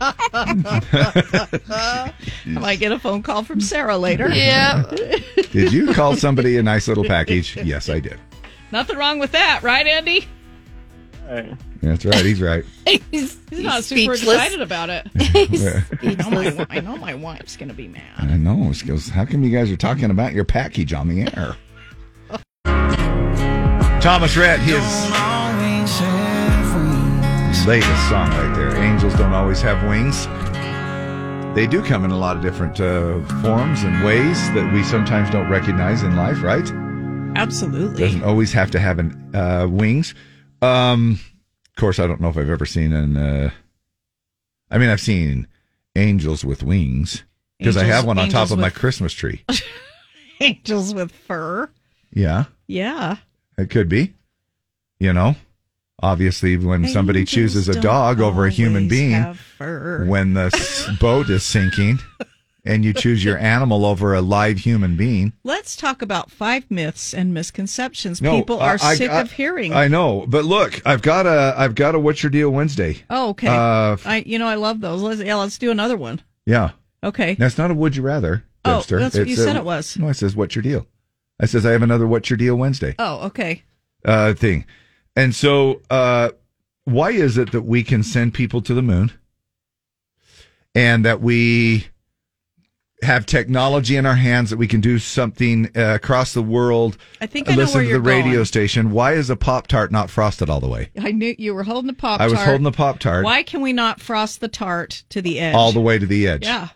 Speaker 3: I might get a phone call from Sarah later.
Speaker 2: Yeah. Did you call somebody a nice little package? Yes, I did.
Speaker 3: Nothing wrong with that, right, Andy?
Speaker 2: That's right. He's right.
Speaker 3: He's, not super
Speaker 1: speechless.
Speaker 3: excited about it.
Speaker 2: Yeah.
Speaker 3: I, know my, I know my wife's going to be mad.
Speaker 2: I know. She goes, How come you guys are talking about your package on the air? Thomas Rhett, his latest song right there. Angels don't always have wings. They do come in a lot of different uh, forms and ways that we sometimes don't recognize in life, right?
Speaker 3: Absolutely.
Speaker 2: Doesn't always have to have an, uh, wings. Um, of course, I don't know if I've ever seen an. Uh, I mean, I've seen angels with wings because I
Speaker 3: Angels-
Speaker 2: have one on top
Speaker 3: angels
Speaker 2: of my
Speaker 3: with-
Speaker 2: Christmas tree.
Speaker 3: Angels with fur.
Speaker 2: Yeah,
Speaker 3: Yeah.
Speaker 2: it could be. You know, obviously, when somebody
Speaker 3: Angels
Speaker 2: chooses a
Speaker 3: don't
Speaker 2: dog over a human
Speaker 3: always
Speaker 2: being,
Speaker 3: have fur.
Speaker 2: when the s- boat is sinking, and you choose your animal over a live human being.
Speaker 3: Let's talk about five myths and misconceptions
Speaker 2: No,
Speaker 3: people are
Speaker 2: I- I-
Speaker 3: sick
Speaker 2: I-
Speaker 3: of hearing.
Speaker 2: I know, but look, I've got a, I've got a. What's your deal Wednesday?
Speaker 3: Oh, okay.
Speaker 2: Uh,
Speaker 3: I, you know, I love those. Let's, yeah, let's do another one.
Speaker 2: yeah,
Speaker 3: Okay.
Speaker 2: that's not a. Would you rather?
Speaker 3: Oh,
Speaker 2: Debster.
Speaker 3: that's what
Speaker 2: It's,
Speaker 3: you said
Speaker 2: uh,
Speaker 3: it was.
Speaker 2: No, I says, "What's your deal?" I says, "I have another What's Your Deal Wednesday."
Speaker 3: Oh, okay.
Speaker 2: uh, thing. And so, uh, why is it that we can send people to the moon and that we have technology in our hands that we can do something uh, across the world?
Speaker 3: I think I know
Speaker 2: listen
Speaker 3: where
Speaker 2: to
Speaker 3: you're
Speaker 2: the radio
Speaker 3: going.
Speaker 2: station. Why is a Pop Tart not frosted all the way?
Speaker 3: I knew you were holding the pop.
Speaker 2: I was holding the Pop Tart
Speaker 3: Why can we not frost the tart to the edge?
Speaker 2: all the way to the edge.
Speaker 3: Yeah,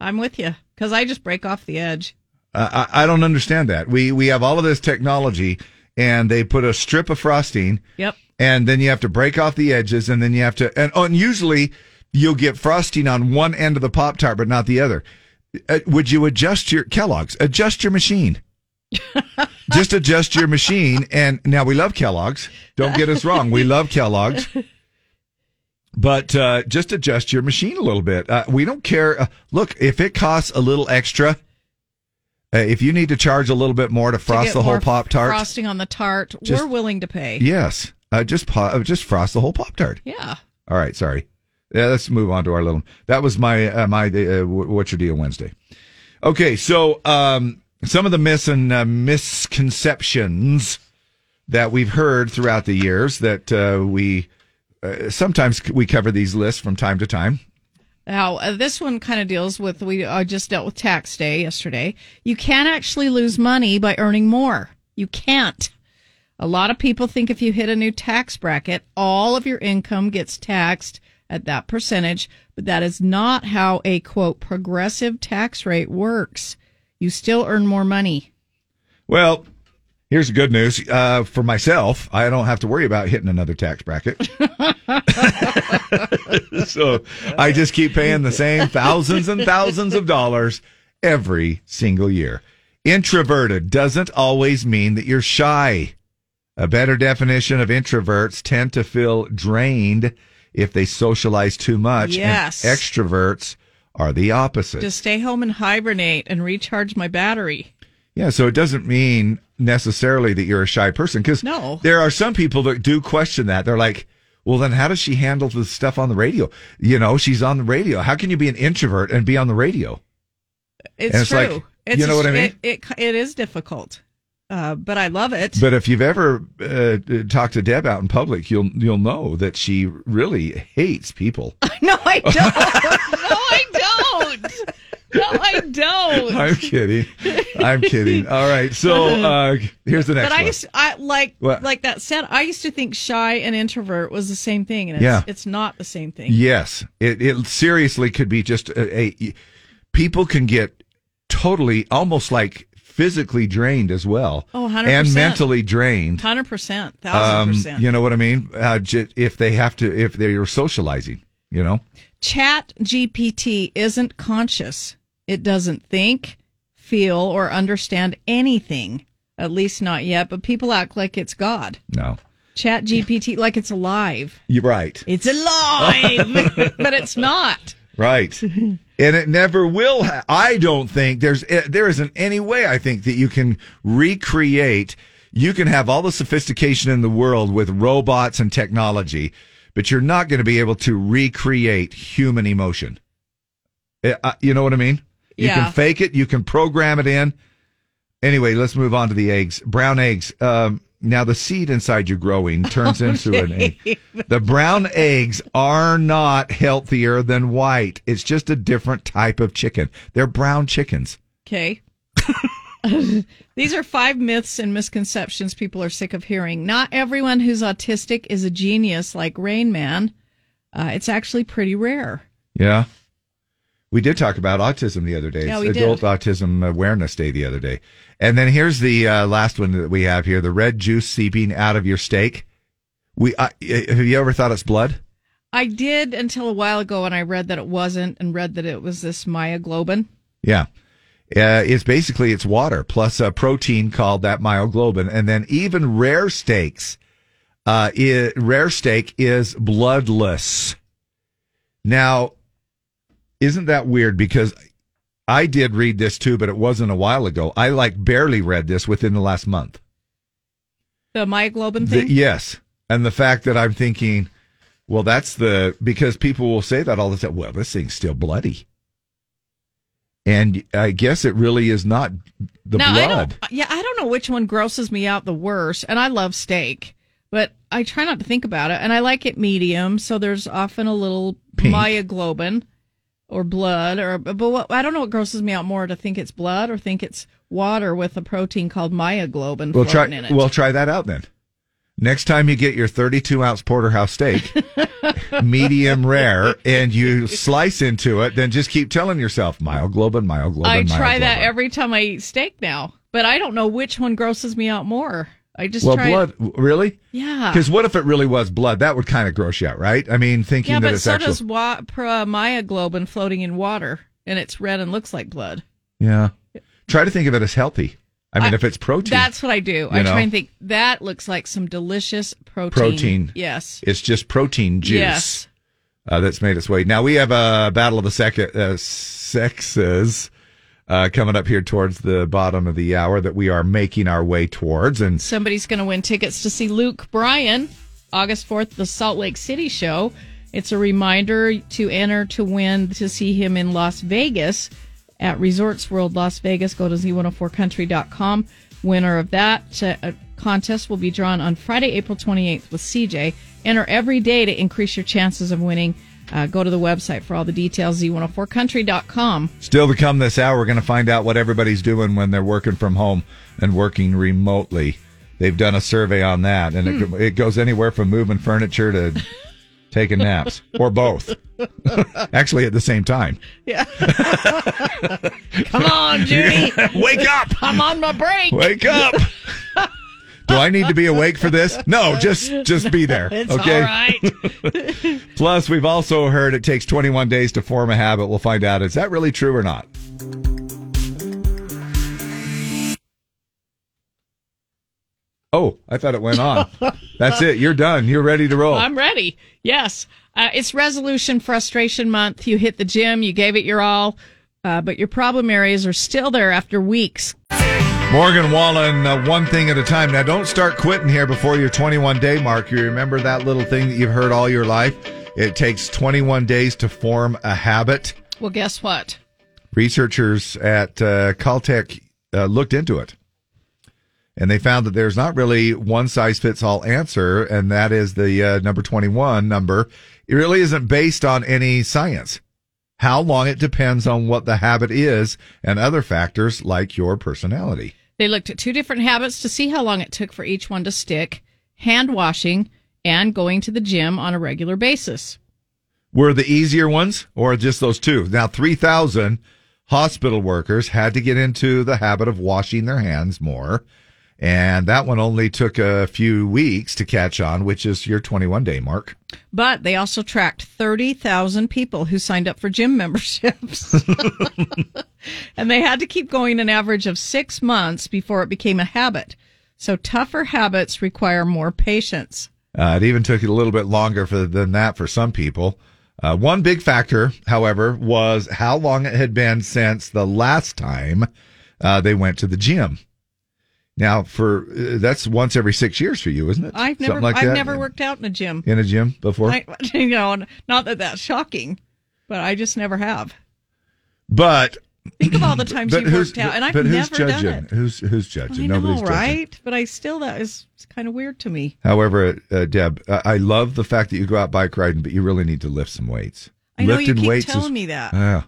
Speaker 3: I'm with you because I just break off the edge.
Speaker 2: Uh, I, I don't understand that. We we have all of this technology, and they put a strip of frosting.
Speaker 3: Yep.
Speaker 2: And then you have to break off the edges, and then you have to and, oh, and usually you'll get frosting on one end of the pop tart, but not the other. Uh, would you adjust your Kellogg's? Adjust your machine. Just adjust your machine, and now we love Kellogg's. Don't get us wrong, we love Kellogg's but uh, just adjust your machine a little bit. Uh, we don't care. Uh, look, if it costs a little extra, uh, if you need to charge a little bit more to
Speaker 3: to
Speaker 2: frost
Speaker 3: get
Speaker 2: the whole
Speaker 3: more
Speaker 2: pop tart,
Speaker 3: Frosting on the tart,
Speaker 2: Just-
Speaker 3: we're willing to pay.
Speaker 2: yes, uh, just po- uh, just frost the whole pop tart.
Speaker 3: Yeah.
Speaker 2: All right, sorry. Yeah, let's move on to our little. That was my uh, my uh, wh- what's your deal Wednesday. Okay, so um, some of the myths and uh, misconceptions that we've heard throughout the years that uh, we uh, sometimes c- we cover these lists from time to time.
Speaker 3: Now, uh, this one kind of deals with we uh, just dealt with tax day yesterday. You can actually lose money by earning more. You can't. A lot of people think if you hit a new tax bracket, all of your income gets taxed at that percentage, but that is not how a quote progressive tax rate works. You still earn more money.
Speaker 2: Well, here's the good news uh, for myself. I don't have to worry about hitting another tax bracket. so I just keep paying the same thousands and thousands of dollars every single year. Introverted doesn't always mean that you're shy. A better definition of introverts tend to feel drained if they socialize too much. and
Speaker 3: Yes.
Speaker 2: extroverts are the opposite.
Speaker 3: Just stay home and hibernate and recharge my battery.
Speaker 2: Yeah, so it doesn't mean necessarily that you're a shy person because
Speaker 3: No.
Speaker 2: there are some people that do question that. They're like, well, then how does she handle the stuff on the radio? You know, she's on the radio. How can you be an introvert and be on the radio?
Speaker 3: It's,
Speaker 2: And it's
Speaker 3: true.
Speaker 2: like,
Speaker 3: it's
Speaker 2: you know
Speaker 3: a-
Speaker 2: what I mean?
Speaker 3: It, it, it is difficult, uh, but I love it.
Speaker 2: But if you've ever uh, talked to Deb out in public, you'll you'll know that she really hates people.
Speaker 3: No, I don't. no, I don't. No, I don't.
Speaker 2: I'm kidding. I'm kidding. All right, so uh, here's the next
Speaker 3: but I
Speaker 2: one.
Speaker 3: used, I like
Speaker 2: What?
Speaker 3: like that said. I used to think shy and introvert was the same thing, and it's,
Speaker 2: Yeah.
Speaker 3: it's not the same thing.
Speaker 2: Yes, it, it seriously could be just a, a people can get totally almost like physically drained as well.
Speaker 3: Oh, 100%.
Speaker 2: and mentally drained.
Speaker 3: hundred percent, thousand percent.
Speaker 2: Um, you know what I mean? Uh, j- if they have to, if they're socializing, you know.
Speaker 3: Chat GPT isn't conscious. It doesn't think, feel, or understand anything. At least not yet. But people act like it's God.
Speaker 2: No,
Speaker 3: Chat GPT, like it's alive.
Speaker 2: you're right.
Speaker 3: It's alive, but it's not.
Speaker 2: Right. and it never will. Ha- I don't think there's eh, there isn't any way I think that you can recreate. You can have all the sophistication in the world with robots and technology, but you're not going to be able to recreate human emotion. Eh, uh, You know what I mean? You
Speaker 3: Yeah.
Speaker 2: can fake it. You can program it in. Anyway, let's move on to the eggs. Brown eggs. Um, now the seed inside you're growing turns
Speaker 10: Oh,
Speaker 2: into an egg.
Speaker 10: Dave.
Speaker 2: The brown eggs are not healthier than white. It's just a different type of chicken. They're brown chickens.
Speaker 3: Okay. These are five myths and misconceptions people are sick of hearing. Not everyone who's autistic is a genius like Rain Man. Uh, it's actually pretty rare.
Speaker 2: Yeah. We did talk about autism the other day.
Speaker 3: Yeah,
Speaker 2: It's
Speaker 3: we did.
Speaker 2: Adult Autism Awareness Day the other day. And then here's the uh, last one that we have here: the red juice seeping out of your steak. We I have you ever thought it's blood?
Speaker 3: I did until a while ago, and I read that it wasn't, and read that it was this myoglobin.
Speaker 2: Yeah. Uh, it's basically it's water plus a protein called that myoglobin, and then even rare steaks, uh, i rare steak is bloodless. Now, isn't that weird? Because I did read this too, but it wasn't a while ago. I like barely read this within the last month.
Speaker 3: The myoglobin
Speaker 2: The-
Speaker 3: thing.
Speaker 2: yes, and the fact that I'm thinking, well, that's the because people will say that all the time. Well, this thing's still bloody. And I guess it really is not the
Speaker 3: now, I
Speaker 2: blood.
Speaker 3: don't, yeah, I don't know which one grosses me out the worst. And I love steak, but I try not to think about it. And I like it medium, so there's often a little myoglobin or blood. Or but what, I don't know what grosses me out more to think it's blood or think it's water with a protein called myoglobin
Speaker 2: We'll try.
Speaker 3: floating in it.
Speaker 2: We'll try that out then. Next time you get your 32 ounce porterhouse steak, medium rare, and you slice into it, then just keep telling yourself myoglobin, myoglobin.
Speaker 3: I try
Speaker 2: myoglobin.
Speaker 3: that every time I eat steak now, but I don't know which one grosses me out more. I just
Speaker 2: well,
Speaker 3: try
Speaker 2: blood really?
Speaker 3: Yeah.
Speaker 2: Because what if it really was blood? That would kind of gross you out, right? I mean, thinking
Speaker 3: Yeah,
Speaker 2: that
Speaker 3: but
Speaker 2: it's
Speaker 3: so
Speaker 2: actual.
Speaker 3: does wa- pra- myoglobin floating in water, and it's red and looks like blood.
Speaker 2: yeah. Try to think of it as healthy. I mean,
Speaker 3: I-
Speaker 2: if it's protein,
Speaker 3: That's what I do. I
Speaker 2: You know?
Speaker 3: try and think that looks like some delicious protein.
Speaker 2: protein.
Speaker 3: Yes.
Speaker 2: It's just protein juice
Speaker 3: Yes.
Speaker 2: uh, that's made its way. Now we have a battle of the second uh, sexes uh, coming up here towards the bottom of the hour that we are making our way towards, and
Speaker 3: Somebody's going to win tickets to see Luke Bryan August 4th, the Salt Lake City show. It's a reminder to enter to win to see him in Las Vegas at Resorts World Las Vegas. Go to z104country.com. Winner of that uh, uh, contest will be drawn on Friday, April 28th with CJ. Enter every day to increase your chances of winning. Uh, go to the website for all the details, z104country.com.
Speaker 2: Still to come this hour, we're going to find out what everybody's doing when they're working from home and working remotely. They've done a survey on that, and
Speaker 3: Hmm.
Speaker 2: it, it goes anywhere from moving furniture to taking naps or both. Actually, at the same time.
Speaker 3: Yeah. Come on, Judy.
Speaker 2: Wake up.
Speaker 3: I'm on my break.
Speaker 2: Wake up. Do I need to be awake for this? No, just just be there.
Speaker 3: It's
Speaker 2: okay.
Speaker 3: all right.
Speaker 2: Plus, we've also heard it takes 21 days to form a habit. We'll find out is that really true or not. Oh, I thought it went on. That's it. You're done. You're ready to roll.
Speaker 3: I'm ready. Yes. Uh, it's resolution frustration month. You hit the gym, you gave it your all, uh, but your problem areas are still there after weeks.
Speaker 2: Morgan Wallen, uh, one thing at a time. Now, don't start quitting here before your 21 day mark. You remember that little thing that you've heard all your life? It takes 21 days to form a habit.
Speaker 3: Well, guess what?
Speaker 2: Researchers at uh, Caltech uh, looked into it and they found that there's not really one size fits all answer, and that is the uh, number 21 number. It really isn't based on any science. How long it depends on what the habit is and other factors like your personality.
Speaker 3: They looked at two different habits to see how long it took for each one to stick hand washing and going to the gym on a regular basis.
Speaker 2: were the easier ones or just those two? Now, 3,000 hospital workers had to get into the habit of washing their hands more. And that one only took a few weeks to catch on, which is your 21 day mark.
Speaker 3: But they also tracked 30,000 people who signed up for gym memberships. and they had to keep going an average of six months before it became a habit. So tougher habits require more patience.
Speaker 2: Uh, it even took it a little bit longer for, than that for some people. Uh, one big factor, however, was how long it had been since the last time uh, they went to the gym. Now, for uh, that's once every six years for you, isn't it?
Speaker 3: I've never,
Speaker 2: Something like
Speaker 3: I've
Speaker 2: that?
Speaker 3: never worked out in a gym.
Speaker 2: in a gym before.
Speaker 3: I, you know, and not that that's shocking, but I just never have.
Speaker 2: But
Speaker 3: Think of all the times
Speaker 2: but
Speaker 3: you've
Speaker 2: who's-
Speaker 3: worked out, and I've
Speaker 2: but who's
Speaker 3: never
Speaker 2: judging?
Speaker 3: done it.
Speaker 2: Who's who's
Speaker 3: I
Speaker 2: judging?
Speaker 3: know,
Speaker 2: Nobody's judging.
Speaker 3: right? But I still that is it's kind of weird to me.
Speaker 2: However, uh, Deb, uh, I love the fact that you go out bike riding, but you really need to lift some weights.
Speaker 3: I know you
Speaker 2: Lifting
Speaker 3: keep
Speaker 2: weights
Speaker 3: telling
Speaker 2: is,
Speaker 3: me that.
Speaker 2: Yeah,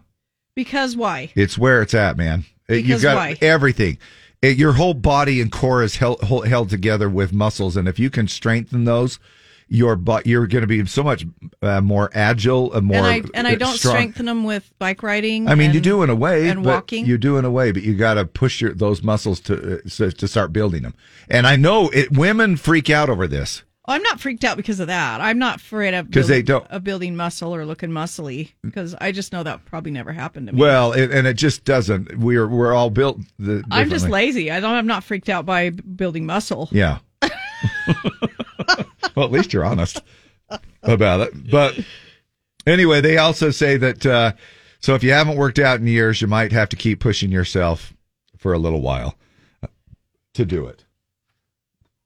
Speaker 3: Because why?
Speaker 2: it's where it's at, man. It- you
Speaker 3: Because
Speaker 2: got
Speaker 3: why?
Speaker 2: everything. It- your whole body and core is held, held, held together with muscles, and if you can strengthen those, your bu- you're going to be so much uh, more agile and more.
Speaker 3: and I and I
Speaker 2: uh,
Speaker 3: don't
Speaker 2: strong.
Speaker 3: strengthen them with bike riding.
Speaker 2: I mean, you
Speaker 3: and-
Speaker 2: do in a way,
Speaker 3: Mm-hmm. and
Speaker 2: but
Speaker 3: walking.
Speaker 2: You do in a way, but you got to push your those muscles to uh, so- to start building them. And I know it. Women freak out over this.
Speaker 3: Oh, I'm not freaked out because of that. I'm not afraid of
Speaker 2: 'Cause they
Speaker 3: building-
Speaker 2: don't- Mm.
Speaker 3: of building muscle or looking muscly because I just know that probably never happened to me.
Speaker 2: Well, it, and it just doesn't. We're we're all built. The,
Speaker 3: I'm just
Speaker 2: differently.
Speaker 3: lazy. I don't. I'm not freaked out by b- building muscle.
Speaker 2: Yeah. well, at least you're honest about it. But anyway, they also say that uh, so if you haven't worked out in years, you might have to keep pushing yourself for a little while uh, to do it.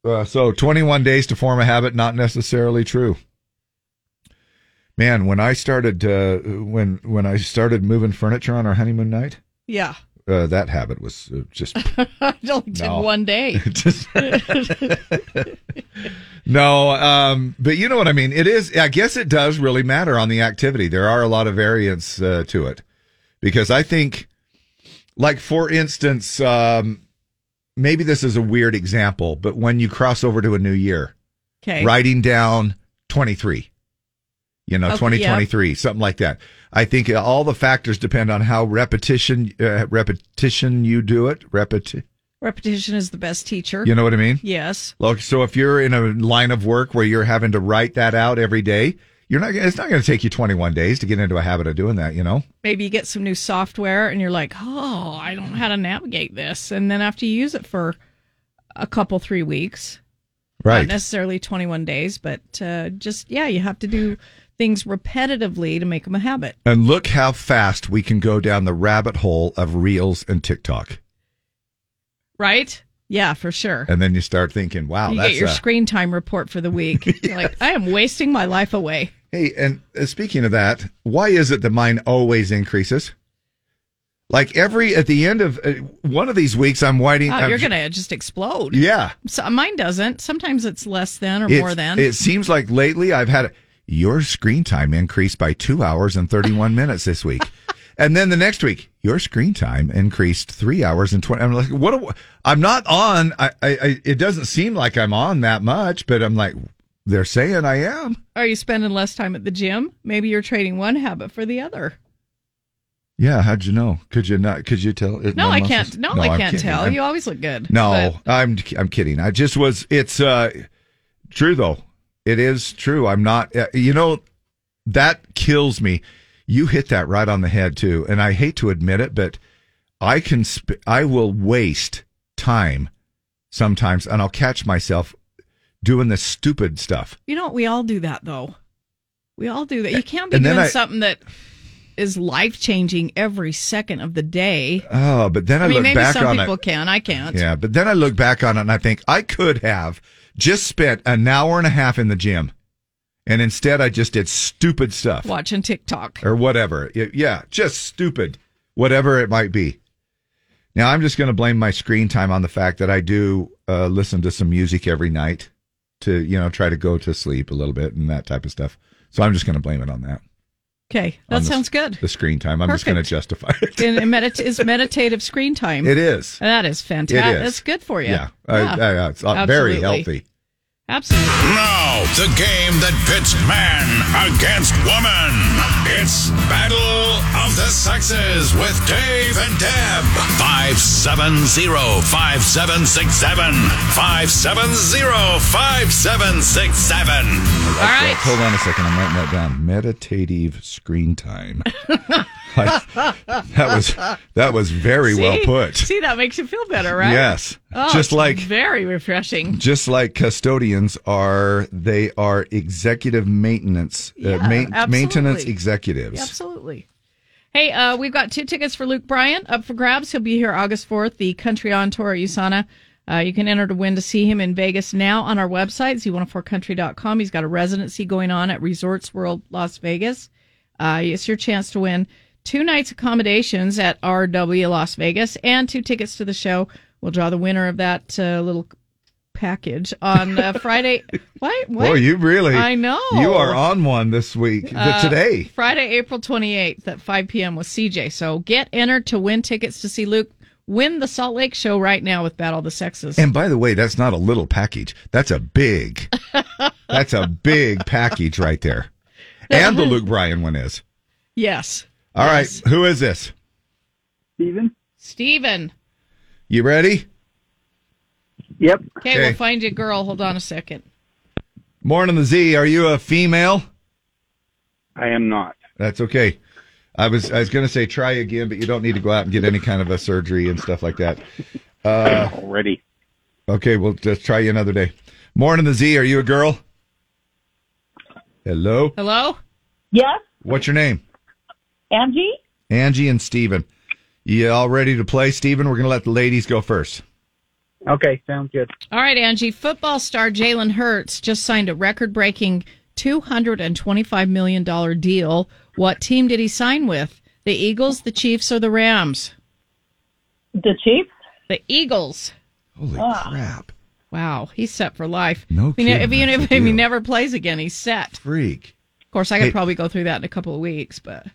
Speaker 2: Uh, so 21 days to form a habit, not necessarily true. Man, when I started uh, when when I started moving furniture on our honeymoon night,
Speaker 3: Yeah.
Speaker 2: Uh, that habit was uh, just
Speaker 3: I only did
Speaker 2: No.
Speaker 3: one day.
Speaker 2: Just- no. Um, but you know what I mean. It is. I guess it does really matter on the activity. There are a lot of variants uh, to it because I think, like for instance, um, maybe this is a weird example, but when you cross over to a new year,
Speaker 3: Okay.
Speaker 2: writing down twenty three. You know,
Speaker 3: Okay,
Speaker 2: 2023, something like that. I think all the factors depend on how repetition, uh, repetition you do it. Repetition.
Speaker 3: Repetition is the best teacher.
Speaker 2: You know what I mean?
Speaker 3: Yes.
Speaker 2: Look, so if you're in a line of work where you're having to write that out every day, you're not. It's not going to take you 21 days to get into a habit of doing that. You know,
Speaker 3: Maybe you get some new software and you're like, oh, I don't know how to navigate this. And then after you use it for a couple, three weeks, not
Speaker 2: Right.
Speaker 3: necessarily 21 days, but uh, just, yeah, you have to do things repetitively to make them a habit.
Speaker 2: and look how fast we can go down the rabbit hole of reels and TikTok,
Speaker 3: Right? Yeah, for sure.
Speaker 2: and then you start thinking, "Wow,
Speaker 3: you
Speaker 2: that's
Speaker 3: get your
Speaker 2: a-
Speaker 3: screen time report for the week. You're like, I am wasting my life away.
Speaker 2: Hey, and uh, speaking of that, why is it that mine always increases? Like every at the end of uh, one of these weeks, I'm waiting.
Speaker 3: Oh,
Speaker 2: I'm-
Speaker 3: you're going to just explode.
Speaker 2: Yeah.
Speaker 3: So, mine doesn't. Sometimes it's less than or
Speaker 2: It's-
Speaker 3: more than.
Speaker 2: It seems like lately I've had your screen time increased by two hours and 31 minutes this week. And then the next week, your screen time increased three hours and 20. I'm like, what? do- I'm not on. I, I, I, it doesn't seem like I'm on that much, but I'm like, they're saying I am.
Speaker 3: Are you spending less time at the gym? Maybe you're trading one habit for the other.
Speaker 2: Yeah. How'd you know? Could you not? Could you tell?
Speaker 3: No, I
Speaker 2: muscles?
Speaker 3: can't. No,
Speaker 2: I'm
Speaker 3: I can't
Speaker 2: kidding.
Speaker 3: tell.
Speaker 2: I'm-
Speaker 3: you always look good.
Speaker 2: No, I'm I'm kidding. I just was. It's uh, true though. It is true. I'm not. Uh, you know, that kills me. You hit that right on the head too, and I hate to admit it, but I can. Sp- I will waste time sometimes, and I'll catch myself doing this stupid stuff.
Speaker 3: But, you know, we all do that though. We all do that. You can't be
Speaker 2: And then
Speaker 3: doing
Speaker 2: I-
Speaker 3: something that is life changing every second of the day.
Speaker 2: Oh, but then I,
Speaker 3: mean,
Speaker 2: look
Speaker 3: maybe
Speaker 2: back
Speaker 3: some
Speaker 2: on
Speaker 3: people
Speaker 2: it.
Speaker 3: can. I can't.
Speaker 2: Yeah, but then I look back on it and I think I could have just spent an hour and a half in the gym, and instead I just did stupid stuff.
Speaker 3: Watching TikTok.
Speaker 2: or whatever. Y- Yeah, just stupid, whatever it might be. Now I'm just going to blame my screen time on the fact that I do uh, listen to some music every night to you know try to go to sleep a little bit and that type of stuff. So I'm just going to blame it on that.
Speaker 3: Okay,
Speaker 2: on
Speaker 3: that
Speaker 2: the-
Speaker 3: sounds good.
Speaker 2: The screen time. I'm just going to
Speaker 3: Perfect.
Speaker 2: justify it.
Speaker 3: And it medit- is meditative screen time.
Speaker 2: It is.
Speaker 3: That is
Speaker 2: It
Speaker 3: fantastic.
Speaker 2: is.
Speaker 3: That's good for you.
Speaker 2: Yeah, Uh,
Speaker 3: Yeah.
Speaker 2: uh, it's uh, very
Speaker 3: Absolutely.
Speaker 2: healthy.
Speaker 3: Absolutely.
Speaker 21: Now, the game that pits man against woman. It's Battle of the Sexes with Dave and Deb. 570-5767. 570-5767.
Speaker 2: All right. Hold on a second. I'm writing that down. Meditative screen time. That was that was very well
Speaker 3: See?
Speaker 2: put.
Speaker 3: See, that makes you feel better, right?
Speaker 2: Yes.
Speaker 3: Oh,
Speaker 2: Just
Speaker 3: it's
Speaker 2: like-
Speaker 3: very refreshing.
Speaker 2: just like custodians are they are executive maintenance uh,
Speaker 3: Yeah,
Speaker 2: main-
Speaker 3: absolutely.
Speaker 2: maintenance executives
Speaker 3: Absolutely. Hey, uh, we've got two tickets for Luke Bryant up for grabs. He'll be here August 4th, the Country On Tour at USANA. Uh, you can enter to win to see him in Vegas now on our website, z104country.com. He's got a residency going on at Resorts World Las Vegas. Uh, it's your chance to win two nights accommodations at RW Las Vegas and two tickets to the show. We'll draw the winner of that uh, little package on uh, Friday. What? what?
Speaker 2: Boy, you really
Speaker 3: I know.
Speaker 2: you are on one this week
Speaker 3: Uh,
Speaker 2: today
Speaker 3: Friday, April 28th at 5 p.m. with CJ. So get entered to win tickets to see Luke win the Salt Lake show right now with Battle of the Sexes.
Speaker 2: and by the way that's not a little package that's a big that's a big package right there and the luke bryan one is
Speaker 3: yes.
Speaker 2: All right, who is this
Speaker 3: Steven? Steven.
Speaker 2: you ready
Speaker 3: Yep. Okay,
Speaker 2: Okay.
Speaker 3: we'll find you a girl. Hold on a second.
Speaker 2: morning the z are you a female i am not that's okay i was i was gonna say try again but you don't need to go out and get any kind of a surgery and stuff like that uh
Speaker 17: Already.
Speaker 2: Okay, we'll just try you another day. Morning, the Z. Are you a girl? Hello.
Speaker 3: Hello?
Speaker 22: Yes,
Speaker 2: What's your name?
Speaker 22: Angie?
Speaker 2: Angie and Steven. You all ready to play, Steven? We're going to let the ladies go first.
Speaker 17: Okay, sounds good.
Speaker 3: All right, Angie. Football star Jalen Hurts just signed a record breaking $225 million deal. What team did he sign with? The Eagles, the Chiefs, or the Rams?
Speaker 22: The Chiefs? Ah.
Speaker 3: The Eagles.
Speaker 2: Holy crap.
Speaker 3: Wow, he's set for life.
Speaker 2: No
Speaker 3: I mean,
Speaker 2: kidding,
Speaker 3: if, even
Speaker 2: that's
Speaker 3: if,
Speaker 2: the
Speaker 3: if he
Speaker 2: deal.
Speaker 3: never plays again, he's set.
Speaker 2: Freak.
Speaker 3: Of course, I could
Speaker 2: Hey.
Speaker 3: probably go through that in a couple of weeks, but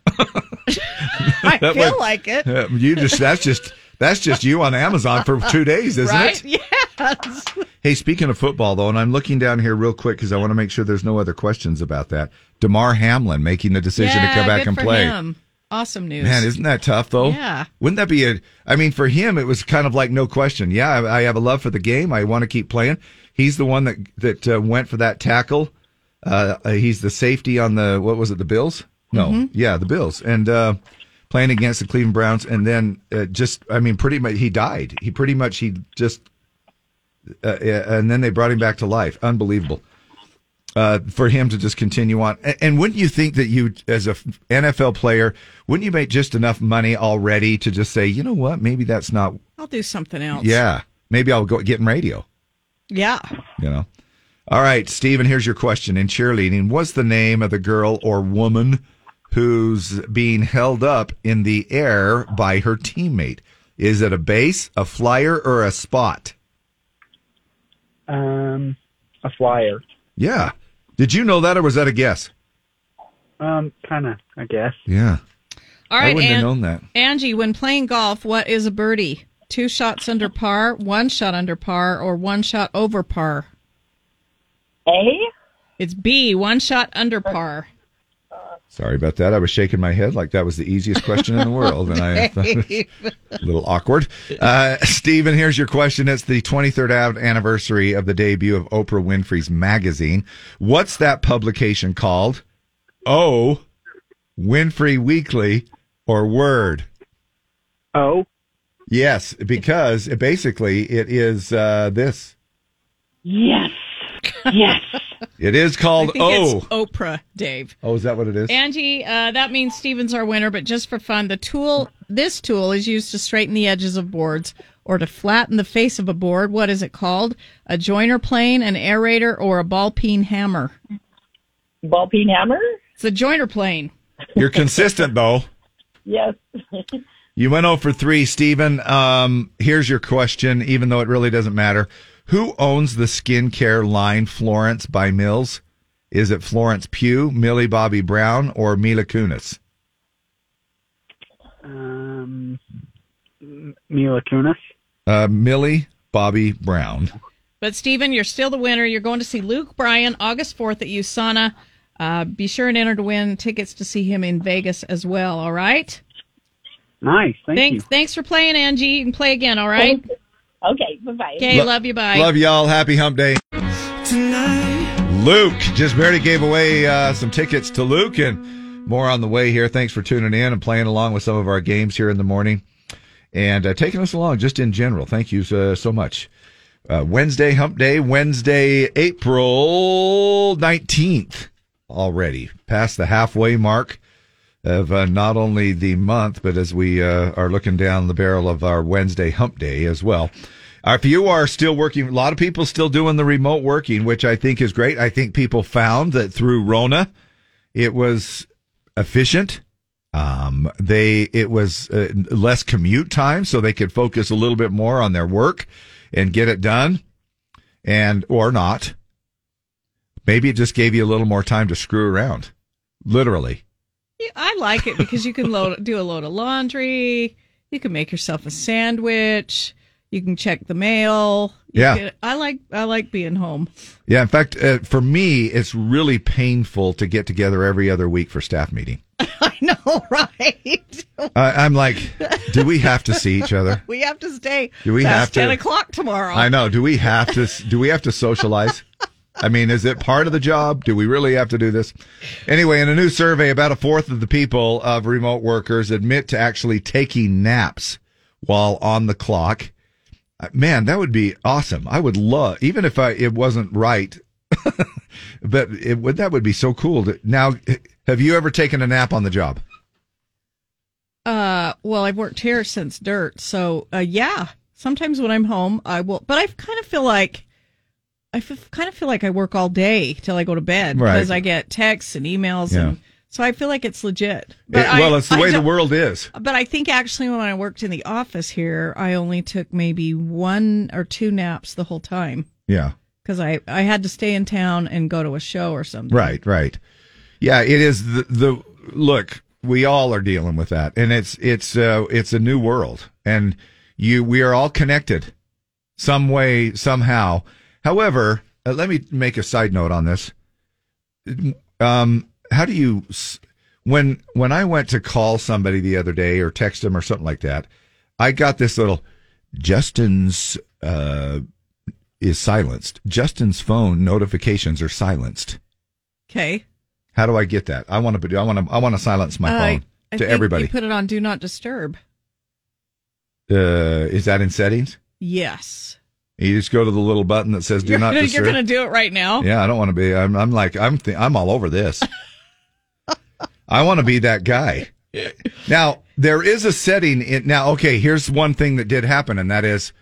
Speaker 3: I feel like it.
Speaker 2: Uh, you just that's just that's just you on Amazon Uh, for two days, isn't
Speaker 3: right?
Speaker 2: it?
Speaker 3: Yes.
Speaker 2: Hey, speaking of football though, and I'm looking down here real quick because I want to make sure there's no other questions about that. Damar Hamlin making the decision to
Speaker 3: Yeah,
Speaker 2: come back
Speaker 3: good
Speaker 2: and
Speaker 3: for
Speaker 2: play.
Speaker 3: him. Awesome news.
Speaker 2: Man, isn't that tough though?
Speaker 3: Yeah.
Speaker 2: Wouldn't that be a? I mean, for him, it was kind of like no question. Yeah, I, I have a love for the game. I want to keep playing. He's the one that that uh, went for that tackle. Uh, uh, he's the safety on the what was it? The Bills? No,
Speaker 3: Mm-hmm.
Speaker 5: Mhm.
Speaker 2: yeah, the Bills, and uh, playing against the Cleveland Browns, and then uh, just I mean, pretty much he died. He pretty much he just, uh, uh, and then they brought him back to life. Unbelievable uh, for him to just continue on. And, and wouldn't you think that you, as a f- NFL player, wouldn't you make just enough money already to just say, you know what, maybe that's not,
Speaker 3: I'll do something else.
Speaker 2: yeah, maybe I'll go get in radio,
Speaker 3: Yeah.
Speaker 2: you know? All right, Steven, here's your question. In cheerleading, what's the name of the girl or woman who's being held up in the air by her teammate? Is it a base, a flyer, or a spot?
Speaker 17: Um, a flyer.
Speaker 2: Yeah. Did you know that or was that a guess?
Speaker 17: Um, kind of, I guess.
Speaker 2: Yeah.
Speaker 3: All
Speaker 2: I
Speaker 3: right,
Speaker 2: wouldn't
Speaker 3: An-
Speaker 2: have known that.
Speaker 3: Angie, when playing golf, what is a birdie? Two shots under par, one shot under par, or one shot over par?
Speaker 22: A?
Speaker 3: It's B, one shot under par.
Speaker 2: Sorry about that. I was shaking my head like that was the easiest question in the world, and I thought it was a little awkward. Uh, Stephen, here's your question. It's the 23rd av- anniversary of the debut of Oprah Winfrey's magazine. What's that publication called? O, Winfrey Weekly, or Word?
Speaker 17: O.
Speaker 2: Yes, because basically it is uh, this.
Speaker 22: Yes. Yes.
Speaker 2: It is called
Speaker 3: I think
Speaker 2: O.
Speaker 3: it's Oprah, Dave.
Speaker 2: Oh, is that what it is?
Speaker 3: Angie, uh, that means Steven's our winner, but just for fun, the tool, this tool is used to straighten the edges of boards or to flatten the face of a board. What is it called? A joiner plane, an aerator, or a ball peen hammer?
Speaker 22: Ball peen hammer?
Speaker 3: It's a joiner plane.
Speaker 2: You're consistent, though.
Speaker 22: Yes.
Speaker 2: You went over three, Stephen. Um, here's your question, even though it really doesn't matter. Who owns the skincare line Florence by Mills? Is it Florence Pugh, Millie Bobby Brown, or Mila Kunis?
Speaker 17: Um, M- Mila Kunis.
Speaker 2: Uh, Millie Bobby Brown.
Speaker 3: But Stephen, you're still the winner. You're going to see Luke Bryan August 4th at USANA. Uh, be sure and enter to win tickets to see him in Vegas as well. All right.
Speaker 17: Nice. Thank
Speaker 3: thanks.
Speaker 17: you.
Speaker 3: Thanks for playing, Angie. You can play again. All right.
Speaker 22: Okay. Bye bye.
Speaker 3: Okay.
Speaker 2: Lo-
Speaker 3: love you. Bye.
Speaker 2: Love y'all. Happy hump day. Luke just barely gave away uh, some tickets to Luke and more on the way here. Thanks for tuning in and playing along with some of our games here in the morning and uh, taking us along just in general. Thank you uh, so much. Uh, Wednesday, hump day, Wednesday, April 19th already, past the halfway mark of uh, not only the month, but as we uh, are looking down the barrel of our Wednesday hump day as well. Uh, If you are still working, a lot of people still doing the remote working, which I think is great. I think people found that through Rona, it was efficient. Um, they it was uh, less commute time, so they could focus a little bit more on their work and get it done, and or not. Maybe it just gave you a little more time to screw around, literally.
Speaker 3: Yeah, I like it because you can load, do a load of laundry. You can make yourself a sandwich. You can check the mail. You
Speaker 2: Yeah.
Speaker 3: can- I like I like being home.
Speaker 2: Yeah, in fact, uh, for me, it's really painful to get together every other week for staff meeting.
Speaker 3: I know, right?
Speaker 2: I, I'm like, do we have to see each other?
Speaker 3: We have to stay.
Speaker 2: Do we
Speaker 3: past
Speaker 2: have to-
Speaker 3: ten o'clock tomorrow?
Speaker 2: I know. Do we have to? Do we have to socialize? I mean, is it part of the job? Do we really have to do this? Anyway, in a new survey, about a fourth of the people of remote workers admit to actually taking naps while on the clock. Uh, Man, that would be awesome. I would love, even if I it wasn't right, but it would that would be so cool. To, now, have you ever taken a nap on the job?
Speaker 3: Uh, well, I've worked here since dirt, so uh, yeah. Sometimes when I'm home, I will, but I kind of feel like I f- kind of feel like I work all day till I go to bed
Speaker 2: Right.
Speaker 3: because I get texts and emails and So I feel like it's legit. But
Speaker 2: It-
Speaker 3: I-
Speaker 2: well, it's the
Speaker 3: I
Speaker 2: way the
Speaker 3: don't-
Speaker 2: world is.
Speaker 3: But I think actually when I worked in the office here, I only took maybe one or two naps the whole time
Speaker 2: Yeah.
Speaker 3: because I, I had to stay in town and go to a show or something.
Speaker 2: Right, right. Yeah, it is the, the look. We all are dealing with that, and it's it's uh, it's a new world, and you we are all connected, some way somehow. However, uh, let me make a side note on this. Um, how do you s- when when I went to call somebody the other day or text them or something like that, I got this little Justin's uh, is silenced. Justin's phone notifications are silenced.
Speaker 3: Okay.
Speaker 2: How do I get that? I want to. I want to. I want to silence my
Speaker 3: Uh,
Speaker 2: phone
Speaker 3: I
Speaker 2: to
Speaker 3: think
Speaker 2: everybody.
Speaker 3: You put it on do not disturb.
Speaker 2: uh, is that in settings?
Speaker 3: Yes.
Speaker 2: You just go to the little button that says "Do
Speaker 3: you're
Speaker 2: not
Speaker 3: gonna,
Speaker 2: disturb."
Speaker 3: You're going to do it right now.
Speaker 2: yeah, I don't want to be. I'm. I'm like. I'm. Th- I'm all over this. I want to be that guy. Now there is a setting in. Now, okay. Here's one thing that did happen, and that is,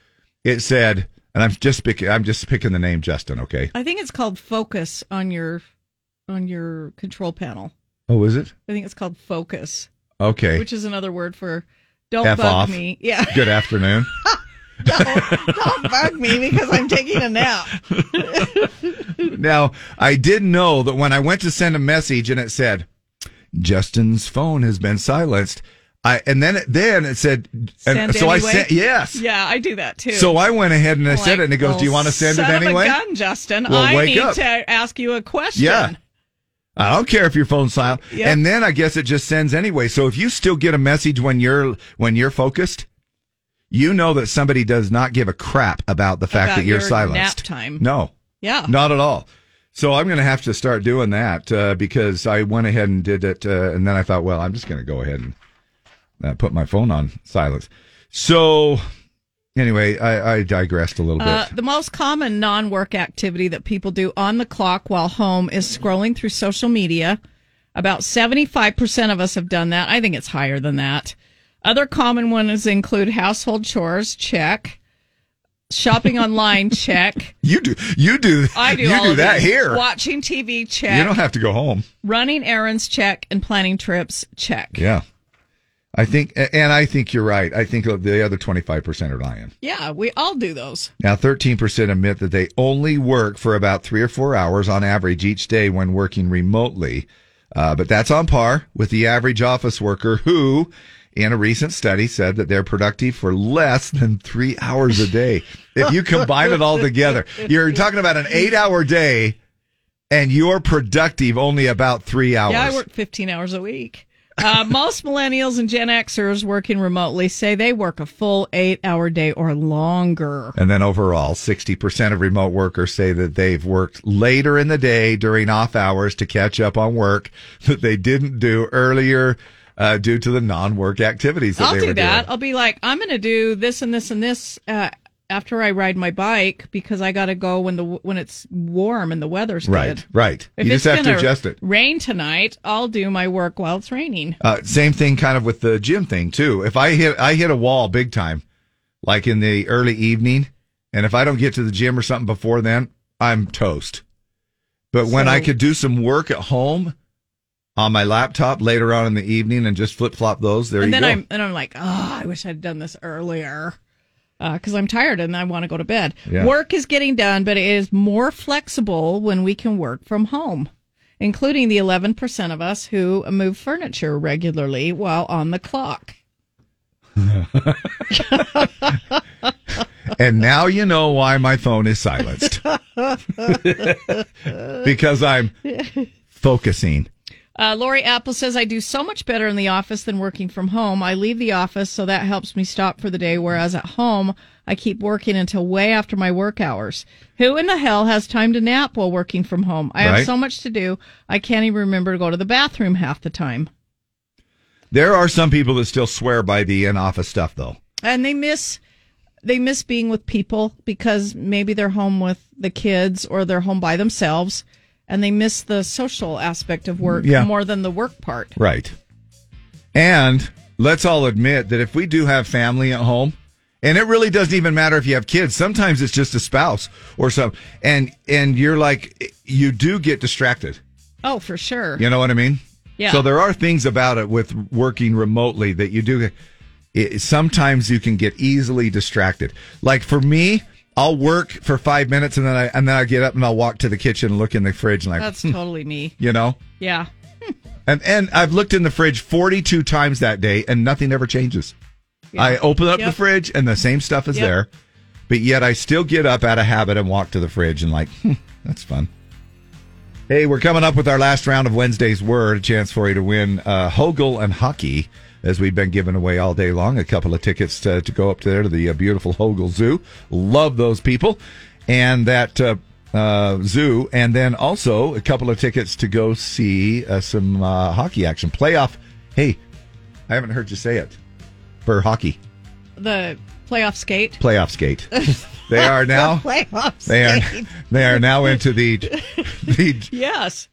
Speaker 2: it said, and I'm just picking. I'm just picking the name Justin. Okay.
Speaker 3: I think it's called focus on your on your control panel.
Speaker 2: Oh, is it?
Speaker 3: I think it's called focus.
Speaker 2: Okay.
Speaker 3: Which is another word for don't
Speaker 2: F
Speaker 3: bug
Speaker 2: off.
Speaker 3: me. Yeah.
Speaker 2: Good afternoon.
Speaker 3: don't bug me because I'm taking a nap.
Speaker 2: Now, I did know that when I went to send a message and it said, Justin's phone has been silenced. I, and then it, then it said, and
Speaker 3: Send
Speaker 2: so
Speaker 3: anyway.
Speaker 2: I sent, yes.
Speaker 3: Yeah, I do that too.
Speaker 2: So I went ahead and I said
Speaker 3: Like,
Speaker 2: it and it goes,
Speaker 3: well,
Speaker 2: do you want to send it
Speaker 3: son of a
Speaker 2: anyway?
Speaker 3: gun, Justin.
Speaker 2: Well,
Speaker 3: I
Speaker 2: wake
Speaker 3: need
Speaker 2: up.
Speaker 3: to ask you a question.
Speaker 2: Yeah. I don't care if your phone's silent.
Speaker 3: Yep.
Speaker 2: And then I guess it just sends anyway. So if you still get a message when you're, when you're focused, you know that somebody does not give a crap about the fact
Speaker 3: About
Speaker 2: that you're
Speaker 3: your
Speaker 2: silenced.
Speaker 3: nap time.
Speaker 2: No.
Speaker 3: Yeah.
Speaker 2: Not at all. So I'm going to have to start doing that uh, because I went ahead and did it, uh, and then I thought, well, I'm just going to go ahead and uh, put my phone on silence. So anyway, I, I digressed a little bit.
Speaker 3: Uh, the most common non work activity that people do on the clock while home is scrolling through social media. About 75% of us have done that. I think it's higher than that. Other common ones include household chores, check. Shopping online, check.
Speaker 2: you do, you do,
Speaker 3: I do
Speaker 2: you
Speaker 3: all
Speaker 2: do
Speaker 3: of
Speaker 2: that
Speaker 3: these.
Speaker 2: here.
Speaker 3: Watching TV, check.
Speaker 2: You don't have to go home.
Speaker 3: Running errands, check. And planning trips, check.
Speaker 2: Yeah, I think, and I think you're right. I think uh, the other 25 percent are lying.
Speaker 3: Yeah, we all do those.
Speaker 2: Now, 13% admit that they only work for about three or four hours on average each day when working remotely. Uh, but that's on par with the average office worker who, in a recent study, said that they're productive for less than three hours a day. if you combine it all together, you're talking about an eight hour day and you're productive only about three hours.
Speaker 3: Yeah, I work 15 hours a week. Uh, most millennials and Gen Xers working remotely say they work a full eight hour day or longer.
Speaker 2: And then overall, 60% of remote workers say that they've worked later in the day during off hours to catch up on work that they didn't do earlier uh, due to the non work activities that
Speaker 3: I'll
Speaker 2: they
Speaker 3: do
Speaker 2: were
Speaker 3: that.
Speaker 2: doing.
Speaker 3: I'll be like, I'm going to do this and this and this uh, after I ride my bike because I got to go when the when it's warm and the weather's
Speaker 2: Right,
Speaker 3: good.
Speaker 2: right.
Speaker 3: If
Speaker 2: you just
Speaker 3: it's
Speaker 2: have to
Speaker 3: gonna
Speaker 2: adjust it.
Speaker 3: Rain tonight. I'll do my work while it's raining.
Speaker 2: Uh, same thing kind of with the gym thing too. If I hit, I hit a wall big time, like in the early evening. And if I don't get to the gym or something before then, I'm toast. But when
Speaker 5: So-
Speaker 2: I could do some work at home on my laptop later on in the evening and just flip flop those, there
Speaker 3: and
Speaker 2: you
Speaker 3: then
Speaker 2: go.
Speaker 3: I'm and I'm like, oh, I wish I'd done this earlier because I'm tired and I want to go to bed.
Speaker 2: Yeah.
Speaker 3: Work is getting done, but it is more flexible when we can work from home, including the 11 percent of us who move furniture regularly while on the clock.
Speaker 2: and now you know why my phone is silenced because I'm focusing.
Speaker 3: Uh, Lori Apple says, I do so much better in the office than working from home. I leave the office, so that helps me stop for the day, whereas at home, I keep working until way after my work hours. Who in the hell has time to nap while working from home? I
Speaker 2: Right.
Speaker 3: have so much to do, I can't even remember to go to the bathroom half the time.
Speaker 2: There are some people that still swear by the in office stuff, though.
Speaker 3: And they miss. They miss being with people because maybe they're home with the kids or they're home by themselves and they miss the social aspect of work
Speaker 2: Yeah.
Speaker 3: more than the work part.
Speaker 2: Right. And let's all admit that if we do have family at home, and it really doesn't even matter if you have kids. Sometimes it's just a spouse or some, and and you're like, you do get distracted.
Speaker 3: Oh, for sure.
Speaker 2: You know what I mean?
Speaker 3: Yeah.
Speaker 2: So there are things about it with working remotely that you do. It, sometimes you can get easily distracted. Like for me, I'll work for five minutes and then I and then I get up and I'll walk to the kitchen and look in the fridge and like
Speaker 3: That's
Speaker 2: hmm,
Speaker 3: totally me.
Speaker 2: you know.
Speaker 3: Yeah.
Speaker 2: And and I've looked in the fridge 42 times that day and nothing ever changes.
Speaker 3: Yeah.
Speaker 2: I open up the
Speaker 3: Yep.
Speaker 2: fridge and the same stuff is
Speaker 3: Yep.
Speaker 2: there. But yet I still get up out of habit and walk to the fridge and like, hmm, that's fun. Hey, we're coming up with our last round of Wednesday's Word. A chance for you to win uh, Hogel and Hockey, as we've been giving away all day long. A couple of tickets to, to go up there to the uh, beautiful Hogel Zoo. Love those people. And that uh, uh, zoo. And then also a couple of tickets to go see uh, some uh, hockey action. Playoff. Hey, I haven't heard you say it. For hockey,
Speaker 3: The playoff skate.
Speaker 2: playoff skate. They are now.
Speaker 3: playoff
Speaker 2: They are, they are now into the, the
Speaker 3: Yes.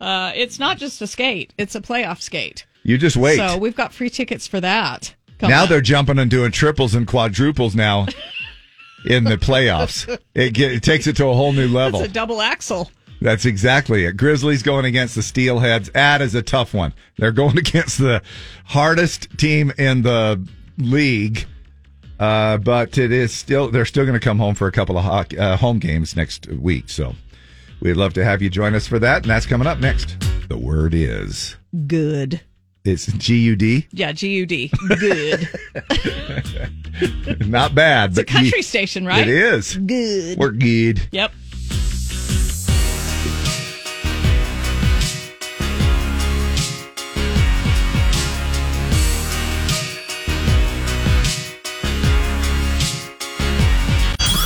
Speaker 3: Uh, it's not just a skate, it's a playoff skate.
Speaker 2: You just wait.
Speaker 3: So we've got free tickets for that. Come
Speaker 2: now
Speaker 3: on.
Speaker 2: they're jumping and doing triples and quadruples now in the playoffs. It, get, it takes it to a whole new level.
Speaker 3: That's a double axle.
Speaker 2: That's exactly it. Grizzlies going against the Steelheads. That is a tough one. They're going against the hardest team in the league. Uh, but it is still they're still going to come home for a couple of hock, uh, home games next week. So we'd love to have you join us for that, and that's coming up next. The word is
Speaker 3: Good.
Speaker 2: it's G U D.
Speaker 3: Yeah, G U D. Good.
Speaker 2: Not bad.
Speaker 3: It's a
Speaker 2: but ye-
Speaker 3: country station, right?
Speaker 2: It is.
Speaker 3: Good.
Speaker 2: We're good.
Speaker 3: Yep.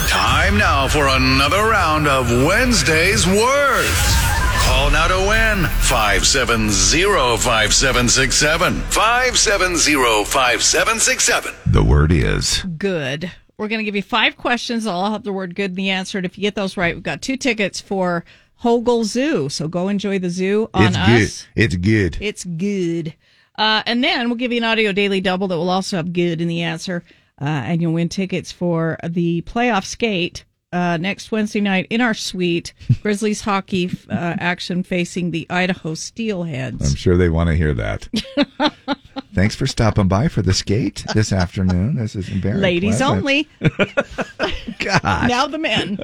Speaker 21: Time now for another round of Wednesday's Words. Call now to win 570-5767. 570-5767.
Speaker 2: The word is
Speaker 3: Good. We're going to give you five questions. I'll have the word good in the answer. And if you get those right, we've got two tickets for Hogel Zoo. So go enjoy the zoo on
Speaker 2: it's
Speaker 3: us.
Speaker 2: good. It's good.
Speaker 3: It's good. Uh, and then we'll give you an audio daily double that will also have good in the answer. Uh, and you'll win tickets for the playoff skate uh, next Wednesday night in our suite. Grizzlies hockey uh, action facing the Idaho Steelheads.
Speaker 2: I'm sure they want to hear that. Thanks for stopping by for the skate this afternoon. This is embarrassing.
Speaker 3: Ladies only.
Speaker 2: God.
Speaker 3: Now the men.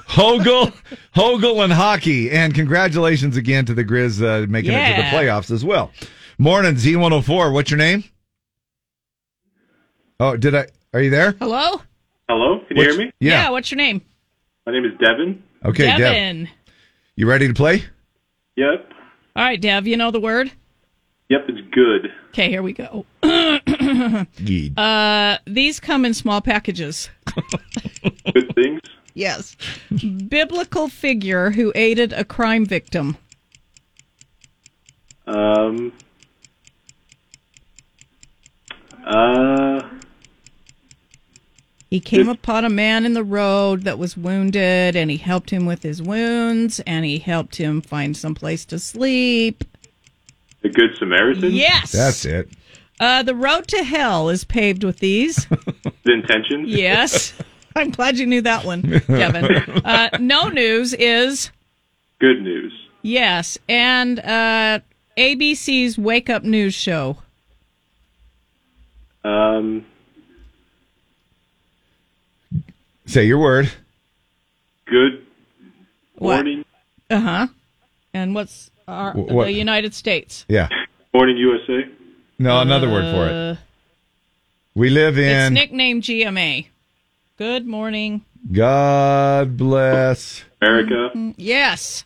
Speaker 2: Hogel, Hogel, and hockey. And congratulations again to the Grizz uh, making it to the
Speaker 3: Yeah.
Speaker 2: playoffs as well. Morning, Z104. What's your name? Oh, did I? Are you there?
Speaker 3: Hello?
Speaker 5: Hello, can you hear me?
Speaker 2: Yeah.
Speaker 3: What's your name?
Speaker 5: My name is Devin.
Speaker 2: Okay, Dev.
Speaker 3: Devin.
Speaker 2: You ready to play?
Speaker 5: Yep,
Speaker 3: All right, Dev, you know the word?
Speaker 5: yep, it's good.
Speaker 3: Okay, here we go.
Speaker 2: Good.
Speaker 3: Uh, these come in small packages.
Speaker 5: Good things.
Speaker 3: Yes. Biblical figure who aided a crime victim.
Speaker 5: Um, uh,
Speaker 3: He came upon a man in the road that was wounded and he helped him with his wounds and he helped him find some place to sleep.
Speaker 5: the Good Samaritan.
Speaker 3: Yes.
Speaker 2: That's it.
Speaker 3: Uh, the road to hell is paved with these.
Speaker 5: The intention.
Speaker 3: yes. I'm glad you knew that one, Kevin. Uh, no news is
Speaker 5: Good news.
Speaker 3: yes. And uh, ABC's Wake Up News Show.
Speaker 5: Um,
Speaker 2: Say your word.
Speaker 5: good
Speaker 3: What?
Speaker 5: morning,
Speaker 3: Uh huh. And what's our,
Speaker 2: Wh- what?
Speaker 3: the United States?
Speaker 2: Yeah.
Speaker 5: morning USA.
Speaker 2: No, another word for it. We live
Speaker 3: Uh, It's
Speaker 2: in.
Speaker 3: nicknamed GMA. Good morning.
Speaker 2: God bless
Speaker 5: America.
Speaker 3: Yes.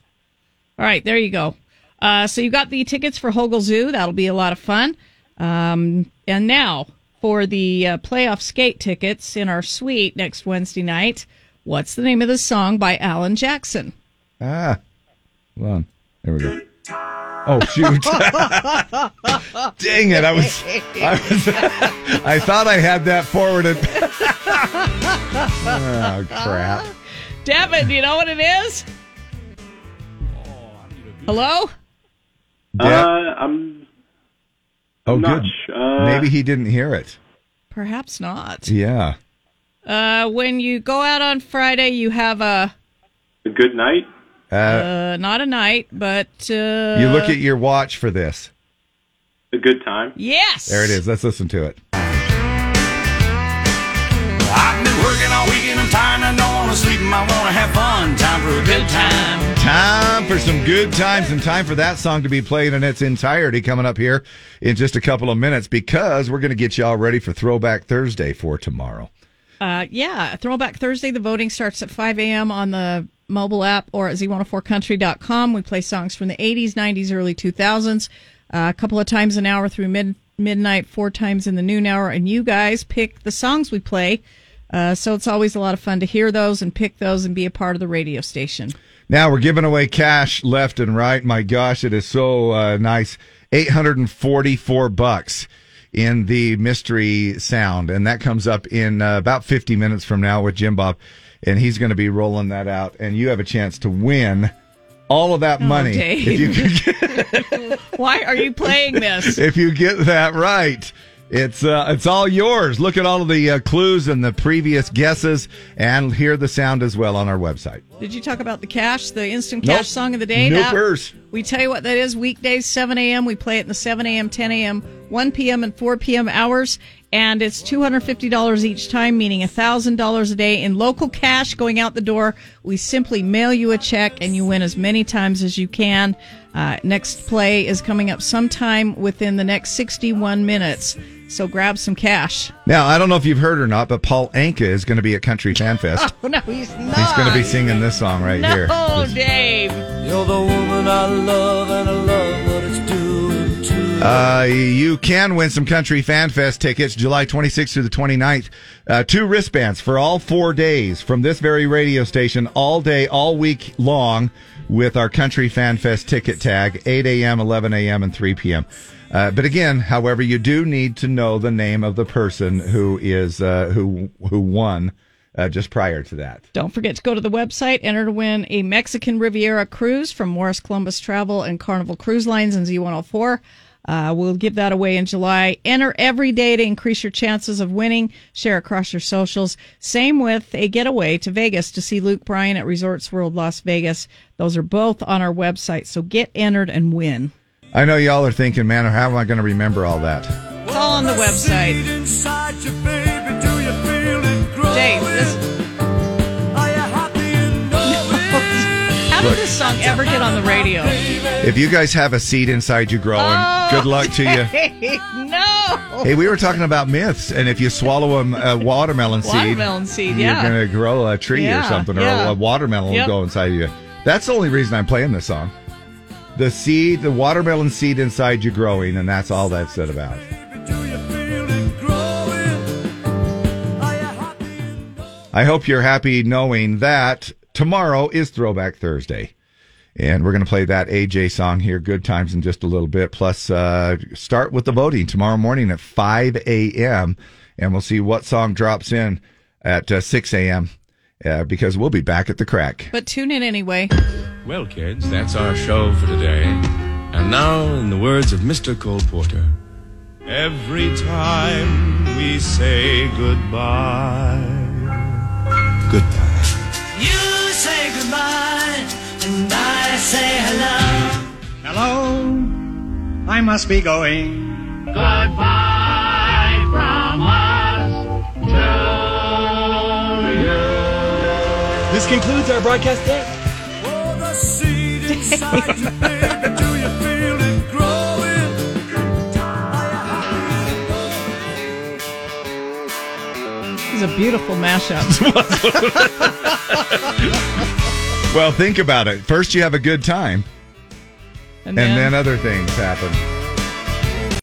Speaker 3: All right, there you go. Uh, so you got the tickets for Hogel Zoo. That'll be a lot of fun. Um, and now for the uh, playoff skate tickets in our suite next Wednesday night. What's the name of the song by Alan Jackson?
Speaker 2: Ah, hold on. There we go. Oh shoot! Dang it! I was, I was, I thought I had that forwarded. Oh crap!
Speaker 3: Devin, do you know what it is? Hello?
Speaker 5: Uh, I'm
Speaker 2: Oh,
Speaker 5: not
Speaker 2: good.
Speaker 5: sure.
Speaker 2: Maybe he didn't hear it.
Speaker 3: Perhaps not.
Speaker 2: Yeah.
Speaker 3: Uh, when you go out on Friday, you have a
Speaker 5: a good night.
Speaker 2: Uh,
Speaker 3: Uh, not a night, but uh,
Speaker 2: you look at your watch for this.
Speaker 5: A good time.
Speaker 3: yes.
Speaker 2: There it is. Let's listen to it.
Speaker 9: I've been working all weekend. I'm tired. I don't want to sleep. and I want to have fun. Time for a good time.
Speaker 2: Time for some good times and time for that song to be played in its entirety coming up here in just a couple of minutes because we're going to get y'all ready for Throwback Thursday for tomorrow.
Speaker 3: Uh, yeah, Throwback Thursday. The voting starts at 5 a.m. on the mobile app or at z104country.com. We play songs from the 80s, 90s, early 2000s, uh, a couple of times an hour through mid- midnight, four times in the noon hour. And you guys pick the songs we play. Uh, so it's always a lot of fun to hear those and pick those and be a part of the radio station.
Speaker 2: Now we're giving away cash left and right. My gosh, it is so uh, nice. 844 bucks in the mystery sound. And that comes up in uh, about 50 minutes from now with Jim Bob. And he's going to be rolling that out. And you have a chance to win all of that money.
Speaker 3: Dave.
Speaker 2: If you,
Speaker 3: Why are you playing this?
Speaker 2: if you get that right. It's uh, it's all yours. Look at all of the uh, clues and the previous guesses, and hear the sound as well on our website.
Speaker 3: Did you talk about the cash, the instant
Speaker 2: Nope.
Speaker 3: cash song of the day? That-
Speaker 2: Noopers.
Speaker 3: we tell you what that is weekdays, 7 a.m. We play it in the 7 a.m., 10 a.m., 1 p.m., and 4 p.m. hours. And it's $250 each time, meaning $1,000 a day in local cash going out the door. We simply mail you a check and you win as many times as you can. Uh, next play is coming up sometime within the next 61 minutes. So grab some cash.
Speaker 2: Now, I don't know if you've heard or not, but Paul Anka is going to be at Country Fan Fest.
Speaker 3: Oh, no, he's not.
Speaker 2: He's going to be singing this song right here.
Speaker 3: No, Dave.
Speaker 12: You're the woman I love, and I love what it's doing to
Speaker 2: Uh, you can win some Country Fan Fest tickets July 26th through the 29th. Uh, two wristbands for all four days from this very radio station, all day, all week long, with our Country Fan Fest ticket tag 8 a.m., 11 a.m., and 3 p.m. Uh, but again, however, you do need to know the name of the person who is uh, who who won uh, just prior to that.
Speaker 3: Don't forget to go to the website, enter to win a Mexican Riviera cruise from Morris Columbus Travel and Carnival Cruise Lines and Z104. Uh, we'll give that away in July. Enter every day to increase your chances of winning. Share across your socials. Same with a getaway to Vegas to see Luke Bryan at Resorts World Las Vegas. Those are both on our website, so get entered and win.
Speaker 2: I know y'all are thinking, man, how am I going to remember all that?
Speaker 3: It's all on the website.
Speaker 12: inside you, baby. Do you feel it growing?
Speaker 3: Dave, this-
Speaker 12: Are you happy in knowing?
Speaker 3: How
Speaker 2: Look.
Speaker 3: did this song ever get on the radio?
Speaker 2: If you guys have a seed inside you growing, good luck to you.
Speaker 3: no.
Speaker 2: Hey, we were talking about myths, and if you swallow a, a watermelon seed,
Speaker 3: Watermelon seed, yeah.
Speaker 2: you're going to grow a tree
Speaker 3: Yeah,
Speaker 2: or something, or
Speaker 3: yeah.
Speaker 2: a watermelon
Speaker 3: Yep.
Speaker 2: will go inside you. That's the only reason I'm playing this song. The seed, the watermelon seed inside you growing, and that's all that's said about. I hope you're happy knowing that tomorrow is Throwback Thursday. And we're going to play that AJ song here, Good Times, in just a little bit. Plus, uh, start with the voting tomorrow morning at 5 a.m. And we'll see what song drops in at uh, 6 a.m. Uh, because we'll be back at the crack.
Speaker 3: But tune in anyway.
Speaker 4: Well, kids, that's our show for today. And now, in the words of Mr. Cole Porter,
Speaker 9: Every time we say goodbye.
Speaker 4: goodbye.
Speaker 12: You say goodbye, and I say hello.
Speaker 6: Hello, I must be going.
Speaker 12: Goodbye from us to you.
Speaker 6: This concludes our broadcast day.
Speaker 12: Oh, the seed inside you, baby, do you feel it growing?
Speaker 3: This is a beautiful mashup.
Speaker 2: Well, think about it. First, you have a good time,
Speaker 3: And
Speaker 2: and,
Speaker 3: then-
Speaker 2: then other things happen.